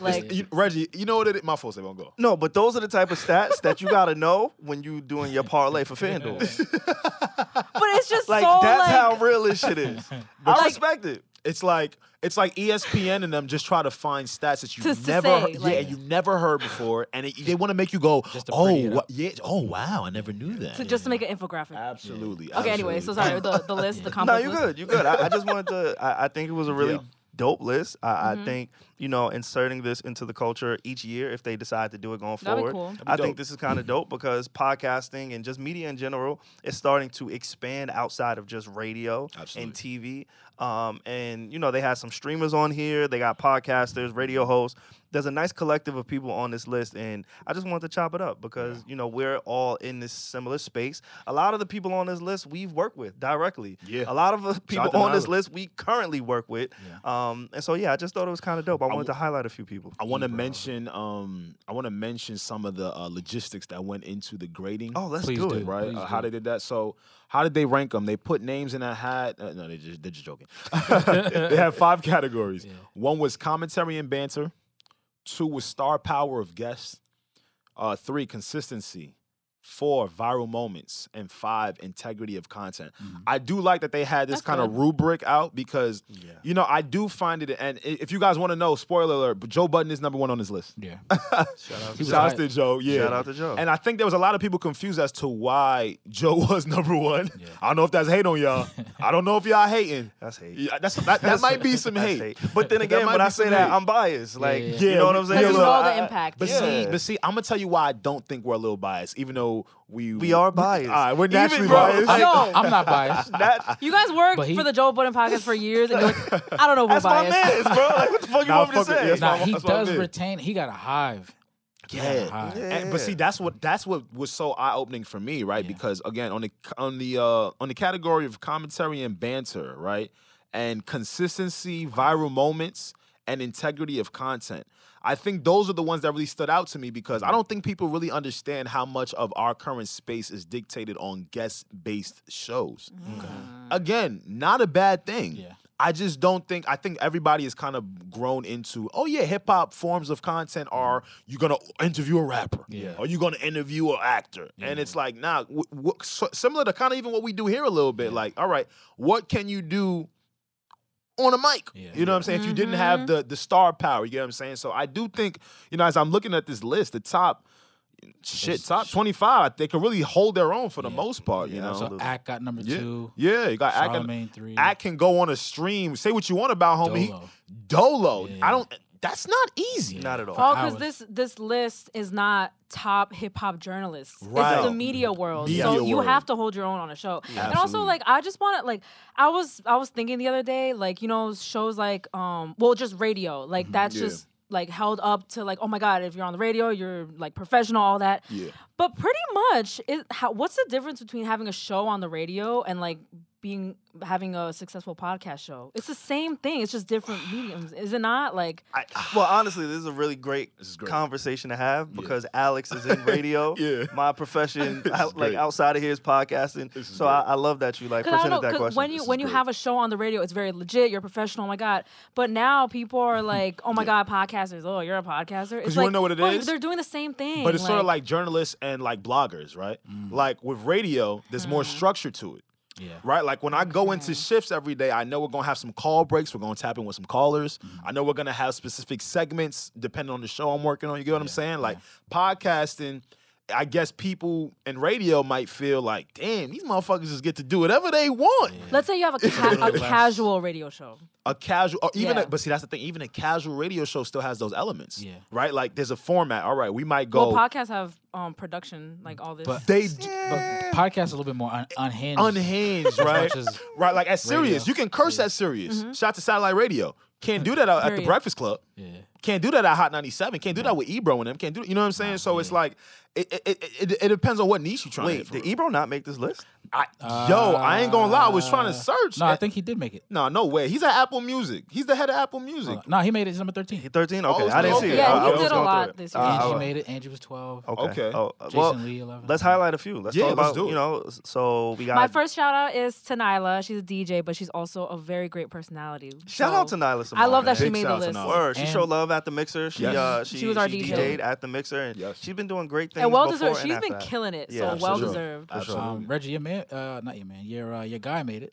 Speaker 4: Like
Speaker 2: You- Reggie, you know what it is? My fault. They won't go.
Speaker 1: no, but those are the type of stats that you gotta know when you doing your parlay for FanDuel.
Speaker 4: but it's just
Speaker 1: Like
Speaker 4: so
Speaker 1: that's
Speaker 4: like,
Speaker 1: how real this shit is. I
Speaker 4: like-
Speaker 1: respect it.
Speaker 2: It's like it's like E ESPN and them just try to find stats that you
Speaker 4: To- to
Speaker 2: never
Speaker 4: say,
Speaker 2: heard, yeah
Speaker 4: like-
Speaker 2: you never heard before, and it, they want to make you go
Speaker 3: Just to
Speaker 2: oh
Speaker 3: pretty it
Speaker 2: wha-
Speaker 3: up.
Speaker 2: yeah oh wow I never knew that
Speaker 4: to, just to make an infographic.
Speaker 2: absolutely
Speaker 4: Okay, anyway, so sorry the the list, the
Speaker 1: No,
Speaker 4: complex
Speaker 1: you're
Speaker 4: list.
Speaker 1: good. You're good. I, I just wanted to. I, I think it was a really
Speaker 2: Yeah.
Speaker 1: dope list. I,
Speaker 4: Mm-hmm.
Speaker 1: I think you know inserting this into the culture each year if they decide to do it going
Speaker 4: That'd be
Speaker 1: forward.
Speaker 4: cool. That'd
Speaker 2: be
Speaker 1: I think
Speaker 2: dope.
Speaker 1: this is kind of dope because podcasting and just media in general is starting to expand outside of just radio and
Speaker 2: Absolutely.
Speaker 1: TV. Um, and you know they had some streamers on here. They got podcasters, radio hosts. There's a nice collective of people on this list, and I just wanted to chop it up because you know we're all in this similar space. A lot of the people on this list we've worked with directly.
Speaker 2: Yeah.
Speaker 1: A lot of the people on this
Speaker 2: Delilah.
Speaker 1: list we currently work with. Um, and so yeah, I just thought it was kind of dope. I wanted to highlight a few people.
Speaker 2: I want to
Speaker 3: Ebro.
Speaker 2: mention um I want to mention some of the uh, logistics that went into the grading.
Speaker 1: Oh, let's
Speaker 3: Please
Speaker 1: do,
Speaker 3: do.
Speaker 1: it.
Speaker 2: right?
Speaker 3: Please
Speaker 2: Uh, how they
Speaker 3: do.
Speaker 2: did that? So how did they rank them? They put names in a hat. Uh, no, they just they're just joking. they had five categories.
Speaker 3: Yeah.
Speaker 2: One was commentary and banter. Two was star power of guests. Uh, three consistency. Four viral moments and five integrity of content.
Speaker 1: Mm-hmm.
Speaker 2: I do like that they had this
Speaker 4: That's
Speaker 2: kind of
Speaker 4: good.
Speaker 2: rubric out because
Speaker 1: Yeah.
Speaker 2: you know I do find it. And i- if you guys want to know, spoiler alert, but Joe Button is number one on this list.
Speaker 3: Yeah.
Speaker 1: Shout out,
Speaker 3: He was
Speaker 2: Shout out
Speaker 3: alright.
Speaker 2: to Joe. Yeah.
Speaker 1: shout out to Joe.
Speaker 2: And I think there was a lot of people confused as to why Joe was number one.
Speaker 3: Yeah.
Speaker 2: I don't know if that's hate on y'all. I don't know if y'all hating.
Speaker 1: That's hate.
Speaker 2: Yeah, that's that, that might be some
Speaker 1: That's
Speaker 2: hate.
Speaker 1: But then
Speaker 2: That
Speaker 1: again,
Speaker 2: might
Speaker 1: when
Speaker 2: be
Speaker 1: I say
Speaker 2: some
Speaker 1: that,
Speaker 2: hate.
Speaker 1: I'm biased. Like,
Speaker 3: yeah,
Speaker 1: you
Speaker 2: yeah.
Speaker 1: know what I'm saying?
Speaker 4: Because you
Speaker 1: So
Speaker 4: know
Speaker 1: I-
Speaker 4: the impact.
Speaker 2: But see, but see, I'm gonna tell you why I don't think we're a little biased, even though we
Speaker 1: We are biased.
Speaker 2: All right, we're
Speaker 1: Even
Speaker 2: naturally
Speaker 1: bro,
Speaker 2: biased.
Speaker 1: I-
Speaker 4: Yo.
Speaker 3: I'm not biased.
Speaker 1: That,
Speaker 4: You guys worked
Speaker 3: But he-
Speaker 4: for the Joe Budden podcast for years, and you're like, I don't know what
Speaker 1: that's my
Speaker 4: bias.
Speaker 1: man's, bro. Like, what the fuck you
Speaker 2: Nah,
Speaker 1: want me to
Speaker 2: fuck it.
Speaker 1: say?
Speaker 2: That's
Speaker 3: Nah,
Speaker 2: my-
Speaker 3: he
Speaker 2: that's what I
Speaker 3: does
Speaker 2: did.
Speaker 3: retain. He got a hive. He got a
Speaker 2: Yeah.
Speaker 3: hive.
Speaker 1: Yeah.
Speaker 2: And- but see, that's what that's what was so eye opening for me, right?
Speaker 3: Yeah.
Speaker 2: Because again, on the on the uh, on the category of commentary and banter, right, and consistency, viral moments, and integrity of content, I think those are the ones that really stood out to me because I don't think people really understand how much of our current space is dictated on guest based shows.
Speaker 1: Mm-hmm.
Speaker 4: Mm.
Speaker 2: Again, not a bad thing.
Speaker 3: Yeah.
Speaker 2: I just don't think I think everybody is kind of grown into oh yeah hip hop forms of content are you gonna interview a rapper
Speaker 3: Mm-hmm. Yeah.
Speaker 2: are you gonna interview an actor and it's like nah w- w- so, similar to kind of even what we do here a little bit like all right what can you do on a mic
Speaker 3: Yeah.
Speaker 2: you know what I'm saying if you didn't have the the star power you get what I'm saying so I do think you know as I'm looking at this list the top shit top 25 they could really hold their own for the most part you
Speaker 1: Yeah,
Speaker 2: know
Speaker 3: So
Speaker 1: Absolutely.
Speaker 3: Act got number
Speaker 2: yeah
Speaker 3: two.
Speaker 2: yeah you got Ak and-
Speaker 3: Charlemagne three.
Speaker 2: I can go on a stream, say what you want about homie.
Speaker 3: Dolo.
Speaker 2: Dolo.
Speaker 3: Yeah.
Speaker 2: I don't. That's not easy.
Speaker 1: Not at all.
Speaker 4: Oh,
Speaker 3: hours.
Speaker 4: because this this list is not top hip hop journalists.
Speaker 2: Right.
Speaker 4: It's the media world.
Speaker 2: Media
Speaker 4: so you
Speaker 2: world.
Speaker 4: have to hold your own on a show. And also,
Speaker 2: Absolutely.
Speaker 4: like, I just want to like, I was I was thinking the other day, like, you know, shows like, um, well, just radio, like that's
Speaker 2: Mm-hmm. Yeah.
Speaker 4: just like held up to like, oh my god, if you're on the radio, you're like professional, all that.
Speaker 2: Yeah.
Speaker 4: But pretty much, it, how, what's the difference between having a show on the radio and like being having a successful podcast show? It's the same thing. It's just different mediums, is it not? Like,
Speaker 1: well, honestly, this is a really great,
Speaker 2: is great.
Speaker 1: conversation to have because Alex is in radio.
Speaker 2: Yeah.
Speaker 1: My profession,
Speaker 2: This
Speaker 1: out-
Speaker 2: is
Speaker 1: like
Speaker 2: great.
Speaker 1: outside of here, is podcasting.
Speaker 2: is
Speaker 1: So I, I love that you like
Speaker 4: Because I
Speaker 1: presented
Speaker 4: don't know,
Speaker 1: that
Speaker 4: 'cause
Speaker 1: question.
Speaker 4: when you when you have a show on the radio, it's very legit. You're professional. Oh my god! But now people are like, oh my god, podcasters. Oh, you're a podcaster. It's
Speaker 2: you wanna
Speaker 4: like,
Speaker 2: know what it
Speaker 4: well,
Speaker 2: is?
Speaker 4: They're doing the same thing.
Speaker 2: But it's sort of like journalists and like bloggers, right? Like with radio, there's more structure to it.
Speaker 3: Mm. Yeah.
Speaker 2: Right, like when I go into
Speaker 1: Mm.
Speaker 2: shifts every day, I know we're gonna have some call breaks. We're gonna tap in with some callers.
Speaker 3: Mm.
Speaker 2: I know we're gonna have specific segments depending on the show I'm working on. You get what I'm saying? Like podcasting, I guess people in radio might feel like, damn, these motherfuckers just get to do whatever they want.
Speaker 4: let's say you have a, ca- a casual radio show.
Speaker 2: a casual or even
Speaker 4: Yeah.
Speaker 2: a, but see that's the thing even a casual radio show still has those elements
Speaker 3: Yeah.
Speaker 2: right like there's a format all right we might go
Speaker 4: Well, podcasts have um, production like all this.
Speaker 3: But-
Speaker 2: they d-
Speaker 3: But podcast a little bit more un- unhinged.
Speaker 2: unhinged right
Speaker 3: much as
Speaker 2: right like at
Speaker 3: radio. Mm-hmm.
Speaker 2: Sirius you can curse at Sirius shout out to satellite radio can't do that out at the
Speaker 4: Period.
Speaker 2: Breakfast Club
Speaker 3: Yeah.
Speaker 2: can't do that at Hot 97 can't do that with Ebro and them can't do you know what I'm saying so it's like it it, it it it depends on what niche you're trying to
Speaker 1: Wait,
Speaker 2: hit for.
Speaker 1: did Ebro not make this list?
Speaker 2: I, yo I ain't gonna lie I was trying to search
Speaker 3: No, Uh, I
Speaker 2: and-
Speaker 3: think he did make it.
Speaker 2: no no way he's at Apple Music he's the head of Apple Music
Speaker 3: No, he made it. He's number thirteen. He,
Speaker 1: 13? Okay,
Speaker 2: Oh, it's
Speaker 1: I didn't
Speaker 2: not-
Speaker 1: see it. Oh,
Speaker 2: okay. Yeah,
Speaker 1: I- I
Speaker 2: he
Speaker 1: was
Speaker 2: did
Speaker 1: going
Speaker 2: a
Speaker 1: through
Speaker 4: lot
Speaker 1: it.
Speaker 4: this
Speaker 1: Uh,
Speaker 4: year.
Speaker 1: I
Speaker 4: Angie
Speaker 1: was-
Speaker 3: made it. Angie was twelve.
Speaker 1: Okay.
Speaker 2: Okay.
Speaker 1: Oh, uh,
Speaker 3: Jason
Speaker 1: well,
Speaker 3: Lee eleven.
Speaker 1: let's highlight a few. Let's
Speaker 2: Yeah,
Speaker 1: talk
Speaker 2: let's
Speaker 1: about
Speaker 2: do it.
Speaker 1: you know. s- So we got
Speaker 4: my first shout out is to Nyla. She's a DJ, but she's also a very great personality.
Speaker 1: shout
Speaker 4: So
Speaker 1: out to Nyla. Simone,
Speaker 4: I love that she
Speaker 2: Big
Speaker 4: made
Speaker 2: shout
Speaker 4: the
Speaker 2: out to
Speaker 4: list.
Speaker 2: Nyla.
Speaker 1: Word. She
Speaker 3: And-
Speaker 1: showed love at the mixer. She
Speaker 2: Yes.
Speaker 1: uh, she,
Speaker 4: She was our DJ.
Speaker 1: DJ'd at the mixer, and
Speaker 2: Yes.
Speaker 1: she's been doing great things.
Speaker 4: And well
Speaker 1: before
Speaker 4: deserved. She's
Speaker 1: and
Speaker 4: been
Speaker 1: after.
Speaker 4: killing it.
Speaker 1: Yeah,
Speaker 4: so
Speaker 1: for
Speaker 4: well
Speaker 1: sure.
Speaker 4: deserved.
Speaker 1: For sure.
Speaker 3: Um, Reggie, your man, uh, not your man, your uh, your guy made it.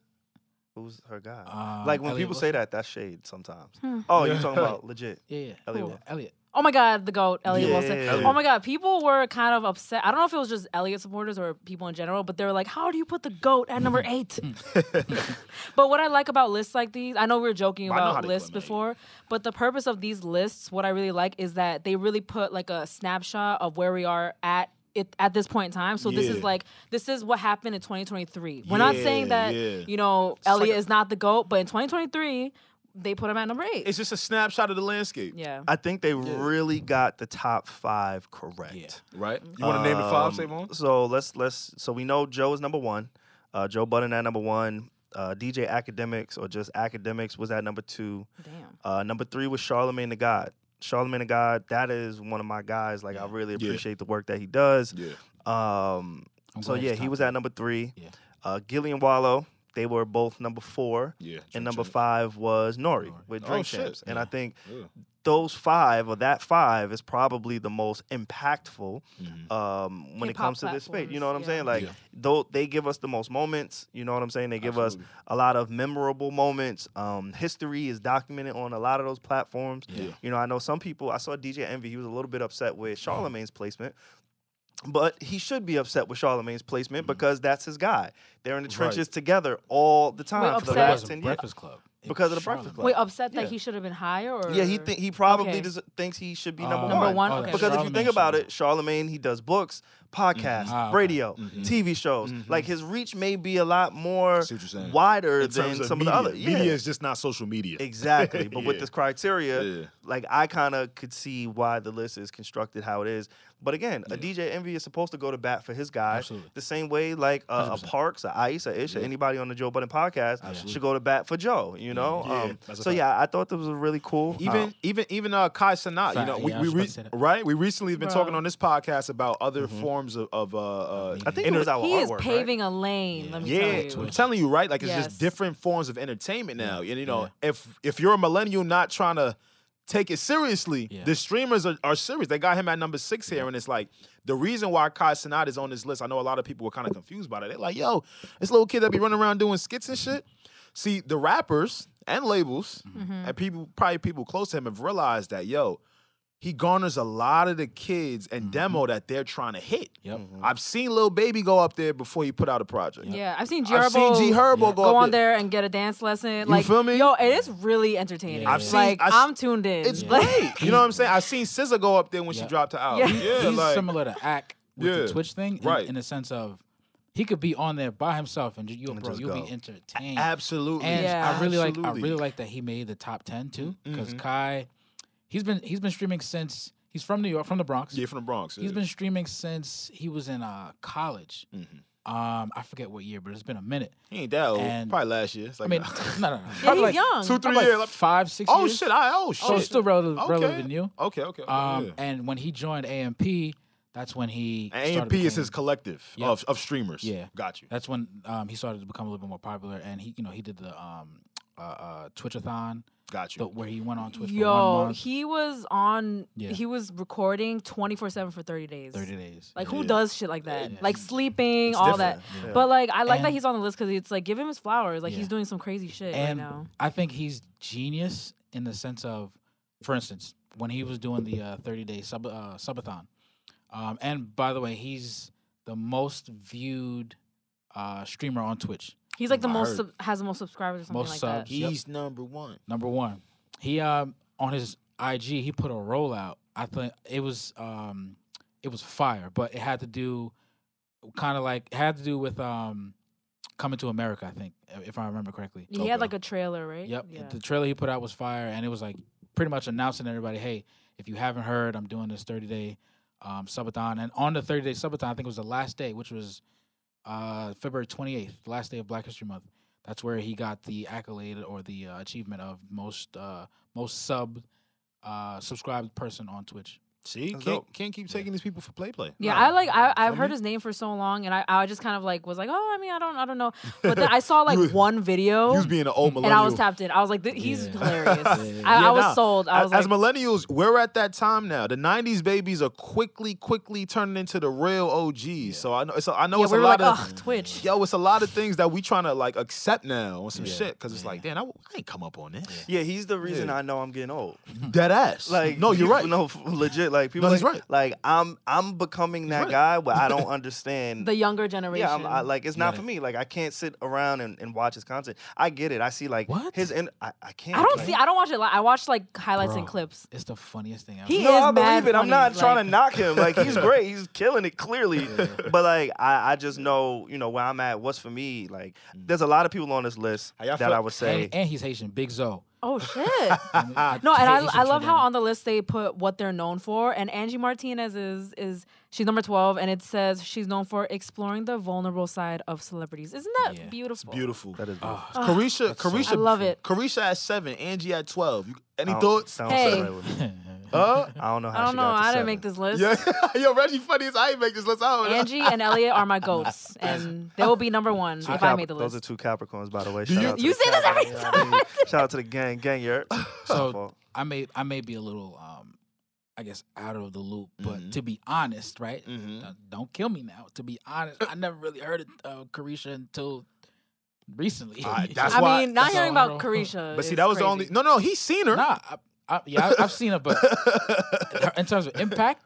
Speaker 1: Who's her guy?
Speaker 3: Um,
Speaker 1: like when
Speaker 3: Elliot
Speaker 1: people say
Speaker 3: Wilson.
Speaker 1: that, that's shade sometimes. Oh, you're talking about legit.
Speaker 3: Yeah, yeah.
Speaker 1: Elliot
Speaker 3: Who?
Speaker 1: Wilson.
Speaker 3: Elliot.
Speaker 4: Oh my God, the GOAT, Elliot
Speaker 1: Yeah.
Speaker 4: Wilson.
Speaker 1: Elliot.
Speaker 4: Oh my God, people were kind of upset. I don't know if it was just Elliot supporters or people in general, but they were like, how do you put the GOAT at number eight?
Speaker 2: Hmm.
Speaker 4: but what I like about lists like these, I know we were joking
Speaker 2: Well, I know how
Speaker 4: about
Speaker 2: they
Speaker 4: lists
Speaker 2: eliminate.
Speaker 4: before, but the purpose of these lists, what I really like is that they really put like a snapshot of where we are at. It, at this point in time, so this
Speaker 2: Yeah.
Speaker 4: is like this is what happened in 2023. We're not
Speaker 2: Yeah,
Speaker 4: saying that
Speaker 2: yeah.
Speaker 4: you know Elliot
Speaker 2: a-
Speaker 4: is not the goat, but in 2023 they put him at number eight.
Speaker 2: It's just a snapshot of the landscape.
Speaker 4: yeah,
Speaker 1: I think they really got the top five correct. Um,
Speaker 3: Yeah.
Speaker 2: Right? Um, You want to name the five, Savon?
Speaker 1: So let's let's so we know Joe is number one. Uh, Joe Budden at number one. Uh, DJ Academics or just Academics was at number two.
Speaker 4: damn.
Speaker 1: Uh, number three was Charlemagne the God. Charlemagne the God, that is one of my guys. Like I really
Speaker 2: Yeah.
Speaker 1: appreciate the work that he does.
Speaker 2: Yeah.
Speaker 1: Um,
Speaker 3: I'm
Speaker 1: so
Speaker 3: glad he's
Speaker 1: yeah, he
Speaker 3: top
Speaker 1: was
Speaker 3: three.
Speaker 1: at number three.
Speaker 3: Yeah.
Speaker 1: Uh, Gillian Wallow, they were both number four.
Speaker 2: Yeah.
Speaker 1: And number five was Nori, with
Speaker 2: Oh,
Speaker 1: Drink
Speaker 2: shit.
Speaker 1: Champs. And I think
Speaker 2: Yeah.
Speaker 1: those five or that five is probably the most impactful um, when it
Speaker 4: Hip-hop
Speaker 1: comes to this space. You know what I'm
Speaker 4: platforms,
Speaker 1: saying?
Speaker 4: yeah.
Speaker 1: Like,
Speaker 2: Yeah.
Speaker 1: though they give us the most moments. You know what I'm saying? They give
Speaker 2: Absolutely.
Speaker 1: us a lot of memorable moments. Um, history is documented on a lot of those platforms.
Speaker 2: Yeah.
Speaker 1: You know, I know some people. I saw DJ Envy. He was a little bit upset with Charlemagne's placement. But he should be upset with Charlemagne's placement
Speaker 2: Mm-hmm.
Speaker 1: because that's his guy. They're in the trenches together all the time for the
Speaker 4: upset-
Speaker 1: last
Speaker 3: Wasn't
Speaker 1: ten years.
Speaker 3: Breakfast Club. It
Speaker 1: Because of
Speaker 3: was
Speaker 1: the Breakfast
Speaker 3: Charlamagne.
Speaker 1: Club.
Speaker 4: Wait, upset
Speaker 1: Yeah.
Speaker 4: that he should have been higher? Or
Speaker 1: Yeah, he think he probably
Speaker 4: Okay.
Speaker 1: des- thinks he should be
Speaker 3: Uh,
Speaker 1: number,
Speaker 4: Number
Speaker 1: one.
Speaker 4: one?
Speaker 3: oh,
Speaker 4: Okay.
Speaker 3: that's
Speaker 1: Because if you
Speaker 3: Charlamagne
Speaker 1: think about
Speaker 3: show.
Speaker 1: it, Charlemagne he does books,
Speaker 2: Mm-hmm.
Speaker 1: podcasts,
Speaker 3: Ah, okay.
Speaker 1: radio, TV shows. Like his reach may be a lot more
Speaker 2: See what you're saying.
Speaker 1: wider
Speaker 2: In
Speaker 1: than
Speaker 2: terms of
Speaker 1: some
Speaker 2: media.
Speaker 1: of the other. Yeah,
Speaker 2: Media is just not social media.
Speaker 1: exactly. But with
Speaker 2: Yeah.
Speaker 1: this criteria,
Speaker 2: Yeah.
Speaker 1: like I kind of could see why the list is constructed how it is. But again, a DJ Envy is supposed to go to bat for his guy.
Speaker 3: Absolutely.
Speaker 1: The same way like uh, a, a Parks, a Ice, a Ish, or anybody on the Joe Budden podcast should go to bat for Joe. You know.
Speaker 2: Yeah,
Speaker 1: Um,
Speaker 2: that's a
Speaker 1: so
Speaker 2: fact.
Speaker 1: yeah, I thought that was a really cool.
Speaker 2: Even
Speaker 1: um,
Speaker 2: even even uh, Kai Sanat, you
Speaker 3: Fact,
Speaker 2: know,
Speaker 3: yeah,
Speaker 2: we,
Speaker 3: I
Speaker 2: we
Speaker 3: was about
Speaker 2: re-
Speaker 3: to say that.
Speaker 2: right? We recently have been
Speaker 4: Bruh.
Speaker 2: talking on this podcast about other forms of, of uh, uh
Speaker 1: I think
Speaker 2: inter-
Speaker 1: it was our
Speaker 4: he is
Speaker 1: artwork, right?
Speaker 4: paving a lane. Let me
Speaker 2: yeah,
Speaker 4: tell you.
Speaker 2: I'm telling you, right? Like it's
Speaker 4: Yes.
Speaker 2: just different forms of entertainment now. And you know, if if you're a millennial not trying to take it seriously,
Speaker 3: Yeah.
Speaker 2: the streamers are, are serious. They got him at number six here, and it's like the reason why Kai Sinat is on this list. I know a lot of people were kind of confused by that. They're like, "Yo, this little kid that be running around doing skits and shit." See, the rappers and labels
Speaker 4: Mm-hmm.
Speaker 2: and people, probably people close to him, have realized that, yo, he garners a lot of the kids and demo that they're trying to hit.
Speaker 3: Mm-hmm. Yep.
Speaker 2: I've seen Lil Baby go up there before he put out a project.
Speaker 4: Yeah, I've seen G
Speaker 2: I've seen
Speaker 4: Herbo
Speaker 2: G Herbo go,
Speaker 4: go
Speaker 2: up
Speaker 4: on there and get a dance lesson. like,
Speaker 2: feel me?
Speaker 4: Yo, it is really entertaining.
Speaker 3: I've
Speaker 2: seen-
Speaker 4: like,
Speaker 2: I s-
Speaker 4: I'm tuned in.
Speaker 2: It's
Speaker 4: Like,
Speaker 2: great. You know what I'm saying? I've seen SZA go up there when she
Speaker 3: Yeah.
Speaker 2: dropped her
Speaker 4: Yeah.
Speaker 2: album. Yeah,
Speaker 3: He's
Speaker 2: like
Speaker 3: similar to Ack with
Speaker 2: Yeah.
Speaker 3: the Twitch thing, in,
Speaker 2: Right.
Speaker 3: in the sense of he could be on there by himself and ju- you'll, bro,
Speaker 1: just
Speaker 3: you'll
Speaker 1: go.
Speaker 3: be entertained.
Speaker 2: absolutely.
Speaker 3: And
Speaker 4: Yeah.
Speaker 3: I really like I
Speaker 2: Absolutely.
Speaker 3: really like that he made the top ten too
Speaker 1: Mm-hmm.
Speaker 3: because Kai, he's been he's been streaming since he's from New York from the Bronx.
Speaker 2: Yeah, from the Bronx.
Speaker 3: He's
Speaker 2: yeah.
Speaker 3: been streaming since he was in uh, college.
Speaker 2: Mm-hmm.
Speaker 3: Um, I forget what year, but it's been a minute.
Speaker 2: He ain't that old.
Speaker 3: and-
Speaker 2: Probably last year. It's
Speaker 3: I
Speaker 2: like
Speaker 3: mean, no, no, no.
Speaker 4: yeah,
Speaker 3: Probably
Speaker 4: he's
Speaker 3: like
Speaker 4: young.
Speaker 2: two, three
Speaker 3: probably
Speaker 2: years.
Speaker 3: like five, six.
Speaker 2: oh
Speaker 3: years.
Speaker 2: shit! I oh shit.
Speaker 3: So it's still relative,
Speaker 2: okay.
Speaker 3: relative to new.
Speaker 2: Okay, okay. okay
Speaker 3: Um,
Speaker 2: yeah.
Speaker 3: and when he joined AMP, that's when he
Speaker 2: And
Speaker 3: started
Speaker 2: AMP is
Speaker 3: becoming-
Speaker 2: his collective
Speaker 3: Yeah.
Speaker 2: of, of streamers.
Speaker 3: Yeah.
Speaker 2: got you.
Speaker 3: That's when um, he started to become a little bit more popular, and he, you know, he did the um, uh, uh, Twitchathon,
Speaker 2: Got
Speaker 3: the,
Speaker 2: you.
Speaker 3: where he went on Twitch for one
Speaker 4: Yo,
Speaker 3: month,
Speaker 4: he was on.
Speaker 3: Yeah.
Speaker 4: He was recording 24 seven for 30 days.
Speaker 3: thirty days.
Speaker 4: Like who
Speaker 2: Yeah.
Speaker 4: does shit like that? Like sleeping,
Speaker 2: It's
Speaker 4: all
Speaker 2: different.
Speaker 4: that. But like, I like that
Speaker 3: And-
Speaker 4: he's on the list because it's like give him his flowers. Like
Speaker 3: Yeah.
Speaker 4: he's doing some crazy shit
Speaker 3: and
Speaker 4: right now.
Speaker 3: I think he's genius in the sense of, for instance, when he was doing the uh, 30 day sub uh, subathon. Um, and by the way, he's the most viewed uh, streamer on Twitch.
Speaker 4: He's like the
Speaker 2: I
Speaker 4: most
Speaker 2: heard.
Speaker 4: sub- has the most subscribers or something
Speaker 3: Most
Speaker 4: like
Speaker 3: subs.
Speaker 4: that.
Speaker 3: Yep.
Speaker 2: number one.
Speaker 3: Number one, he um, on his IG he put a rollout. I think it was um, it was fire, but it had to do kind of like it had to do with um, coming to America. I think if I remember correctly.
Speaker 4: He had like a trailer, right?
Speaker 3: Yep.
Speaker 4: Yeah.
Speaker 3: The trailer he put out was fire, and it was like pretty much announcing to everybody, hey, if you haven't heard, I'm doing this 30 day um, subathon. And on the 30 day subathon, I think it was the last day, which was uh, February 28th, the last day of Black History Month. That's where he got the accolade or the uh, achievement of most uh, most sub uh, subscribed person on Twitch.
Speaker 2: See,
Speaker 1: That's
Speaker 2: can't,
Speaker 1: dope.
Speaker 2: can't keep taking these people for play play.
Speaker 4: Yeah,
Speaker 1: No.
Speaker 4: I like I, I've
Speaker 1: I
Speaker 4: heard
Speaker 1: mean-
Speaker 4: his name for so long, and I, I just kind of like was like, oh, I mean, I don't, I don't know. But then I saw like
Speaker 2: You was-
Speaker 4: one
Speaker 2: He
Speaker 4: video,
Speaker 2: was being an old
Speaker 4: and I
Speaker 2: millennial.
Speaker 4: was tapped in. I was like, th- he's
Speaker 3: Yeah.
Speaker 4: hilarious.
Speaker 3: yeah,
Speaker 4: I,
Speaker 2: Yeah,
Speaker 4: I was
Speaker 2: nah.
Speaker 4: sold. I
Speaker 2: A-
Speaker 4: was
Speaker 2: As
Speaker 4: like,
Speaker 2: millennials, we're at that time now. The '90s babies are quickly, quickly turning into the real OGs. So I know, so I know
Speaker 4: yeah,
Speaker 2: it's
Speaker 4: we
Speaker 2: a
Speaker 4: were
Speaker 2: lot
Speaker 4: like,
Speaker 2: of
Speaker 4: ugh, Twitch.
Speaker 2: yo, it's a lot of things that we trying to like accept now on some
Speaker 3: Yeah.
Speaker 2: shit because it's like, damn, I, w- I ain't come up on this.
Speaker 1: Yeah, he's the reason
Speaker 2: Yeah.
Speaker 1: I know I'm getting old.
Speaker 2: Dead ass.
Speaker 1: Like,
Speaker 2: no, you're
Speaker 1: you-
Speaker 2: right.
Speaker 1: No, f- legit. Like people,
Speaker 2: No,
Speaker 1: like,
Speaker 2: he's right.
Speaker 1: like I'm, I'm becoming that
Speaker 2: right.
Speaker 1: guy where I don't understand.
Speaker 4: The younger generation.
Speaker 1: yeah, I'm, I, like it's not
Speaker 3: Got
Speaker 1: for
Speaker 3: it.
Speaker 1: me. Like I can't sit around and, and watch his content. I get it. I see like
Speaker 3: What?
Speaker 1: his. In, I, I can't.
Speaker 4: I don't
Speaker 1: like-
Speaker 4: see. I don't watch it. Li- I watch like highlights and
Speaker 3: Bro.
Speaker 4: clips.
Speaker 3: It's the funniest thing ever.
Speaker 4: He
Speaker 1: no,
Speaker 4: is
Speaker 1: I
Speaker 4: mad
Speaker 1: believe it. I'm
Speaker 4: funny,
Speaker 1: not trying
Speaker 4: like-
Speaker 1: to knock him. Like he's great. He's killing it clearly. But like I, I just know, you know, where I'm at, what's for me. Like there's a lot of people on this list
Speaker 2: Mm. How y'all
Speaker 1: that
Speaker 2: feel-
Speaker 1: I would say
Speaker 3: and, and he's Haitian, Big Zoe.
Speaker 4: Oh shit.
Speaker 3: And I
Speaker 4: No, and
Speaker 3: hate
Speaker 4: I, I
Speaker 3: Haitians
Speaker 4: love
Speaker 3: for
Speaker 4: how
Speaker 3: that.
Speaker 4: on the list they put what they're known for. And Angie Martinez is is she's number twelve, and it says she's known for exploring the vulnerable side of celebrities. Isn't that
Speaker 3: Yeah. It's
Speaker 4: beautiful?
Speaker 2: Beautiful.
Speaker 1: that is.
Speaker 3: Oh,
Speaker 2: Carisha,
Speaker 3: so
Speaker 2: Carisha,
Speaker 4: Ah. I love it.
Speaker 2: Carisha at seven, Angie at twelve. You,
Speaker 1: I
Speaker 2: any
Speaker 1: don't-
Speaker 2: thoughts?
Speaker 1: that don't sit
Speaker 4: Hey.
Speaker 1: right with me.
Speaker 2: Huh?
Speaker 1: I don't know how
Speaker 4: I don't
Speaker 1: she
Speaker 4: know.
Speaker 1: got to
Speaker 4: I didn't
Speaker 1: seven.
Speaker 4: make this list.
Speaker 2: yeah, yo, Reggie, funny as I ain't make this list. I don't know.
Speaker 4: Angie and Elliot are my goats, and they will be number one if I
Speaker 1: Cap-
Speaker 4: made the
Speaker 1: Those are
Speaker 4: list.
Speaker 1: two Capricorns, by the way.
Speaker 2: Do
Speaker 1: Shout
Speaker 2: you-
Speaker 1: out to
Speaker 4: You
Speaker 1: the
Speaker 4: say this every
Speaker 1: Capricorns, you know what I mean? Shout out to the gang, gang yurt.
Speaker 3: so I may I may be a little um, I guess out of the loop, but
Speaker 2: Mhm.
Speaker 3: to be honest, right?
Speaker 4: Uh,
Speaker 2: Mhm.
Speaker 3: Don't- Don't kill me now. To be honest, I never really heard of uh, Carisha until recently.
Speaker 2: Ah, that's
Speaker 4: I
Speaker 2: why-
Speaker 4: mean, not
Speaker 3: that's
Speaker 4: hearing
Speaker 3: all I
Speaker 4: about
Speaker 3: know.
Speaker 4: Carisha.
Speaker 2: But see,
Speaker 4: is
Speaker 2: that was the
Speaker 4: crazy.
Speaker 2: only. No, no, he's seen her.
Speaker 3: nah. I, I, yeah, I, I've seen her, but her- in terms of impact,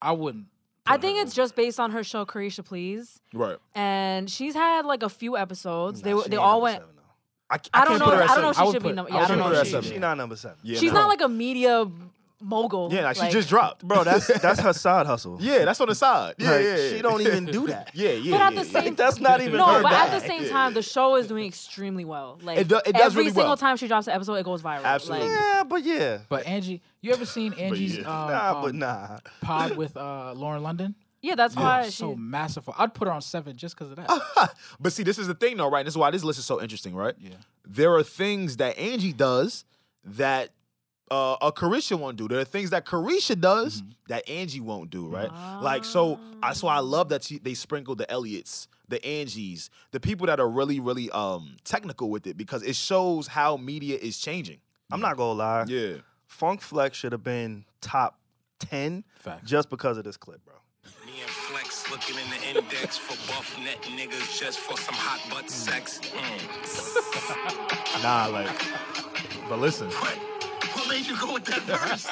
Speaker 3: I wouldn't.
Speaker 4: I think it's just based on her show, Carisha Please,
Speaker 2: right.
Speaker 4: and she's had like a few episodes.
Speaker 1: Nah,
Speaker 4: they were-
Speaker 1: she
Speaker 4: they
Speaker 1: ain't
Speaker 4: all
Speaker 1: number
Speaker 4: went.
Speaker 1: seven, though.
Speaker 2: I,
Speaker 4: I
Speaker 2: can't
Speaker 4: don't
Speaker 2: put
Speaker 4: know.
Speaker 2: her at
Speaker 4: I don't
Speaker 2: seven.
Speaker 4: know if
Speaker 3: I
Speaker 4: she
Speaker 3: would
Speaker 4: should be
Speaker 3: put-
Speaker 4: number.
Speaker 3: I
Speaker 4: Yeah,
Speaker 3: would
Speaker 4: I don't
Speaker 3: put
Speaker 4: know. if
Speaker 3: her at
Speaker 4: she-
Speaker 1: She,
Speaker 3: seven.
Speaker 1: she not number seven.
Speaker 2: Yeah,
Speaker 4: She's
Speaker 2: no.
Speaker 4: not like a media mogul.
Speaker 2: Yeah, like,
Speaker 4: like-
Speaker 2: she just dropped.
Speaker 1: Bro, that's that's her side hustle.
Speaker 2: Yeah, that's on the side. Yeah,
Speaker 1: Like,
Speaker 2: yeah, yeah.
Speaker 1: she don't even do that.
Speaker 2: Yeah, yeah.
Speaker 4: But at
Speaker 2: yeah,
Speaker 4: the
Speaker 2: yeah.
Speaker 4: same-
Speaker 1: That's not even
Speaker 4: No,
Speaker 1: her
Speaker 4: but
Speaker 1: bag.
Speaker 4: at the same time, the show is doing extremely well. Like
Speaker 2: It do- it does
Speaker 4: every
Speaker 2: really
Speaker 4: single
Speaker 2: well.
Speaker 4: time she drops an episode, it goes viral.
Speaker 2: Absolutely.
Speaker 4: Like,
Speaker 1: Yeah, but yeah.
Speaker 3: But Angie, you ever seen Angie's
Speaker 2: yeah.
Speaker 4: Oh,
Speaker 3: um,
Speaker 1: Nah, but
Speaker 3: um,
Speaker 1: nah.
Speaker 3: pod with uh, Lauren London?
Speaker 4: yeah, that's why
Speaker 3: Oh,
Speaker 4: she.
Speaker 3: so masterful. I'd put her on seven just because of that.
Speaker 2: But see, this is the thing, though, right? This is why this list is so interesting, right?
Speaker 3: Yeah.
Speaker 2: There are things that Angie does that uh, a Carisha won't do. There are things that Carisha does
Speaker 1: Mm-hmm.
Speaker 2: that Angie won't do, right? Like, so that's
Speaker 1: Ah.
Speaker 2: why I love that she, they sprinkle the Elliots, the Angies, the people that are really, really um, technical with it because it shows how media is changing.
Speaker 1: I'm not gonna lie.
Speaker 2: Yeah.
Speaker 1: Funk Flex should have been top ten
Speaker 3: Facts.
Speaker 1: just because of this clip, bro.
Speaker 5: Me and Flex looking in the index for buff net niggas just for some hot butt sex. Mm.
Speaker 2: Nah, like, but listen.
Speaker 5: What? What made you go with that verse?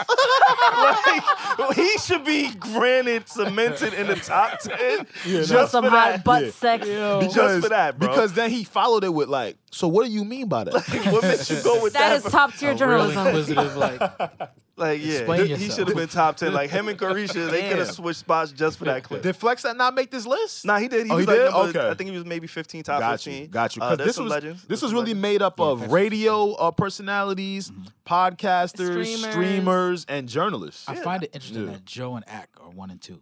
Speaker 1: Like, he should be granted cemented in the top ten just
Speaker 4: some
Speaker 1: for
Speaker 4: hot
Speaker 1: that.
Speaker 4: butt sex.
Speaker 1: Just for that, bro.
Speaker 2: Because then he followed it with like, so what do you mean by that?
Speaker 1: what makes you go with
Speaker 4: That
Speaker 1: that?
Speaker 4: is top tier
Speaker 3: Really
Speaker 4: journalism.
Speaker 3: inquisitive, like
Speaker 1: like, yeah,
Speaker 3: Explain
Speaker 1: he
Speaker 3: yourself.
Speaker 1: should have been top ten. Like him and Carisha, they could have
Speaker 2: Damn.
Speaker 1: switched spots just for that clip.
Speaker 2: Did Flex that not make this list?
Speaker 1: Nah, he did. He
Speaker 2: Oh,
Speaker 1: was
Speaker 2: he
Speaker 1: like
Speaker 2: did?
Speaker 1: number-
Speaker 2: Okay.
Speaker 1: I think he was maybe 15, top
Speaker 2: got
Speaker 1: 15.
Speaker 2: you, got you.
Speaker 1: Uh,
Speaker 2: 'Cause
Speaker 1: there's
Speaker 2: this
Speaker 1: some
Speaker 2: was
Speaker 1: legends.
Speaker 2: this
Speaker 1: There's
Speaker 2: was
Speaker 1: some
Speaker 2: really
Speaker 1: legends.
Speaker 2: made up of radio uh, personalities, podcasters,
Speaker 4: Streamers.
Speaker 2: streamers. and journalists.
Speaker 3: I find it interesting
Speaker 2: Yeah.
Speaker 3: that Joe and Ack are one and two.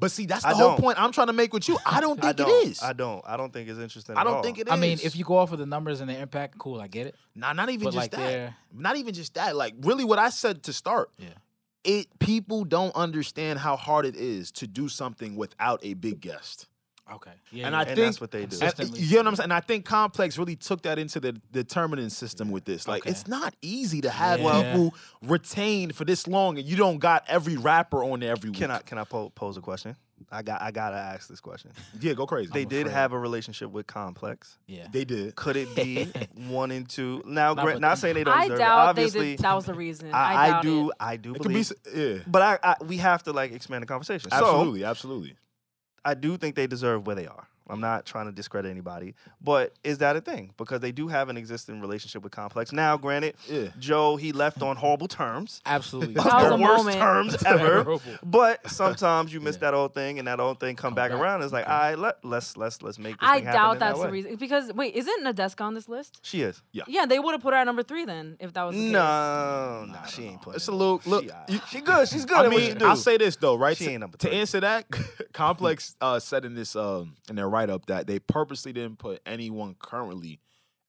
Speaker 2: But see, that's the
Speaker 1: I
Speaker 2: whole
Speaker 1: don't.
Speaker 2: point I'm trying to make with you. I don't think
Speaker 1: I
Speaker 2: it
Speaker 1: don't.
Speaker 2: is.
Speaker 1: I don't. I don't think it's interesting.
Speaker 2: I
Speaker 1: at
Speaker 2: don't
Speaker 1: all.
Speaker 2: think it is.
Speaker 3: I mean, if you go off of the numbers and the impact, cool, I get it.
Speaker 2: nah, not even
Speaker 3: but,
Speaker 2: just
Speaker 3: like,
Speaker 2: that.
Speaker 3: they're-
Speaker 2: Not even just that. Like really, what I said to start.
Speaker 3: Yeah.
Speaker 2: It people don't understand how hard it is to do something without a big guest.
Speaker 3: Okay. Yeah.
Speaker 2: And
Speaker 3: yeah.
Speaker 2: I
Speaker 1: And
Speaker 2: think-
Speaker 1: that's what they do.
Speaker 3: That's-
Speaker 2: And,
Speaker 3: Instantly.
Speaker 2: you know what I'm saying? And I think Complex really took that into the determining system with this. Like,
Speaker 3: Okay.
Speaker 2: it's not easy to have
Speaker 3: Yeah.
Speaker 2: people retained for this long, and you don't got every rapper on there every week.
Speaker 1: Can I can I po- pose a question? I got I gotta ask this question.
Speaker 2: Yeah, go crazy.
Speaker 1: They did
Speaker 3: afraid.
Speaker 1: have a relationship with Complex.
Speaker 3: yeah.
Speaker 2: They did.
Speaker 1: Could it be one and two? Now,
Speaker 3: Not
Speaker 1: not,
Speaker 3: with
Speaker 1: not
Speaker 3: them.
Speaker 1: saying they don't.
Speaker 4: I
Speaker 1: deserve
Speaker 4: doubt
Speaker 1: it.
Speaker 4: they
Speaker 1: Obviously,
Speaker 4: did. That was the reason. I,
Speaker 1: I, I
Speaker 4: doubt
Speaker 1: do.
Speaker 4: It.
Speaker 1: I do
Speaker 2: It could be.
Speaker 1: believe.
Speaker 2: s- Yeah.
Speaker 1: but I, I we have to like expand the conversation. So
Speaker 2: Absolutely. absolutely.
Speaker 1: I do think they deserve where they are. I'm not trying to discredit anybody, but is that a thing? Because they do have an existing relationship with Complex. Now, granted,
Speaker 2: Yeah.
Speaker 1: Joe he left on horrible terms,
Speaker 3: Absolutely.
Speaker 4: That was
Speaker 1: the
Speaker 4: a
Speaker 1: worst
Speaker 4: moment.
Speaker 1: terms ever.
Speaker 3: Terrible.
Speaker 1: but sometimes you miss that old thing, and that old thing come, back,
Speaker 3: back.
Speaker 1: around. It's like, all right, let, let's let's let's make. This
Speaker 4: I
Speaker 1: thing happen
Speaker 4: doubt
Speaker 1: in that
Speaker 4: that's the
Speaker 1: way.
Speaker 4: reason. Because wait, isn't Nadeska on this list?
Speaker 1: She is.
Speaker 4: Yeah, they would have put her at number three then if that was the case.
Speaker 1: No, no, she ain't putting.
Speaker 2: It's
Speaker 1: it
Speaker 2: a
Speaker 1: in.
Speaker 2: little look.
Speaker 1: She,
Speaker 2: you-
Speaker 1: she good. She's good.
Speaker 2: I
Speaker 1: at what she
Speaker 2: mean,
Speaker 1: do.
Speaker 2: I'll say this though, right?
Speaker 1: She
Speaker 2: to,
Speaker 1: ain't number
Speaker 2: to
Speaker 1: three.
Speaker 2: answer that, Complex uh, said in this um, in their write up that they purposely didn't put anyone currently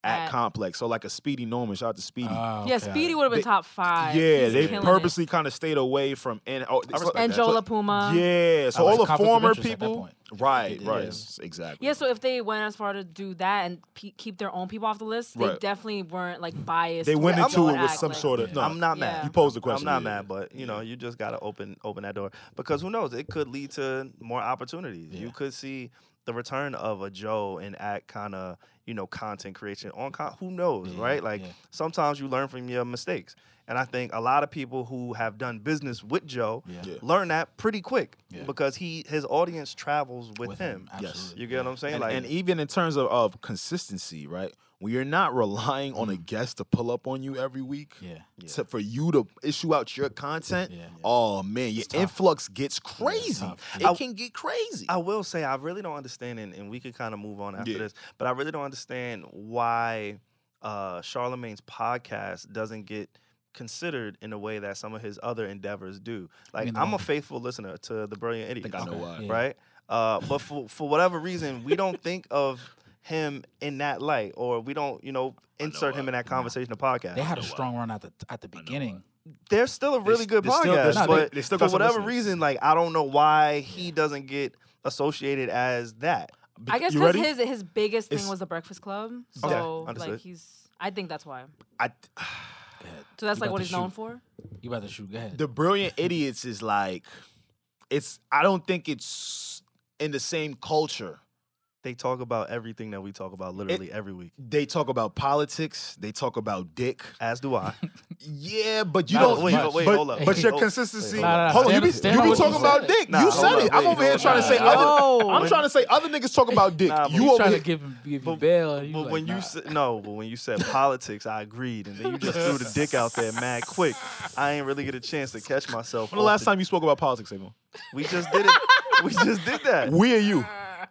Speaker 2: at,
Speaker 4: At-
Speaker 2: Complex. So like a Speedy Norman. Shout out to Speedy.
Speaker 3: Oh,
Speaker 4: Yeah,
Speaker 3: okay.
Speaker 4: Speedy would have been
Speaker 2: They-
Speaker 4: top five.
Speaker 2: yeah,
Speaker 4: He's
Speaker 2: they
Speaker 4: killing it.
Speaker 2: purposely kind of stayed away from and oh, it's
Speaker 1: respect
Speaker 2: like-
Speaker 4: and
Speaker 1: that.
Speaker 4: Joe
Speaker 2: so-
Speaker 4: LaPuma.
Speaker 2: Yeah, so
Speaker 3: like
Speaker 2: all the
Speaker 3: conflict of
Speaker 2: former
Speaker 3: interest at that
Speaker 2: people.
Speaker 3: point.
Speaker 2: Right,
Speaker 3: Yeah.
Speaker 2: right, s- exactly.
Speaker 4: Yeah, so if they went as far to do that and pe- keep their own people off the list, they
Speaker 2: Right.
Speaker 4: definitely weren't like biased.
Speaker 2: they went
Speaker 4: towards
Speaker 2: into
Speaker 4: one
Speaker 2: it with
Speaker 4: act,
Speaker 2: some
Speaker 4: like-
Speaker 2: sort of. No,
Speaker 1: I'm not
Speaker 4: Yeah.
Speaker 1: mad.
Speaker 2: You posed the question.
Speaker 1: I'm not
Speaker 2: yeah.
Speaker 1: mad, but you know, you just gotta open open that door because who knows? It could lead to more opportunities. You
Speaker 3: Yeah.
Speaker 1: could see the return of a Joe and act kind of you know content creation on con- who knows,
Speaker 3: Yeah,
Speaker 1: right? Like
Speaker 3: yeah.
Speaker 1: sometimes you learn from your mistakes, and I think a lot of people who have done business with Joe
Speaker 3: Yeah.
Speaker 2: Yeah.
Speaker 1: learn that pretty quick
Speaker 3: Yeah.
Speaker 1: because he his audience travels with, him.
Speaker 2: Yes.
Speaker 3: absolutely.
Speaker 1: You get what I'm saying?
Speaker 2: And,
Speaker 1: like
Speaker 2: and even in terms of, of consistency, right? When you're not relying on a guest to pull up on you every week
Speaker 3: Mm-hmm. Yeah.
Speaker 2: to, for you to issue out your content,
Speaker 3: Yeah.
Speaker 2: oh man, your
Speaker 3: tough.
Speaker 2: influx gets crazy.
Speaker 3: tough.
Speaker 2: It
Speaker 3: I-
Speaker 2: can get crazy.
Speaker 1: I will say I really don't understand, and, and we could kind of move on after
Speaker 2: Yeah.
Speaker 1: this, but I really don't understand why uh Charlemagne's podcast doesn't get considered in a way that some of his other endeavors do. Like
Speaker 3: mean the
Speaker 1: I'm a
Speaker 3: one-
Speaker 1: faithful listener to the Brilliant Idiot,
Speaker 2: think I know why.
Speaker 3: Yeah.
Speaker 1: right? Uh, but for for whatever reason, we don't think of him in that light, or we don't, you know, insert
Speaker 2: uh,
Speaker 1: him in that conversation of podcast.
Speaker 3: They had a strong run at the at the beginning.
Speaker 1: They're still a really
Speaker 2: st-
Speaker 1: good
Speaker 2: they still- they
Speaker 1: podcast,
Speaker 2: still-
Speaker 1: but
Speaker 2: they still
Speaker 1: for
Speaker 2: got some
Speaker 1: whatever
Speaker 2: listeners.
Speaker 1: reason, like I don't know why he doesn't get associated as that.
Speaker 4: I guess
Speaker 2: you
Speaker 4: because
Speaker 2: ready?
Speaker 4: his his biggest thing
Speaker 2: It's-
Speaker 4: was the Breakfast Club, so
Speaker 1: Okay,
Speaker 4: like
Speaker 1: understood.
Speaker 4: he's. I think that's why.
Speaker 2: I,
Speaker 4: So that's
Speaker 3: You
Speaker 4: like
Speaker 3: got
Speaker 4: what
Speaker 3: the
Speaker 4: he's known
Speaker 3: shoot.
Speaker 4: for.
Speaker 3: You about to shoot? Go ahead.
Speaker 2: the brilliant idiots is like, it's. I don't think it's in the same culture.
Speaker 1: they talk about everything that we talk about literally every week.
Speaker 2: They talk about politics. They talk about dick.
Speaker 1: As do I.
Speaker 2: Yeah, but you
Speaker 1: Nah,
Speaker 2: don't.
Speaker 1: wait,
Speaker 2: but,
Speaker 1: but wait,
Speaker 2: but-
Speaker 1: hold up.
Speaker 2: But your
Speaker 1: Hold-
Speaker 2: consistency.
Speaker 1: wait, hold
Speaker 3: up.
Speaker 2: hold on, you
Speaker 3: Stand-
Speaker 2: be,
Speaker 3: stand
Speaker 2: you
Speaker 3: on
Speaker 2: be
Speaker 3: what you
Speaker 2: talking about
Speaker 3: said.
Speaker 2: dick.
Speaker 1: Nah,
Speaker 2: you
Speaker 1: hold
Speaker 2: said
Speaker 1: up,
Speaker 2: it. I'm
Speaker 1: wait,
Speaker 2: over here
Speaker 1: hold
Speaker 2: trying to
Speaker 1: up.
Speaker 2: say
Speaker 1: Nah,
Speaker 2: other.
Speaker 4: Oh,
Speaker 2: I'm trying to say other niggas talk about dick.
Speaker 1: Nah, but
Speaker 2: you
Speaker 1: we
Speaker 3: You
Speaker 2: over
Speaker 3: trying
Speaker 2: here.
Speaker 3: to give him give you
Speaker 1: But-
Speaker 3: bail?
Speaker 1: But
Speaker 3: and you like,
Speaker 1: when you
Speaker 3: nah.
Speaker 1: said no, but when you said politics, I agreed, and then you just threw the dick out there mad quick. I ain't really get a chance to catch myself.
Speaker 2: When the
Speaker 1: off
Speaker 2: last time you spoke about politics, Avon?
Speaker 1: we just did it? We just did that.
Speaker 2: We are you.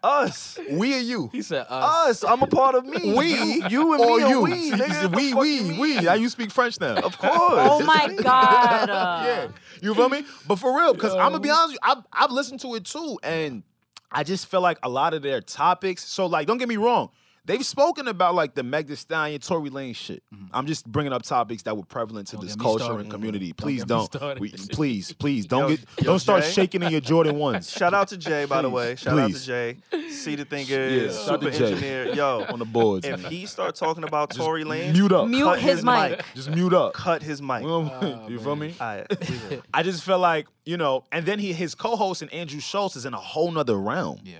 Speaker 1: Us,
Speaker 2: We are you.
Speaker 3: he said, uh,
Speaker 1: us. I'm a part of me.
Speaker 2: We.
Speaker 1: you, you and
Speaker 2: or
Speaker 1: me, are
Speaker 2: you.
Speaker 1: we,
Speaker 2: He
Speaker 1: nigga.
Speaker 2: said,
Speaker 1: The
Speaker 2: we,
Speaker 1: fuck
Speaker 2: we,
Speaker 1: you mean?
Speaker 2: we. Now you speak French now.
Speaker 1: Of course.
Speaker 4: Oh my god! uh,
Speaker 2: yeah. You feel me? But for real, because I'm gonna be
Speaker 3: Yo.
Speaker 2: honest with you, I've, I've listened to it too, and I just feel like a lot of their topics. So like, don't get me wrong, they've spoken about like the Meg Thee Stallion, Tory Lane shit. I'm just bringing up topics that were prevalent to
Speaker 3: Mm-hmm. Don't
Speaker 2: this
Speaker 3: get me
Speaker 2: culture
Speaker 3: started.
Speaker 2: and community. Please
Speaker 3: get me
Speaker 2: don't.
Speaker 3: started.
Speaker 2: We- please, please don't
Speaker 1: Yo,
Speaker 2: get
Speaker 1: yo,
Speaker 2: don't start
Speaker 1: Jay.
Speaker 2: shaking in your Jordan ones.
Speaker 1: Shout out to Jay, by the
Speaker 2: Please,
Speaker 1: way. Shout
Speaker 2: please.
Speaker 1: out to Jay. See the thing is,
Speaker 2: shout out
Speaker 1: super
Speaker 2: to Jay.
Speaker 1: engineer. Yo,
Speaker 2: on the boards.
Speaker 1: if
Speaker 2: man.
Speaker 1: he start talking about Tory Lane,
Speaker 2: mute up,
Speaker 4: Mute
Speaker 1: cut
Speaker 4: his mic.
Speaker 2: just mute up.
Speaker 1: Cut his mic.
Speaker 2: We
Speaker 3: Ah,
Speaker 2: don't- you feel me?
Speaker 1: All right, we good.
Speaker 2: I just feel like you know, and then he his co-host and Andrew Schultz is in a whole nother realm.
Speaker 3: yeah,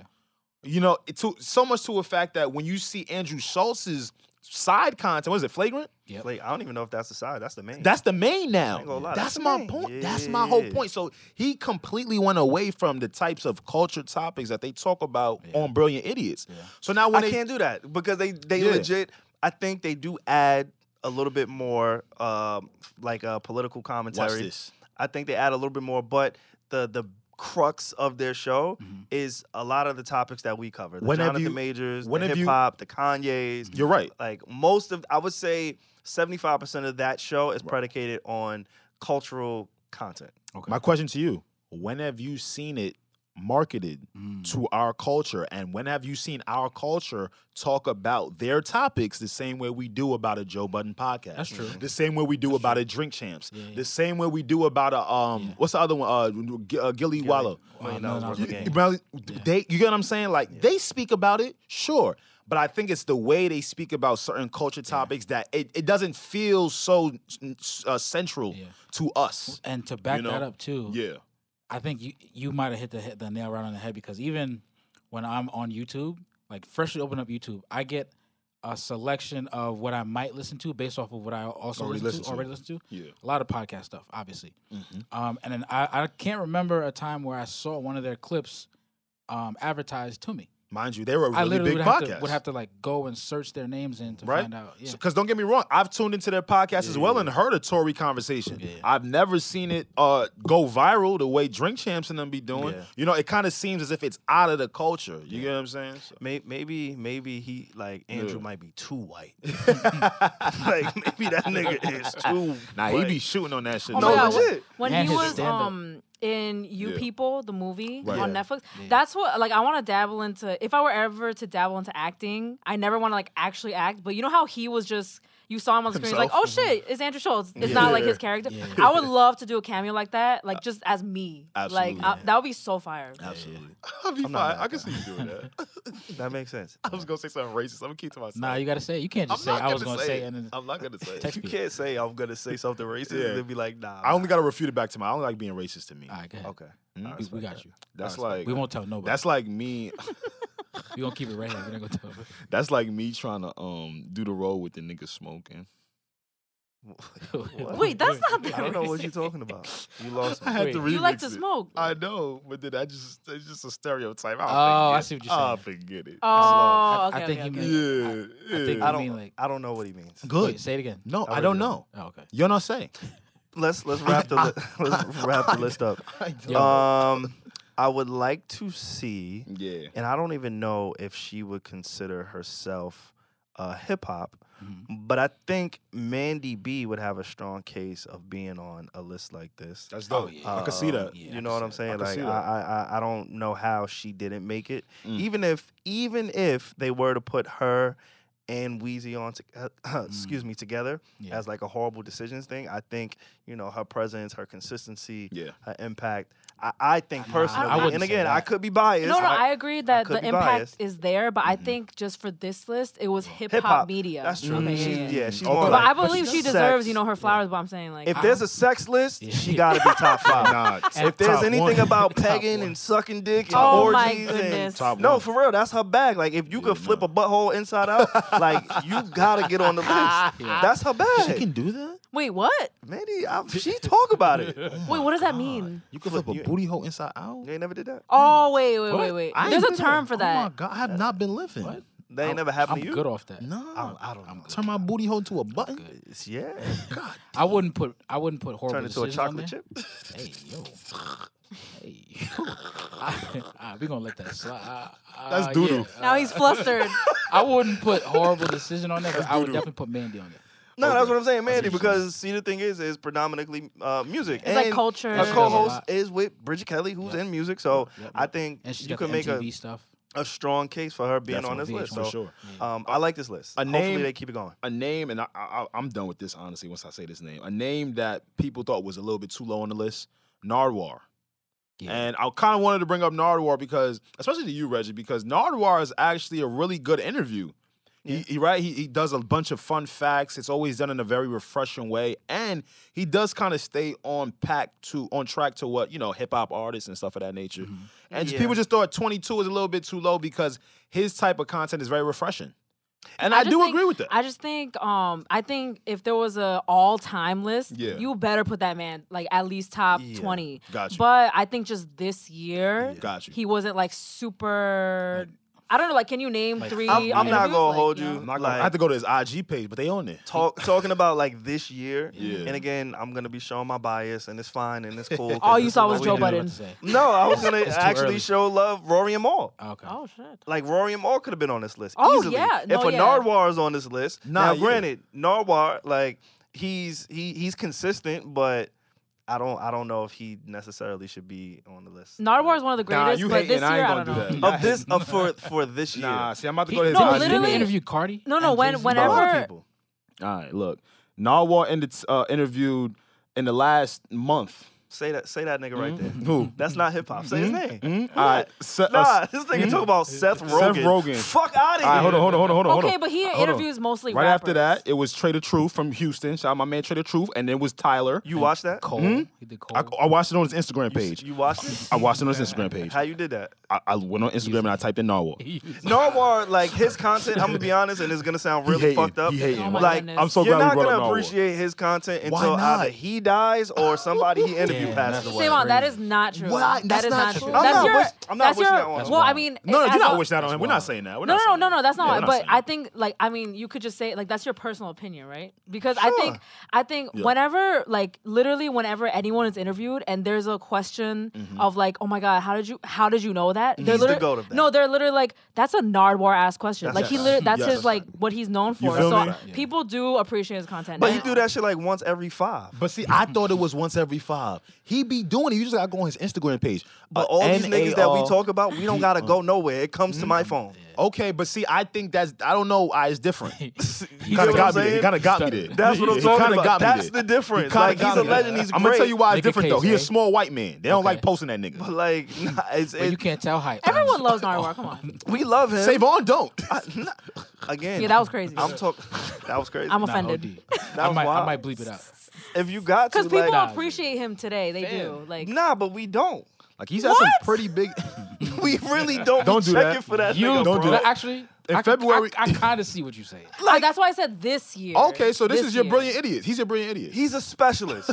Speaker 2: You know, it to so much to a fact that when you see Andrew Schultz's side content, what is it, flagrant?
Speaker 3: Yep.
Speaker 1: Like, I don't even know if that's the side. That's the main.
Speaker 2: That's the main
Speaker 1: ain't gonna
Speaker 2: now.
Speaker 1: lie, that's
Speaker 2: That's
Speaker 1: the
Speaker 2: my
Speaker 1: main.
Speaker 2: point. That's my whole
Speaker 1: Yeah.
Speaker 2: point. So he completely went away from the types of culture topics that they talk about
Speaker 3: Yeah.
Speaker 2: on Brilliant Idiots.
Speaker 3: Yeah.
Speaker 2: So now
Speaker 1: I
Speaker 2: when they
Speaker 1: can't do that because they they
Speaker 2: Yeah.
Speaker 1: legit. I think they do add a little bit more, um, like uh, political
Speaker 2: watch
Speaker 1: commentary.
Speaker 2: this,
Speaker 1: I think they add a little bit more, but the the crux of their show is a lot of the topics that we cover. The
Speaker 2: When have
Speaker 1: Jonathan
Speaker 2: Mm-hmm. you-
Speaker 1: Majors, the
Speaker 2: when have you-
Speaker 1: hip hop, the Kanyes.
Speaker 2: you're right.
Speaker 1: Like most of, I would say, seventy five percent of that show is predicated on cultural content.
Speaker 3: okay.
Speaker 2: My question to you: When have you seen it marketed
Speaker 3: Mm.
Speaker 2: to our culture, and when have you seen our culture talk about their topics the same way we do about a Joe Budden podcast?
Speaker 3: That's true.
Speaker 2: The same way we do about a Drink Champs.
Speaker 3: Yeah, yeah.
Speaker 2: The same way we do about a um,
Speaker 3: Yeah.
Speaker 2: what's the other one? Uh, G- uh Gilly, Wallow.
Speaker 1: Million
Speaker 3: no,
Speaker 1: dollars
Speaker 3: Uh, no,
Speaker 1: worth
Speaker 3: you-
Speaker 1: of game.
Speaker 2: You barely- They, you get what I'm saying? Like they speak about it, sure, but I think it's the way they speak about certain culture topics that it, it doesn't feel so uh, central
Speaker 3: Yeah.
Speaker 2: to us.
Speaker 3: and to back
Speaker 2: you know?
Speaker 3: that up too,
Speaker 2: Yeah.
Speaker 3: I think you you might have hit the he- the nail right on the head because even when I'm on YouTube, like freshly open up YouTube, I get a selection of what I might listen to based off of what I also
Speaker 2: Already
Speaker 3: listen,
Speaker 2: listened
Speaker 3: to,
Speaker 2: to.
Speaker 3: already listen to.
Speaker 2: Yeah.
Speaker 3: A lot of podcast stuff, obviously. Um, and then I, I can't remember a time where I saw one of their clips um, advertised to me.
Speaker 2: Mind you, they were a
Speaker 3: I
Speaker 2: really
Speaker 3: literally
Speaker 2: big
Speaker 3: would
Speaker 2: podcast.
Speaker 3: have, to, would have to like go and search their names in to
Speaker 2: right?
Speaker 3: find out. Yeah.
Speaker 2: Because don't get me wrong, I've tuned into their podcast as well and heard a Tory conversation.
Speaker 3: Yeah.
Speaker 2: I've never seen it uh, go viral the way Drink Champs and them be doing.
Speaker 1: Yeah.
Speaker 2: You know, it kind of seems as if it's out of the culture. You get what I'm saying? So-
Speaker 1: May- Maybe, maybe he like Andrew
Speaker 2: Yeah.
Speaker 1: might be too white. like maybe that nigga is too.
Speaker 2: Nah,
Speaker 1: white.
Speaker 2: he be shooting on that shit.
Speaker 4: Oh
Speaker 1: No,
Speaker 4: my God,
Speaker 1: legit.
Speaker 4: When
Speaker 3: Man,
Speaker 4: he
Speaker 3: his
Speaker 4: was
Speaker 3: stand-up.
Speaker 4: um in You
Speaker 2: Yeah.
Speaker 4: People, the movie
Speaker 2: Right.
Speaker 4: on
Speaker 1: Yeah.
Speaker 4: Netflix. That's what like I want to dabble into. If I were ever to dabble into acting, I never want to like actually act. But you know how he was just. You saw him on the screen, he's like, "Oh
Speaker 2: Himself?
Speaker 4: shit, it's Andrew Schultz." It's not like his character. I would love to do a cameo like that, like just as me.
Speaker 2: Absolutely.
Speaker 4: Like I, that would be so fire.
Speaker 2: Absolutely.
Speaker 6: I'll be
Speaker 1: I'm not
Speaker 6: fine.
Speaker 1: mad
Speaker 6: I
Speaker 1: at
Speaker 6: can see you doing that.
Speaker 1: That makes sense.
Speaker 6: I was gonna say something racist. I'm gonna keep to myself.
Speaker 3: Nah, you gotta say it. You can't
Speaker 6: I'm
Speaker 3: just
Speaker 6: not
Speaker 3: say I was
Speaker 6: gonna
Speaker 3: gonna say, and then
Speaker 6: I'm not gonna say. it.
Speaker 3: text
Speaker 1: You
Speaker 3: me.
Speaker 1: can't say I'm gonna say something racist
Speaker 2: Yeah.
Speaker 1: and then be like, nah.
Speaker 2: I only got to refute it back to my. I don't like being racist to me.
Speaker 3: All right, go ahead.
Speaker 1: okay.
Speaker 2: Mm.
Speaker 1: I
Speaker 3: We, we
Speaker 1: respect
Speaker 3: got
Speaker 1: that.
Speaker 3: you.
Speaker 2: That's
Speaker 6: I respect
Speaker 2: like
Speaker 3: We won't tell nobody.
Speaker 2: that's like me.
Speaker 3: we gonna keep it right here. We're not gonna tell.
Speaker 2: That's like me trying to um do the role with the nigga smoking.
Speaker 3: What?
Speaker 4: Wait, that's not. The
Speaker 1: I don't know what you're talking about. You lost
Speaker 6: I
Speaker 1: me.
Speaker 6: had to
Speaker 3: Wait.
Speaker 4: You like
Speaker 6: remix
Speaker 4: to
Speaker 6: it.
Speaker 4: smoke.
Speaker 6: I know, but then I just it's just a stereotype. I'll
Speaker 3: Oh,
Speaker 6: forget.
Speaker 3: I see what you're
Speaker 6: I'll
Speaker 3: saying.
Speaker 6: forget it.
Speaker 4: Oh,
Speaker 3: I- I
Speaker 4: okay,
Speaker 3: think
Speaker 4: okay,
Speaker 3: he
Speaker 4: okay.
Speaker 3: meant-
Speaker 6: yeah, yeah.
Speaker 3: I think
Speaker 1: I
Speaker 3: you mean
Speaker 1: don't.
Speaker 3: like
Speaker 1: I don't know what he means.
Speaker 2: Good.
Speaker 3: Wait, say it again.
Speaker 2: no, I,
Speaker 1: really don't.
Speaker 2: don't know.
Speaker 3: Oh, okay.
Speaker 2: You're not saying.
Speaker 1: Let's let's wrap the li- let's wrap the list up.
Speaker 4: Uh,
Speaker 1: Um, I would like to see,
Speaker 2: Yeah.
Speaker 1: and I don't even know if she would consider herself uh, hip hop,
Speaker 3: Mm-hmm.
Speaker 1: but I think Mandy B would have a strong case of being on a list like this.
Speaker 2: That's
Speaker 3: Oh,
Speaker 2: dope.
Speaker 3: yeah.
Speaker 2: I can see
Speaker 1: Um,
Speaker 2: that.
Speaker 3: Yeah, I
Speaker 1: you
Speaker 3: can
Speaker 1: know what
Speaker 3: see
Speaker 1: I'm
Speaker 3: that.
Speaker 1: saying?
Speaker 2: I can
Speaker 1: like
Speaker 2: see
Speaker 1: I,
Speaker 2: that.
Speaker 1: I I- I don't know how she didn't make it.
Speaker 2: Mm.
Speaker 1: Even if even if they were to put her and Wheezy on to, uh,
Speaker 2: Mm.
Speaker 1: excuse me together
Speaker 3: Yeah.
Speaker 1: as like a horrible decisions thing, I think you know her presence, her consistency,
Speaker 2: Yeah.
Speaker 1: her impact. I, I think
Speaker 3: Nah, I
Speaker 1: personally,
Speaker 4: wouldn't
Speaker 1: and
Speaker 3: say
Speaker 1: again, I
Speaker 3: that.
Speaker 1: could be biased.
Speaker 4: No, no, I, agree that
Speaker 1: could
Speaker 4: the
Speaker 1: be
Speaker 4: impact
Speaker 1: biased.
Speaker 4: is there, but I think just for this list, it was hip hop
Speaker 1: Hip-hop,
Speaker 4: media.
Speaker 1: That's true.
Speaker 4: Okay,
Speaker 1: She's,
Speaker 4: yeah, yeah.
Speaker 1: yeah, she's
Speaker 2: Mm. Okay.
Speaker 1: more
Speaker 4: But
Speaker 1: like-
Speaker 4: I believe she
Speaker 1: sex.
Speaker 4: deserves, you know, her flowers. But I'm saying, like,
Speaker 1: If there's a sex list, she got to be top five.
Speaker 2: Nah,
Speaker 3: And-
Speaker 1: If there's
Speaker 2: Top
Speaker 1: anything
Speaker 2: one.
Speaker 1: about
Speaker 3: Top
Speaker 1: pegging
Speaker 3: one.
Speaker 1: and sucking dick and
Speaker 4: oh my
Speaker 1: orgies and
Speaker 4: goodness,
Speaker 2: Top
Speaker 1: No,
Speaker 2: one.
Speaker 1: for real, that's her bag. Like if you could flip a butthole inside out, like you gotta get on the list. That's her bag.
Speaker 2: she can do that.
Speaker 4: wait, what?
Speaker 1: Mandy, I, she talk about it. You
Speaker 4: Wait, what does that mean?
Speaker 2: You can flip a
Speaker 1: you-
Speaker 2: booty hole inside out.
Speaker 1: ain't never did that.
Speaker 4: Oh, wait, wait, wait,
Speaker 3: What?
Speaker 4: wait.
Speaker 2: I ain't
Speaker 4: There's a
Speaker 2: did
Speaker 4: term for
Speaker 2: Oh my
Speaker 4: that.
Speaker 2: god, I have not been living.
Speaker 3: What?
Speaker 1: That ain't never happened
Speaker 3: I'm
Speaker 1: to you.
Speaker 3: good off that.
Speaker 2: No,
Speaker 1: I don't know.
Speaker 2: Turn my booty hole to a button.
Speaker 1: It's- Yeah,
Speaker 3: I wouldn't put. I wouldn't put horrible
Speaker 1: turn into a
Speaker 3: decisions on
Speaker 1: chocolate
Speaker 3: there.
Speaker 1: chip.
Speaker 3: Hey yo. Hey, I, we gonna let that slide. Uh,
Speaker 2: That's
Speaker 3: uh,
Speaker 2: doodoo.
Speaker 3: yeah,
Speaker 4: Now
Speaker 3: uh,
Speaker 4: he's flustered.
Speaker 3: I wouldn't put horrible decision on there, but I would definitely put Mandy on there.
Speaker 1: No, that's what I'm saying, Mandy. Because see, the thing is, is predominantly uh, music.
Speaker 4: It's like culture.
Speaker 1: Her
Speaker 4: She does a
Speaker 1: co-host
Speaker 3: lot.
Speaker 1: is with Bridget Kelly, who's
Speaker 3: Yep.
Speaker 1: in music. So
Speaker 3: Yep, yep,
Speaker 1: I
Speaker 3: yep.
Speaker 1: think
Speaker 3: And she
Speaker 1: you
Speaker 3: got
Speaker 1: can
Speaker 3: the
Speaker 1: make
Speaker 3: MTV
Speaker 1: a,
Speaker 3: stuff.
Speaker 1: a strong case for her being on this
Speaker 2: Definitely,
Speaker 1: list.
Speaker 2: for
Speaker 1: So
Speaker 2: sure.
Speaker 1: um, I like this list.
Speaker 2: A
Speaker 1: Hopefully
Speaker 2: name-
Speaker 1: they keep it going.
Speaker 2: a name, and I, I, I'm done with this honestly. Once I say this name, a name that people thought was a little bit too low on the list, Nardwar.
Speaker 3: Yeah.
Speaker 2: And I kind of wanted to bring up Nardwar because, especially to you, Reggie, because Nardwar is actually a really good interview. He, he right, he, he does a bunch of fun facts. It's always done in a very refreshing way, and he does kind of stay on pack to on track to what you know hip hop artists and stuff of that nature.
Speaker 4: Mm-hmm.
Speaker 2: And just,
Speaker 1: Yeah.
Speaker 2: people just thought 22 was a little bit too low because his type of content is very refreshing, and I,
Speaker 4: just
Speaker 2: do
Speaker 4: think-
Speaker 2: agree with that.
Speaker 4: I just think, um, I think if there was a all time list,
Speaker 2: Yeah.
Speaker 4: you better put that man like at least top
Speaker 1: Yeah.
Speaker 4: twenty.
Speaker 2: Got you.
Speaker 4: But I think just this year,
Speaker 2: Got you.
Speaker 4: he wasn't like super. I don't know. Like, can you name three?
Speaker 1: I'm, I'm not
Speaker 4: interviews?
Speaker 1: gonna
Speaker 4: Like,
Speaker 1: hold
Speaker 4: know?
Speaker 1: you.
Speaker 2: I'm not gonna-
Speaker 1: like-
Speaker 2: I have to go to his IG page, but they own it.
Speaker 1: talk, talking about like this year.
Speaker 2: Yeah.
Speaker 1: And again, I'm gonna be showing my bias, and it's fine, and it's cool. 'cause
Speaker 4: All you
Speaker 1: this
Speaker 4: saw
Speaker 1: is
Speaker 4: was
Speaker 1: what
Speaker 4: Joe
Speaker 1: we
Speaker 3: What
Speaker 1: do.
Speaker 3: you
Speaker 4: Budden.
Speaker 3: about to say?
Speaker 1: No, I was gonna
Speaker 3: It's too
Speaker 1: actually
Speaker 3: early.
Speaker 1: show love Rory and Maul.
Speaker 3: Okay.
Speaker 4: Oh shit.
Speaker 1: Like Rory and Maul could have been on this list.
Speaker 4: Oh,
Speaker 1: easily.
Speaker 4: yeah. No,
Speaker 1: if a
Speaker 4: yeah.
Speaker 1: Nardwar is on this list,
Speaker 2: Nah,
Speaker 1: now
Speaker 2: yeah.
Speaker 1: granted, Nardwar like he's he he's consistent, but I don't I don't know if he necessarily should be on the list
Speaker 4: Nardwar is one of the
Speaker 2: Nah,
Speaker 4: greatest,
Speaker 2: you
Speaker 4: but
Speaker 2: hating.
Speaker 4: this
Speaker 2: I ain't
Speaker 4: year I
Speaker 2: gonna
Speaker 4: don't
Speaker 2: do
Speaker 4: know.
Speaker 2: that.
Speaker 1: of this of for for this year.
Speaker 2: Nah, see, I'm about to
Speaker 3: He,
Speaker 2: go to his
Speaker 4: no,
Speaker 2: IG.
Speaker 4: literally-
Speaker 3: interview Cardi.
Speaker 4: No, no,
Speaker 3: and
Speaker 4: when-
Speaker 3: Jay-Z.
Speaker 1: A lot of
Speaker 4: whenever-
Speaker 1: people.
Speaker 2: All right, look, Narwhal ended, uh, interviewed in the last month.
Speaker 1: Say that say that nigga right there.
Speaker 2: Who? Hmm?
Speaker 1: That's not hip hop. Say his
Speaker 2: Mm-hmm.
Speaker 1: name.
Speaker 2: All right, Se- uh,
Speaker 1: Nah,
Speaker 2: s-
Speaker 1: this nigga talk about Seth Rogen.
Speaker 2: Seth Rogen.
Speaker 1: Fuck out of
Speaker 2: all right,
Speaker 1: here.
Speaker 2: hold on, hold on, hold on, hold on. hold
Speaker 4: Okay,
Speaker 2: on.
Speaker 4: but he
Speaker 2: Hold on.
Speaker 4: interviews mostly
Speaker 2: Right after
Speaker 4: rappers.
Speaker 2: that, it was Trader Truth from Houston. Shout out my man Trader Truth, and it was Tyler.
Speaker 1: You watched that?
Speaker 3: Cole. He did Cole.
Speaker 2: Hmm? I, I watched it on his Instagram page.
Speaker 1: You watched it?
Speaker 2: I watched it on his Instagram page.
Speaker 1: How you did that?
Speaker 2: I, I went on Instagram and I typed in Narwhal.
Speaker 1: Narwhal, like his content, I'm gonna be honest, and it's gonna sound
Speaker 2: He
Speaker 1: really
Speaker 2: hating.
Speaker 1: fucked up.
Speaker 2: He hating.
Speaker 4: Oh my
Speaker 1: like
Speaker 4: goodness.
Speaker 2: I'm so
Speaker 1: you're
Speaker 2: glad
Speaker 1: not
Speaker 2: we brought
Speaker 1: gonna
Speaker 2: up Narwhal.
Speaker 1: appreciate his content
Speaker 2: Why
Speaker 1: until
Speaker 2: not?
Speaker 1: either he dies or somebody he interviewed
Speaker 3: Damn,
Speaker 1: passes
Speaker 3: that's
Speaker 1: away.
Speaker 4: Savon, that is not true.
Speaker 2: What?
Speaker 4: that
Speaker 2: That's
Speaker 4: is
Speaker 2: not
Speaker 4: not
Speaker 2: true.
Speaker 4: true.
Speaker 2: I'm
Speaker 4: that's
Speaker 2: not
Speaker 4: your,
Speaker 1: wish- I'm not
Speaker 4: that's
Speaker 1: wishing
Speaker 4: your,
Speaker 1: that on him.
Speaker 4: Well, I mean,
Speaker 2: No, no,
Speaker 4: as
Speaker 2: you're not
Speaker 4: a-
Speaker 2: wishing that on him. We're not
Speaker 3: wild.
Speaker 2: saying that. We're
Speaker 4: No,
Speaker 2: not
Speaker 4: no,
Speaker 2: saying
Speaker 4: no,
Speaker 2: that.
Speaker 4: no, that's not.
Speaker 2: Yeah,
Speaker 4: why.
Speaker 2: we're
Speaker 4: but
Speaker 2: saying
Speaker 4: I
Speaker 2: that.
Speaker 4: think, like, I mean, you could just say, like, that's your personal opinion, right? Because I think,
Speaker 1: Sure.
Speaker 4: I think, whenever, like, literally, whenever anyone is interviewed and there's a question
Speaker 2: Mm-hmm.
Speaker 4: of, like, oh my god, how did you, how did you know that? They're
Speaker 1: He's the
Speaker 4: literally-
Speaker 1: goat of that.
Speaker 4: No, they're literally like, that's a Nardwar ass question. like, he
Speaker 2: Yes.
Speaker 4: literally, that's
Speaker 2: Yes.
Speaker 4: his, like, what he's known for.
Speaker 2: feel
Speaker 4: So
Speaker 2: me?
Speaker 4: people do appreciate his content.
Speaker 1: But
Speaker 4: now.
Speaker 1: he do that shit like once every five.
Speaker 2: But see, I thought it was once every five. He be doing it. You just gotta go on his Instagram page.
Speaker 1: But
Speaker 2: Uh,
Speaker 1: all these niggas that we
Speaker 2: NAR
Speaker 1: talk about, we don't gotta go nowhere. It comes to
Speaker 2: Mm.
Speaker 1: my phone.
Speaker 2: Okay, but see, I think that's I don't know. I, it's different. He
Speaker 1: You
Speaker 2: kind
Speaker 1: know
Speaker 2: of
Speaker 1: what I'm
Speaker 2: got me. There. He
Speaker 1: saying?
Speaker 2: kind of got me there.
Speaker 1: That's what I'm
Speaker 2: He
Speaker 1: talking
Speaker 2: kinda
Speaker 1: about.
Speaker 2: got me
Speaker 1: That's
Speaker 2: there.
Speaker 1: the difference.
Speaker 2: He kinda
Speaker 1: like he's
Speaker 2: got
Speaker 1: a
Speaker 2: me
Speaker 1: legend.
Speaker 2: there.
Speaker 1: He's great.
Speaker 2: I'm gonna tell you why it's
Speaker 3: Make a
Speaker 2: different though.
Speaker 3: case,
Speaker 2: He's a
Speaker 3: eh?
Speaker 2: small white man. They don't like
Speaker 3: Okay.
Speaker 2: posting that nigga.
Speaker 1: Like nah, it's,
Speaker 3: But you
Speaker 1: it,
Speaker 3: can't tell hype.
Speaker 4: Everyone loves Narwhal. Come on.
Speaker 1: we love him.
Speaker 2: Save on, don't.
Speaker 1: I- nah, again.
Speaker 4: Yeah, that was crazy.
Speaker 1: I'm talking. That was crazy.
Speaker 4: I'm
Speaker 3: Nah,
Speaker 4: offended.
Speaker 3: OD.
Speaker 1: That
Speaker 3: I
Speaker 1: was
Speaker 3: might, I
Speaker 1: wild.
Speaker 3: might bleep it out.
Speaker 1: if you got to,
Speaker 4: Because people
Speaker 1: like,
Speaker 4: appreciate him today. They do. Like,
Speaker 1: nah, but we don't.
Speaker 2: Like he's had some pretty big.
Speaker 1: We really don't.
Speaker 2: Don't
Speaker 1: be
Speaker 2: do
Speaker 1: checking
Speaker 2: that.
Speaker 1: for that.
Speaker 3: You
Speaker 1: nigga,
Speaker 2: don't do
Speaker 1: bro.
Speaker 2: that.
Speaker 3: Actually,
Speaker 2: In
Speaker 3: I,
Speaker 2: February-
Speaker 3: I, kind of see what you say.
Speaker 4: like, uh, that's why I said this year.
Speaker 2: okay, so this, is your
Speaker 4: year.
Speaker 2: brilliant idiot. He's your brilliant idiot.
Speaker 1: He's a specialist.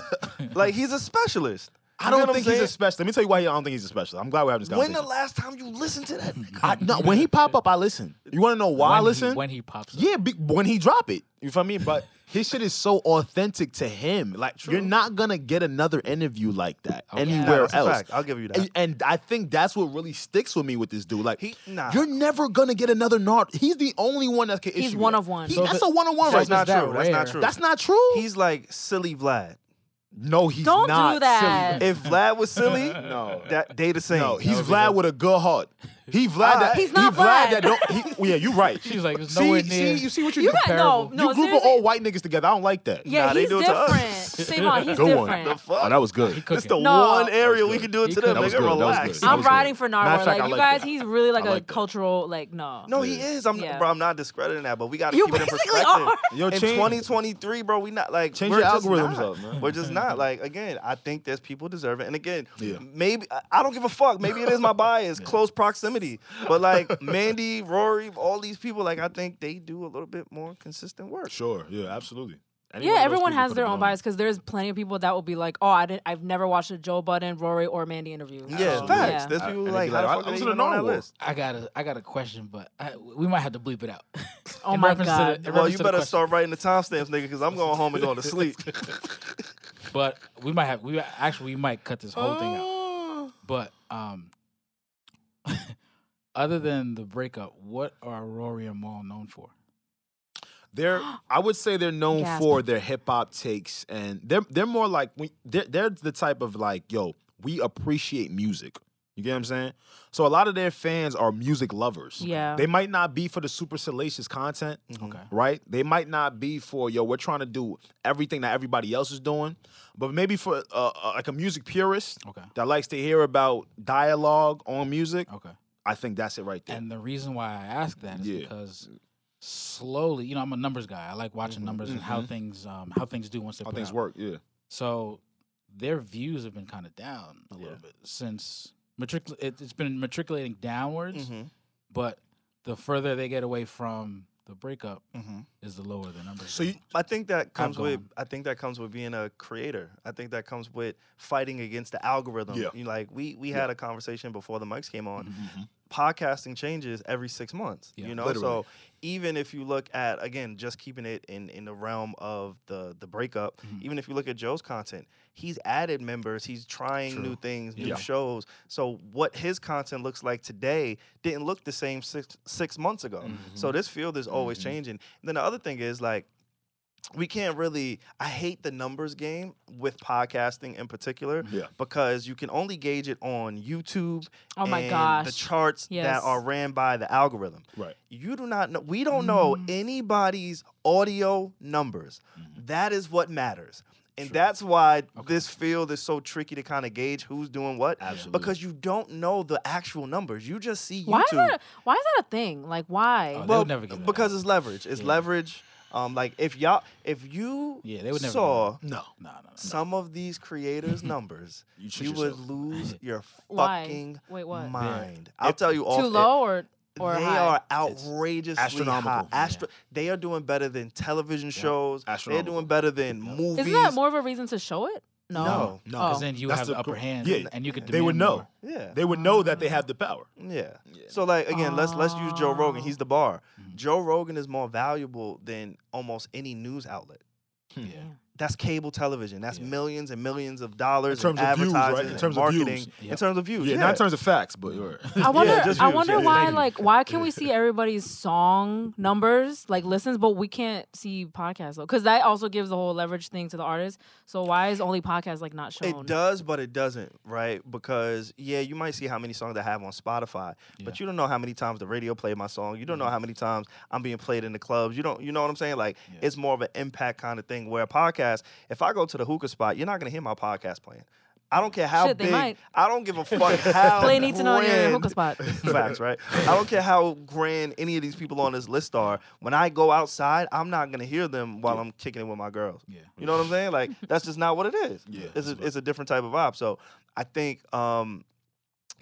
Speaker 1: like he's a specialist.
Speaker 2: I
Speaker 1: You
Speaker 2: don't
Speaker 1: get what
Speaker 2: think
Speaker 1: I'm
Speaker 2: he's
Speaker 1: saying?
Speaker 2: a special. Let me tell you why he- I don't think he's a special. I'm glad we're having this
Speaker 1: When
Speaker 2: conversation.
Speaker 1: the last time you listened to that? nigga?
Speaker 2: I, no, when he pop up, I listen. You want to know why
Speaker 3: when
Speaker 2: I listen?
Speaker 3: He, when he pops up.
Speaker 2: yeah, be, when he drop it, you feel me? But his shit is so authentic to him. Like you're not gonna get another interview like that anywhere
Speaker 1: That's a
Speaker 2: else.
Speaker 1: fact. I'll give you that.
Speaker 2: And, and I think that's what really sticks with me with this dude. Like
Speaker 1: He- nah.
Speaker 2: you're never gonna get another Nard. He's the only one that can.
Speaker 4: He's
Speaker 2: issue
Speaker 4: one
Speaker 2: that.
Speaker 4: of one.
Speaker 2: He-
Speaker 4: So
Speaker 2: that's
Speaker 3: the-
Speaker 2: a one on one
Speaker 1: That's
Speaker 2: right
Speaker 1: not
Speaker 2: now.
Speaker 3: that
Speaker 1: true. That's not
Speaker 3: rare.
Speaker 1: true.
Speaker 2: That's not true.
Speaker 1: He's like silly Vlad.
Speaker 2: no, he's
Speaker 4: Don't do
Speaker 2: not.
Speaker 4: that.
Speaker 2: silly.
Speaker 1: If Vlad was silly, no, that they the same.
Speaker 2: No, he's Vlad with a good heart. He Vlad
Speaker 1: right.
Speaker 2: that
Speaker 4: He's
Speaker 2: he
Speaker 4: not
Speaker 2: Vlad.
Speaker 4: Vlad.
Speaker 2: that don't. He, well, yeah, you're right.
Speaker 3: She's like, it's
Speaker 2: see,
Speaker 3: nowhere
Speaker 2: see,
Speaker 3: near.
Speaker 2: you see what you
Speaker 4: You
Speaker 2: did?
Speaker 4: got no, no.
Speaker 2: you group of
Speaker 4: seriously.
Speaker 2: all white niggas together. I don't like that.
Speaker 4: Yeah,
Speaker 1: Nah, they
Speaker 4: he's
Speaker 1: do it to us.
Speaker 4: different. Savon, he's
Speaker 2: Good one.
Speaker 4: different.
Speaker 1: the fuck.
Speaker 2: Oh, that was good.
Speaker 1: That's the
Speaker 4: No.
Speaker 1: one area we can do it
Speaker 3: He
Speaker 1: to them.
Speaker 3: cooked. That was
Speaker 1: Nigga,
Speaker 2: good. That was
Speaker 1: relax.
Speaker 2: good.
Speaker 4: I'm
Speaker 2: was good.
Speaker 4: riding for
Speaker 2: Matter
Speaker 4: Narwhal.
Speaker 2: of
Speaker 4: Like,
Speaker 2: fact, I
Speaker 4: you
Speaker 2: like
Speaker 4: guys,
Speaker 2: that.
Speaker 4: he's really like
Speaker 2: I
Speaker 4: a
Speaker 2: like that.
Speaker 4: cultural, like, no.
Speaker 1: No, he is. I'm,
Speaker 4: Yeah.
Speaker 1: bro. I'm not discrediting that, but we got to
Speaker 4: You
Speaker 1: keep it in
Speaker 4: basically
Speaker 1: perspective.
Speaker 4: are.
Speaker 2: Yo,
Speaker 1: in
Speaker 2: change-
Speaker 1: 2023, bro, we not like
Speaker 2: Change
Speaker 1: we're
Speaker 2: your
Speaker 1: just
Speaker 2: algorithms
Speaker 1: not.
Speaker 2: up, man.
Speaker 1: We're just not like again. I think there's people deserve it, and again,
Speaker 2: Yeah.
Speaker 1: maybe I- I don't give a fuck. Maybe it is my bias, close proximity, but like Mandy, Rory, all these people, like I think they do a little bit more consistent work.
Speaker 2: Sure. Yeah. Absolutely. Any
Speaker 4: Yeah,
Speaker 2: one of those
Speaker 4: everyone
Speaker 2: people
Speaker 4: has
Speaker 2: could've
Speaker 4: their
Speaker 2: been
Speaker 4: own
Speaker 2: on
Speaker 4: bias because there's plenty of people that will be like, oh, I didn't, I've never watched a Joe Budden, Rory, or Mandy interview.
Speaker 1: Yeah,
Speaker 4: So,
Speaker 1: facts.
Speaker 4: yeah.
Speaker 1: There's people
Speaker 2: And
Speaker 1: who
Speaker 2: they
Speaker 1: like
Speaker 2: be
Speaker 1: how the fuck
Speaker 2: like, I- I
Speaker 1: are they
Speaker 2: was in
Speaker 1: even
Speaker 2: the
Speaker 1: on that
Speaker 2: Narwhal.
Speaker 1: list?
Speaker 3: I got a, I got a question, but I, we might have to bleep it out.
Speaker 4: Oh
Speaker 3: In
Speaker 4: my
Speaker 3: reference
Speaker 4: God.
Speaker 3: To the,
Speaker 1: Well,
Speaker 3: in reference
Speaker 1: you
Speaker 3: to the
Speaker 1: better
Speaker 3: question.
Speaker 1: start writing the timestamps, nigga, because I'm going home and going to sleep.
Speaker 3: But we might have. We actually we might cut this whole thing
Speaker 2: Oh.
Speaker 3: out. But um, other than the breakup, what are Rory and Maul known for?
Speaker 2: They're I would say they're known
Speaker 4: Gasp.
Speaker 2: for their hip hop takes and they're they're more like we they're, they're the type of like, yo, we appreciate music. You get what I'm saying? So a lot of their fans are music lovers.
Speaker 4: Yeah.
Speaker 2: They might not be for the super salacious content.
Speaker 3: Okay.
Speaker 2: Right? They might not be for, yo, we're trying to do everything that everybody else is doing, but maybe for uh, uh, like a music purist
Speaker 3: Okay.
Speaker 2: that likes to hear about dialogue on music.
Speaker 3: Okay.
Speaker 2: I think that's it right there.
Speaker 3: And the reason why I ask that is
Speaker 2: Yeah.
Speaker 3: because slowly, you know, I'm a numbers guy. I like watching numbers and how things um, how things do once they
Speaker 2: How
Speaker 3: put
Speaker 2: things
Speaker 3: out.
Speaker 2: work, yeah.
Speaker 3: So their views have been kind of down a little bit since matricul- it, it's been matriculating downwards,
Speaker 2: Mm-hmm.
Speaker 1: Mm-hmm.
Speaker 3: but the further they get away from the breakup is the lower the numbers.
Speaker 2: Mm-hmm. So
Speaker 3: go.
Speaker 2: you,
Speaker 1: I think that comes with
Speaker 3: gone.
Speaker 1: I think that comes with being a creator. I think that comes with fighting against the algorithm.
Speaker 2: Yeah.
Speaker 1: You like we we had a conversation before the mics came on.
Speaker 2: Mm-hmm.
Speaker 1: Podcasting changes every six months.
Speaker 3: Yeah,
Speaker 1: you know,
Speaker 2: literally.
Speaker 1: so even if you look at again, just keeping it in in the realm of the the breakup,
Speaker 2: Mm-hmm.
Speaker 1: even if you look at Joe's content, he's added members, he's trying new things, new
Speaker 2: Yeah.
Speaker 1: shows. So what his content looks like today didn't look the same six six months ago.
Speaker 2: Mm-hmm.
Speaker 1: So this field is always changing. And then the other thing is like we can't really i hate the numbers game with podcasting in particular
Speaker 2: Yeah.
Speaker 1: because you can only gauge it on youtube
Speaker 4: Oh my
Speaker 1: and the
Speaker 4: gosh.
Speaker 1: charts
Speaker 4: Yes.
Speaker 1: that are ran by the algorithm
Speaker 2: Right.
Speaker 1: you do not know we don't
Speaker 4: Mm-hmm.
Speaker 1: know anybody's audio numbers
Speaker 3: Mm-hmm.
Speaker 1: That is what matters and that's why this field is so tricky to kind of gauge who's doing what
Speaker 2: Absolutely.
Speaker 1: because you don't know the actual numbers you just see youtube
Speaker 4: Why is, that, why is that a thing? Like, why?
Speaker 3: Oh, they
Speaker 1: well,
Speaker 3: would never give that
Speaker 1: because
Speaker 3: out.
Speaker 1: it's leverage. It's leverage. Um, like if y'all, if you
Speaker 3: Yeah, they would never
Speaker 1: saw
Speaker 2: No.
Speaker 3: no, no, no.
Speaker 1: some of these creators' numbers,
Speaker 2: You
Speaker 1: you,
Speaker 2: shit
Speaker 1: would
Speaker 2: yourself.
Speaker 1: lose your
Speaker 4: Why?
Speaker 1: fucking
Speaker 4: Wait, what? Yeah.
Speaker 1: mind. I'll tell you all.
Speaker 4: Too low or, or
Speaker 1: they
Speaker 4: high?
Speaker 1: are outrageously
Speaker 2: astronomical.
Speaker 1: High. Astro- They are doing better than television shows. They're
Speaker 2: Astronomical.
Speaker 1: doing better than movies.
Speaker 4: Isn't that more of a reason to show it? No.
Speaker 1: No.
Speaker 2: No.
Speaker 4: Oh.
Speaker 3: Because then you
Speaker 2: That's
Speaker 3: have
Speaker 2: the
Speaker 3: the upper
Speaker 2: gr-
Speaker 3: hand,
Speaker 2: yeah.
Speaker 3: and you could.
Speaker 2: They would
Speaker 3: demand
Speaker 2: know.
Speaker 3: more.
Speaker 1: Yeah.
Speaker 2: They would know that they have the power.
Speaker 1: Yeah. So like again, let's let's use Joe Rogan.
Speaker 4: Oh.
Speaker 1: He's the
Speaker 2: Mm-hmm.
Speaker 1: bar. Joe Rogan is more valuable than almost any news outlet.
Speaker 2: Mm-hmm.
Speaker 3: Yeah.
Speaker 1: that's cable television. That's millions and millions of dollars in,
Speaker 2: terms of views,
Speaker 1: advertising,
Speaker 2: right? In
Speaker 1: and
Speaker 2: terms of views.
Speaker 1: marketing, in
Speaker 3: Yep.
Speaker 1: terms of views.
Speaker 2: Yeah, not in terms of facts, but you're right.
Speaker 4: I wonder.
Speaker 1: just
Speaker 4: I
Speaker 1: views,
Speaker 4: wonder
Speaker 1: yeah.
Speaker 4: why.
Speaker 1: Thank you.
Speaker 4: Like, why can we see everybody's song numbers, like listens, but we can't see podcasts though? Because that also gives the whole leverage thing to the artist. So why is only podcast like not shown?
Speaker 1: It does, but it doesn't, right? Because yeah, you might see how many songs I have on Spotify, but you don't know how many times the radio played my song. You don't
Speaker 4: Mm-hmm.
Speaker 1: know how many times I'm being played in the clubs. You don't, you know what I'm saying? Like it's more of an impact kind of thing. Where a podcast, if I go to the hookah spot, you're not gonna hear my podcast playing. I don't care how
Speaker 4: Shit, they
Speaker 1: big.
Speaker 4: might.
Speaker 1: I don't give a fuck how.
Speaker 4: Play need to know your
Speaker 1: grand-
Speaker 4: hookah spot.
Speaker 1: Facts, right? I don't care how grand any of these people on this list are. When I go outside, I'm not gonna hear them while I'm kicking it with my girls.
Speaker 3: Yeah.
Speaker 1: You know what I'm saying? Like that's just not what it is. Yeah. It's a, it's a different type of vibe. So I think um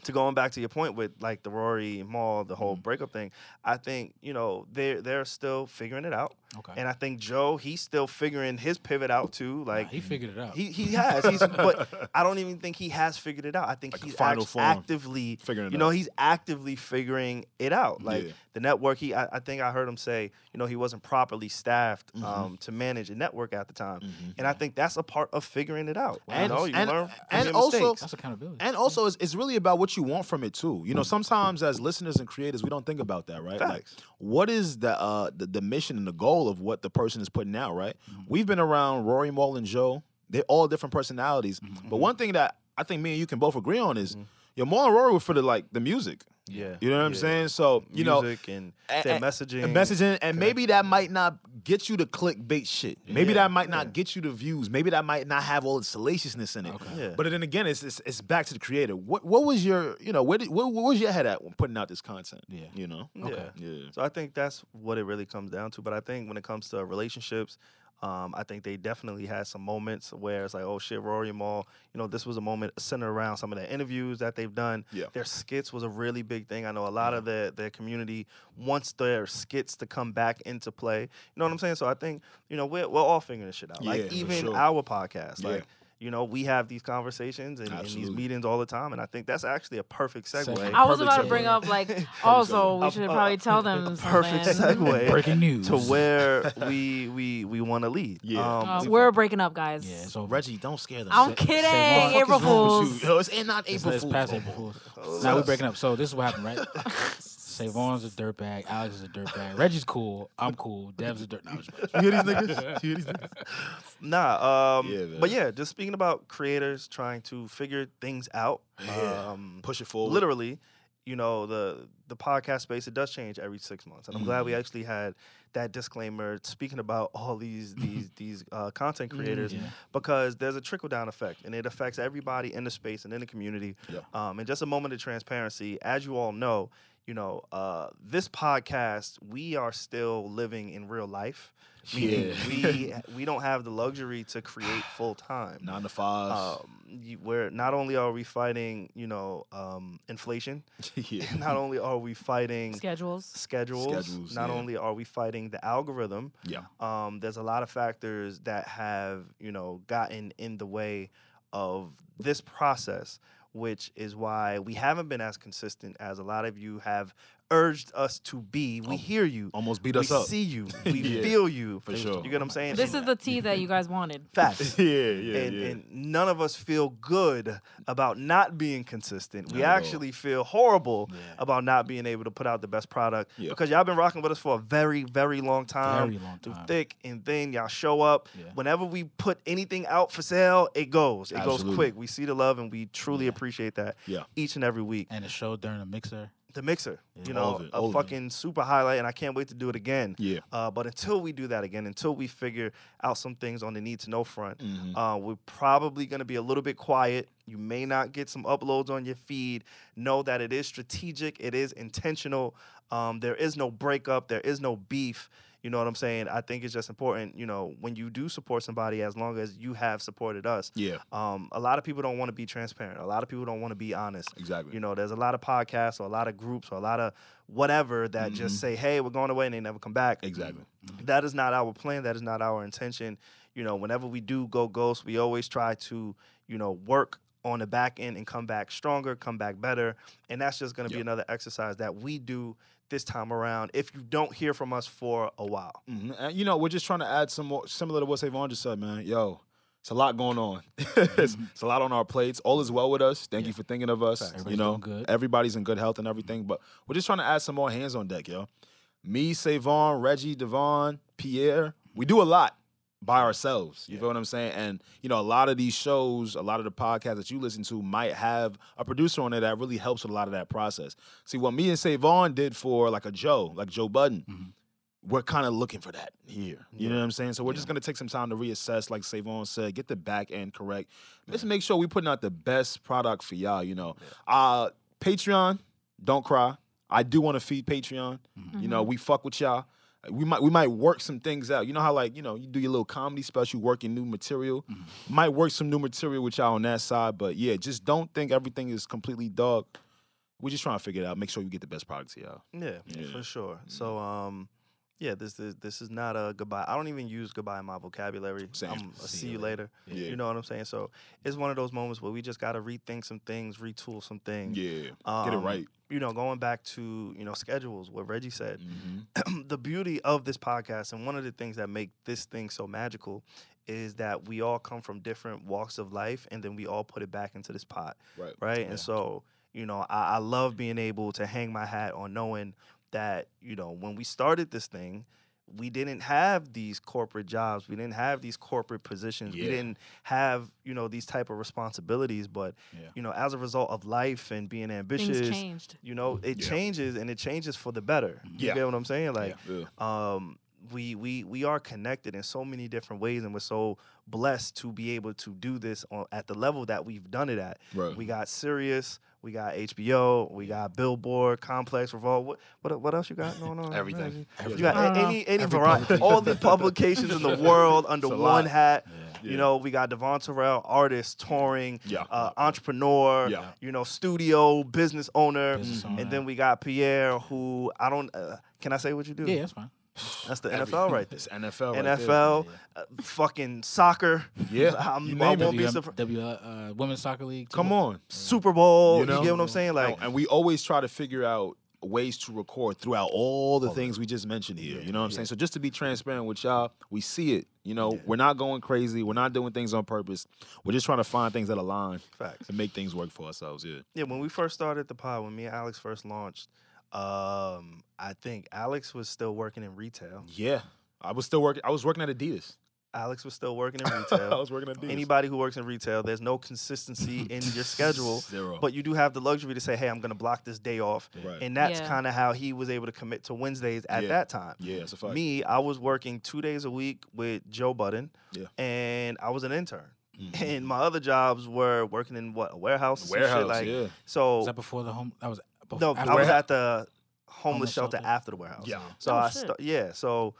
Speaker 1: to going back to your point with like the Rory Mall, the
Speaker 2: Mm-hmm.
Speaker 1: whole breakup thing, I think, you know, they're they're still figuring it out.
Speaker 3: Okay.
Speaker 1: And I think Joe, he's still figuring his pivot out too. Like
Speaker 3: he figured it out.
Speaker 1: he, he has. He's but I don't even think he has figured it out. I think
Speaker 2: Like a
Speaker 1: he's
Speaker 2: final
Speaker 1: act-
Speaker 2: form.
Speaker 1: actively
Speaker 2: Figuring it
Speaker 1: You know,
Speaker 2: out.
Speaker 1: he's actively figuring it out. Like
Speaker 2: Yeah.
Speaker 1: the network, he I, I think I heard him say, you know, he wasn't properly staffed
Speaker 2: Mm-hmm.
Speaker 1: um, to manage a network at the time, and I think that's a part of figuring it out.
Speaker 2: And-
Speaker 1: you know, you
Speaker 2: and-
Speaker 1: learn from
Speaker 2: and
Speaker 1: your
Speaker 2: also-
Speaker 1: mistakes.
Speaker 3: That's accountability.
Speaker 2: And also, it's, it's really about what you want from it too. You know, sometimes as listeners and creators, we don't think about that, right? Like,
Speaker 1: Facts.
Speaker 2: what is the, uh, the the mission and the goal of what the person is putting out, right?
Speaker 1: Mm-hmm.
Speaker 2: We've been around Rory Maul and Joe. They're all different personalities,
Speaker 1: Mm-hmm.
Speaker 2: but one thing that I think me and you can both agree on is, your Maul and Rory were for the like the music.
Speaker 1: Yeah,
Speaker 2: You know what I'm
Speaker 1: yeah.
Speaker 2: saying? So you know,
Speaker 1: music and their messaging,
Speaker 2: and messaging, and maybe that might not get you the clickbait shit. Maybe that might not get you the views. Maybe that might not have all the salaciousness in it.
Speaker 1: Yeah.
Speaker 2: But then again, it's, it's it's back to the creator. What what was your you know where did, where, where was your head at when putting out this content?
Speaker 3: Yeah.
Speaker 2: you know.
Speaker 1: Okay.
Speaker 2: Yeah.
Speaker 1: So I think that's what it really comes down to. But I think when it comes to relationships, um, I think they definitely had some moments where it's like, oh shit, Rory and Maul, you know, this was a moment centered around some of the interviews that they've done.
Speaker 2: Yeah. Mm-hmm.
Speaker 1: Their skits was a really big thing. I know a lot of their, their community wants their skits to come back into play. You know what I'm saying? So I think, you know, we're, we're all figuring this shit out.
Speaker 2: Yeah,
Speaker 1: like
Speaker 2: for
Speaker 1: even
Speaker 2: sure.
Speaker 1: our podcast,
Speaker 2: Yeah.
Speaker 1: like, you know, we have these conversations and, and these
Speaker 2: Absolutely.
Speaker 1: meetings all the time. And I think that's actually a perfect segue.
Speaker 3: Segue.
Speaker 4: I was
Speaker 2: Perfect
Speaker 4: about to
Speaker 2: segue.
Speaker 4: bring up like also we
Speaker 1: A-
Speaker 4: should
Speaker 1: a-
Speaker 4: probably tell them
Speaker 1: perfect
Speaker 4: something.
Speaker 1: segue
Speaker 3: Breaking news.
Speaker 1: to where we we we want to lead.
Speaker 2: Yeah.
Speaker 1: Um,
Speaker 4: Uh,
Speaker 1: we-
Speaker 4: we're breaking up, guys.
Speaker 3: yeah, it's over.
Speaker 2: Reggie, don't scare them.
Speaker 4: I'm
Speaker 2: Say-
Speaker 4: kidding.
Speaker 3: say what?
Speaker 4: April Fools.
Speaker 2: Yo, it's and not
Speaker 3: It's,
Speaker 2: April
Speaker 3: it's
Speaker 2: Fool's.
Speaker 3: past
Speaker 2: Oh,
Speaker 3: April Fools. Now we're breaking up. So this is what happened, right? Savon's a dirtbag. Alex is a dirtbag. Reggie's cool. I'm cool. Dev's a dirt. No, I'm just playing.
Speaker 2: You hear these niggas? You hear these niggas?
Speaker 1: nah. Um,
Speaker 2: Yeah,
Speaker 1: but
Speaker 2: man.
Speaker 1: yeah, just speaking about creators trying to figure things out.
Speaker 2: Yeah.
Speaker 1: Um,
Speaker 2: Push it forward.
Speaker 1: literally, you know the the podcast space it does change every six months, and I'm glad we
Speaker 2: Mm-hmm.
Speaker 1: actually had that disclaimer speaking about all these these these uh, content
Speaker 2: Mm,
Speaker 1: creators because there's a trickle down effect, and it affects everybody in the space and in the community.
Speaker 2: Yeah.
Speaker 1: Um, and just a moment of transparency, as you all know, you know, uh, this podcast, we are still living in real life. Meaning we we don't have the luxury to create full time.
Speaker 2: Nine to five.
Speaker 1: Um, you- where not only are we fighting, you know, um, inflation,
Speaker 2: yeah.
Speaker 1: not only are we fighting
Speaker 4: Schedules.
Speaker 1: schedules,
Speaker 2: Schedules,
Speaker 1: not
Speaker 2: yeah.
Speaker 1: only are we fighting the algorithm,
Speaker 2: Yeah.
Speaker 1: um, there's a lot of factors that have you know gotten in the way of this process which is why we haven't been as consistent as a lot of you have urged us to be we hear you
Speaker 2: Almost beat
Speaker 1: we
Speaker 2: Oh. us up.
Speaker 1: see you we
Speaker 2: Yeah.
Speaker 1: feel you
Speaker 2: For sure.
Speaker 1: you get what i'm saying
Speaker 4: This is the tea that you guys wanted.
Speaker 1: facts
Speaker 2: Yeah, yeah,
Speaker 1: and,
Speaker 2: yeah.
Speaker 1: and none of us feel good about not being consistent. We
Speaker 2: Not at all.
Speaker 1: actually feel horrible about not being able to put out the best product
Speaker 2: Yeah.
Speaker 1: because y'all been rocking with us for a very, very long time.
Speaker 3: Very long
Speaker 1: through
Speaker 2: Um,
Speaker 3: time.
Speaker 1: thick and thin, y'all show up.
Speaker 3: Yeah.
Speaker 1: Whenever we put anything out for sale, it goes. It goes
Speaker 2: Absolutely.
Speaker 1: quick. We see the love and we truly appreciate that
Speaker 2: Yeah.
Speaker 1: each and every week.
Speaker 3: And it showed during the mixer.
Speaker 1: The mixer, you know,
Speaker 2: All of it, all
Speaker 1: a
Speaker 2: of it.
Speaker 1: fucking super highlight, and I can't wait to do it again.
Speaker 2: Yeah.
Speaker 1: Uh, but until we do that again, until we figure out some things on the need to know front, uh, we're probably going to be a little bit quiet. You may not get some uploads on your feed. Know that it is strategic, it is intentional. Um, there is no breakup, there is no beef. You know what I'm saying? I think it's just important, you know, when you do support somebody, as long as you have supported us.
Speaker 2: Yeah.
Speaker 1: Um, a lot of people don't want to be transparent. A lot of people don't want to be honest.
Speaker 2: Exactly.
Speaker 1: You know, there's a lot of podcasts or a lot of groups or a lot of whatever that just say, "Hey, we're going away," and they never come back.
Speaker 2: Exactly.
Speaker 1: That is not our plan. That is not our intention. You know, whenever we do go ghost, we always try to, you know, work on the back end and come back stronger, come back better. And that's just going to be
Speaker 2: Yep.
Speaker 1: another exercise that we do this time around if you don't hear from us for a while.
Speaker 2: Mhm. And, you know, we're just trying to add some more similar to what Savon just said, man. Yo, it's a lot going on. it's, it's a lot on our plates. All is well with us. Thank you for thinking of us. You
Speaker 3: Everybody's
Speaker 2: know,
Speaker 3: doing good.
Speaker 2: everybody's in good health and everything. But we're just trying to add some more hands on deck, yo. Me, Savon, Reggie, Devon, Pierre. We do a lot by ourselves. You feel what I'm saying? And you know, a lot of these shows, a lot of the podcasts that you listen to might have a producer on there that really helps with a lot of that process. See, what me and Savon did for like a Joe, like Joe Budden,
Speaker 3: Mm-hmm.
Speaker 2: we're kind of looking for that here. You know what I'm saying? So we're just gonna take some time to reassess, like Savon said, get the back end correct. Let's make sure we're putting out the best product for y'all, you know. Uh Patreon, don't cry. I do want to feed Patreon.
Speaker 4: Mm-hmm.
Speaker 2: You know, we fuck with y'all. We might we might work some things out. You know how like, you know, you do your little comedy special, working new material. Might work some new material with y'all on that side, but yeah, just don't think everything is completely dog. We're just trying to figure it out. Make sure you get the best product to y'all.
Speaker 1: Yeah, for sure.
Speaker 2: Mm-hmm.
Speaker 1: So, um, yeah, this is this is not a goodbye. I don't even use goodbye in my vocabulary.
Speaker 2: Same.
Speaker 1: I'm a see you later. You know what I'm saying? So it's one of those moments where we just got to rethink some things, retool some things.
Speaker 2: Yeah.
Speaker 1: Um,
Speaker 2: get it right.
Speaker 1: You know, going back to you know schedules, what Reggie said.
Speaker 2: Mm-hmm.
Speaker 1: the beauty of this podcast, and one of the things that make this thing so magical, is that we all come from different walks of life, and then we all put it back into this pot,
Speaker 2: Right.
Speaker 1: right? And so, you know, I, I love being able to hang my hat on knowing that you know when we started this thing. We didn't have these corporate jobs. We didn't have these corporate positions. We
Speaker 2: Yeah.
Speaker 1: didn't have, you know, these type of responsibilities. But,
Speaker 2: Yeah.
Speaker 1: you know, as a result of life and being ambitious,
Speaker 4: Things changed.
Speaker 1: you know, it
Speaker 2: Yeah.
Speaker 1: changes and it changes for the better. You
Speaker 2: Yeah.
Speaker 1: get what I'm saying? Like,
Speaker 2: Like, yeah.
Speaker 1: um, we we we are connected in so many different ways, and we're so blessed to be able to do this on, at the level that we've done it at.
Speaker 2: Right.
Speaker 1: We got Sirius, we got HBO, we got Billboard, Complex, Revolt. What what, what else you got going on?
Speaker 6: Everything.
Speaker 1: You got
Speaker 4: I don't
Speaker 1: a-
Speaker 4: know.
Speaker 1: any any
Speaker 3: Every
Speaker 1: variety,
Speaker 3: publication.
Speaker 1: all the publications in the world under
Speaker 2: a
Speaker 1: one
Speaker 2: lot.
Speaker 1: hat.
Speaker 3: Yeah.
Speaker 1: You know, we got Devon Terrell, artist, touring,
Speaker 2: Yeah.
Speaker 1: uh, entrepreneur,
Speaker 2: Yeah.
Speaker 1: you know, studio, business owner,
Speaker 3: Business owner.
Speaker 1: and then we got Pierre, who I don't. Uh, can I say what you do?
Speaker 3: Yeah, that's fine.
Speaker 1: That's the NFL right there.
Speaker 2: It's NFL. right there.
Speaker 1: NFL, uh, fucking soccer.
Speaker 2: Yeah,
Speaker 1: I'm,
Speaker 2: you
Speaker 1: I
Speaker 2: name it.
Speaker 1: won't be
Speaker 3: WM
Speaker 1: surprised.
Speaker 3: W, uh, Women's Soccer League. too.
Speaker 2: Come on.
Speaker 1: Super Bowl.
Speaker 2: You
Speaker 1: You,
Speaker 2: know?
Speaker 1: get what I'm saying? Like,
Speaker 2: No, and we always try to figure out ways to record throughout all the things we just mentioned here. You know what I'm saying? So just to be transparent with y'all, we see it. You know, we're not going crazy. We're not doing things on purpose. We're just trying to find things that align
Speaker 1: Facts.
Speaker 2: and make things work for ourselves. Yeah.
Speaker 1: yeah, when we first started the pod, when me and Alex first launched, um, I think Alex was still working in retail.
Speaker 2: Yeah. I was still working. I was working at Adidas.
Speaker 1: Alex was still working in retail.
Speaker 2: working at Adidas.
Speaker 1: Anybody who works in retail, there's no consistency in your schedule,
Speaker 2: Zero.
Speaker 1: but you do have the luxury to say, "Hey, I'm going to block this day off,"
Speaker 2: Right.
Speaker 1: and that's
Speaker 4: Yeah.
Speaker 1: kind of how he was able to commit to Wednesdays at
Speaker 2: Yeah.
Speaker 1: that time.
Speaker 2: yeah, it's a fact.
Speaker 1: Me, I was working two days a week with Joe Budden,
Speaker 2: Yeah.
Speaker 1: and I was an intern.
Speaker 2: Mm-hmm.
Speaker 1: And my other jobs were working in what a warehouse, or some shit,
Speaker 2: Warehouse,
Speaker 1: like
Speaker 2: yeah.
Speaker 3: Was
Speaker 1: so.
Speaker 3: that before the home? That was before,
Speaker 1: No, I was at the homeless
Speaker 3: Homeless
Speaker 1: shelter
Speaker 3: shelter.
Speaker 1: after the warehouse.
Speaker 2: Yeah.
Speaker 1: So
Speaker 4: Oh,
Speaker 1: I
Speaker 4: shit.
Speaker 1: sta- yeah. So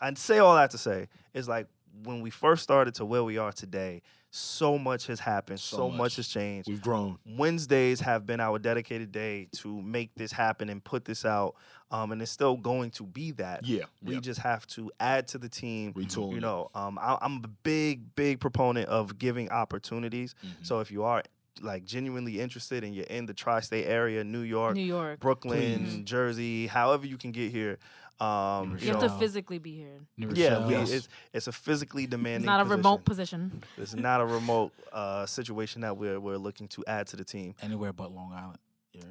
Speaker 1: I'd say all that to say is like when we first started to where we are today, so much has happened, so,
Speaker 2: So
Speaker 1: much.
Speaker 2: much.
Speaker 1: has changed.
Speaker 2: We've grown.
Speaker 1: Wednesdays have been our dedicated day to make this happen and put this out, um, and it's still going to be that.
Speaker 2: Yeah,
Speaker 1: we
Speaker 2: yeah.
Speaker 1: just have to add to the team.
Speaker 2: Retooling
Speaker 1: You
Speaker 2: it.
Speaker 1: know, um, I, I'm a big, big proponent of giving opportunities.
Speaker 2: Mm-hmm.
Speaker 1: So if you are like genuinely interested and you're in the tri-state area, New York,
Speaker 4: New York.
Speaker 1: Brooklyn, Jersey, however you can get here. Um, you
Speaker 4: You have
Speaker 1: know,
Speaker 4: to
Speaker 3: Rochelle.
Speaker 4: physically be here.
Speaker 3: New
Speaker 1: yeah,
Speaker 3: Rochelle.
Speaker 1: we,
Speaker 2: Yes.
Speaker 1: it's it's a physically demanding.
Speaker 4: It's not a
Speaker 1: position.
Speaker 4: remote position.
Speaker 1: It's not a remote uh, situation that we're we're looking to add to the team.
Speaker 3: anywhere but Long Island. Yeah.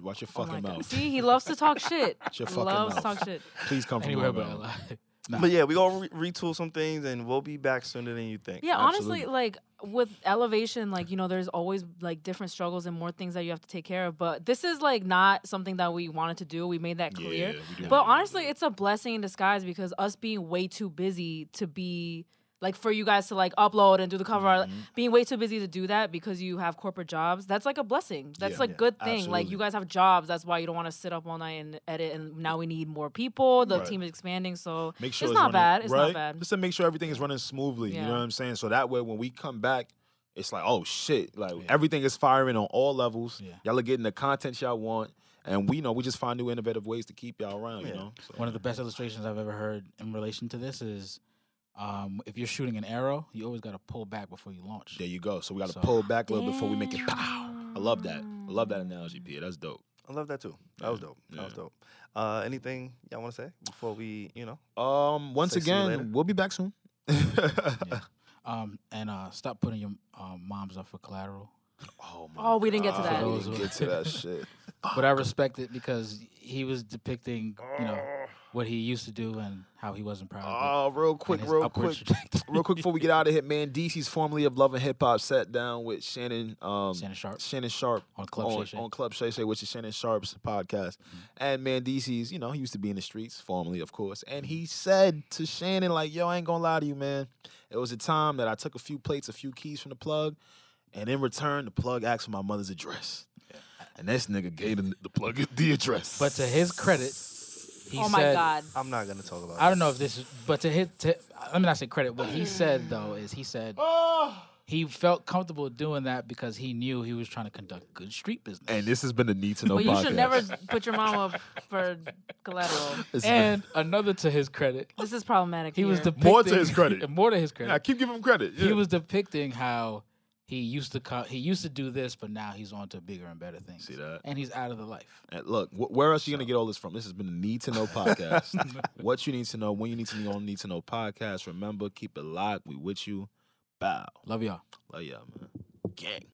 Speaker 2: Watch your
Speaker 4: Oh my
Speaker 2: fucking
Speaker 4: God.
Speaker 2: mouth.
Speaker 4: See, he loves to talk shit.
Speaker 2: Shut your fucking
Speaker 4: loves to
Speaker 2: mouth.
Speaker 4: talk shit.
Speaker 2: Please come from
Speaker 3: Anywhere
Speaker 2: Long
Speaker 3: but
Speaker 2: Island.
Speaker 3: LA.
Speaker 1: But yeah, we gonna re- retool some things, and we'll be back sooner than you think.
Speaker 4: Yeah, honestly,
Speaker 2: Absolutely.
Speaker 4: like with elevation, like you know, there's always like different struggles and more things that you have to take care of. But this is like not something that we wanted to do. We made that clear. but honestly, it's a blessing in disguise because us being way too busy to be like for you guys to like upload and do the cover art,
Speaker 2: Mm-hmm.
Speaker 4: like, being way too busy to do that because you have corporate jobs, that's like a blessing. That's
Speaker 2: Yeah.
Speaker 4: like
Speaker 2: Yeah,
Speaker 4: good thing. Like
Speaker 2: absolutely.
Speaker 4: you guys have jobs, that's why you don't want to sit up all night and edit. And now we need more people. The
Speaker 2: Right.
Speaker 4: team is expanding, so
Speaker 2: Make sure
Speaker 4: it's not
Speaker 2: running-
Speaker 4: bad. It's
Speaker 2: right?
Speaker 4: not bad.
Speaker 2: Just to make sure everything is running smoothly. You
Speaker 4: Yeah.
Speaker 2: know what I'm saying? So that way, when we come back, it's like, oh shit, like everything is firing on all levels.
Speaker 3: Yeah.
Speaker 2: Y'all are getting the content y'all want, and we know we just find new innovative ways to keep y'all around. You know, So-
Speaker 3: One of the best illustrations I've ever heard in relation to this is Um, if you're shooting an arrow, you always got to pull back before you launch.
Speaker 2: There you go. So we got to
Speaker 3: So-
Speaker 2: pull back a little before we make it pow. I love that. I love that analogy, Pierre. That's dope.
Speaker 1: I love that too. That was dope. That was dope. Uh, anything y'all want to say before we, you know?
Speaker 2: Um, once
Speaker 1: Say see you later.
Speaker 2: again, we'll be back soon.
Speaker 3: Um, and uh, stop putting your um, moms up for collateral.
Speaker 2: Oh my
Speaker 4: Oh, we didn't get to
Speaker 2: God,
Speaker 4: that.
Speaker 2: we
Speaker 3: Those
Speaker 2: didn't
Speaker 3: were-
Speaker 2: get to that shit.
Speaker 3: But I respect it because he was depicting, you know, what he used to do and how he wasn't proud of it.
Speaker 2: Oh, real quick,
Speaker 3: his
Speaker 2: real quick,
Speaker 3: upward trajectory.
Speaker 2: real quick before we get out of here, man. DC's formerly of Love and Hip Hop sat down with Shannon, um,
Speaker 3: Shannon Sharp.
Speaker 2: Shannon Sharp
Speaker 3: On Club
Speaker 2: on,
Speaker 3: Shay Shay. Mm-hmm.
Speaker 2: on Club Shay Shay, which is Shannon Sharp's podcast. And man, DC's, you know, he used to be in the streets formerly, of course. And he said to Shannon, like, "Yo, I ain't gonna lie to you, man. It was a time that I took a few plates, a few keys from the plug, and in return, the plug asked for my mother's address." And this nigga gave the, the plug the address.
Speaker 3: But to his credit, he
Speaker 4: oh
Speaker 3: said,
Speaker 4: my God.
Speaker 1: I'm not going to talk about
Speaker 3: I don't know if this is, but to his, to, let me not say credit. What he said though is he said
Speaker 2: Ah.
Speaker 3: he felt comfortable doing that because he knew he was trying to conduct good street business.
Speaker 2: and this has been a need to know.
Speaker 4: But you
Speaker 2: podcast.
Speaker 4: should never put your mom up for collateral.
Speaker 2: This has been-
Speaker 3: and another to his credit,
Speaker 4: This is problematic.
Speaker 3: he was
Speaker 4: here.
Speaker 3: depicting
Speaker 6: More to his credit.
Speaker 3: more to his
Speaker 6: Yeah,
Speaker 3: credit.
Speaker 6: keep giving him credit.
Speaker 3: He
Speaker 6: yeah.
Speaker 3: was depicting how he used to co- he used to do this, but now he's on to bigger and better things.
Speaker 2: See that?
Speaker 3: And he's out of the life.
Speaker 2: And look, wh- where else you gonna get all this from? This has been the Need to Know podcast. what you need to know, when you need to know, on Need to Know podcast. Remember, keep it locked. We with you. Bow.
Speaker 3: Love y'all.
Speaker 2: Love y'all, man. Gang.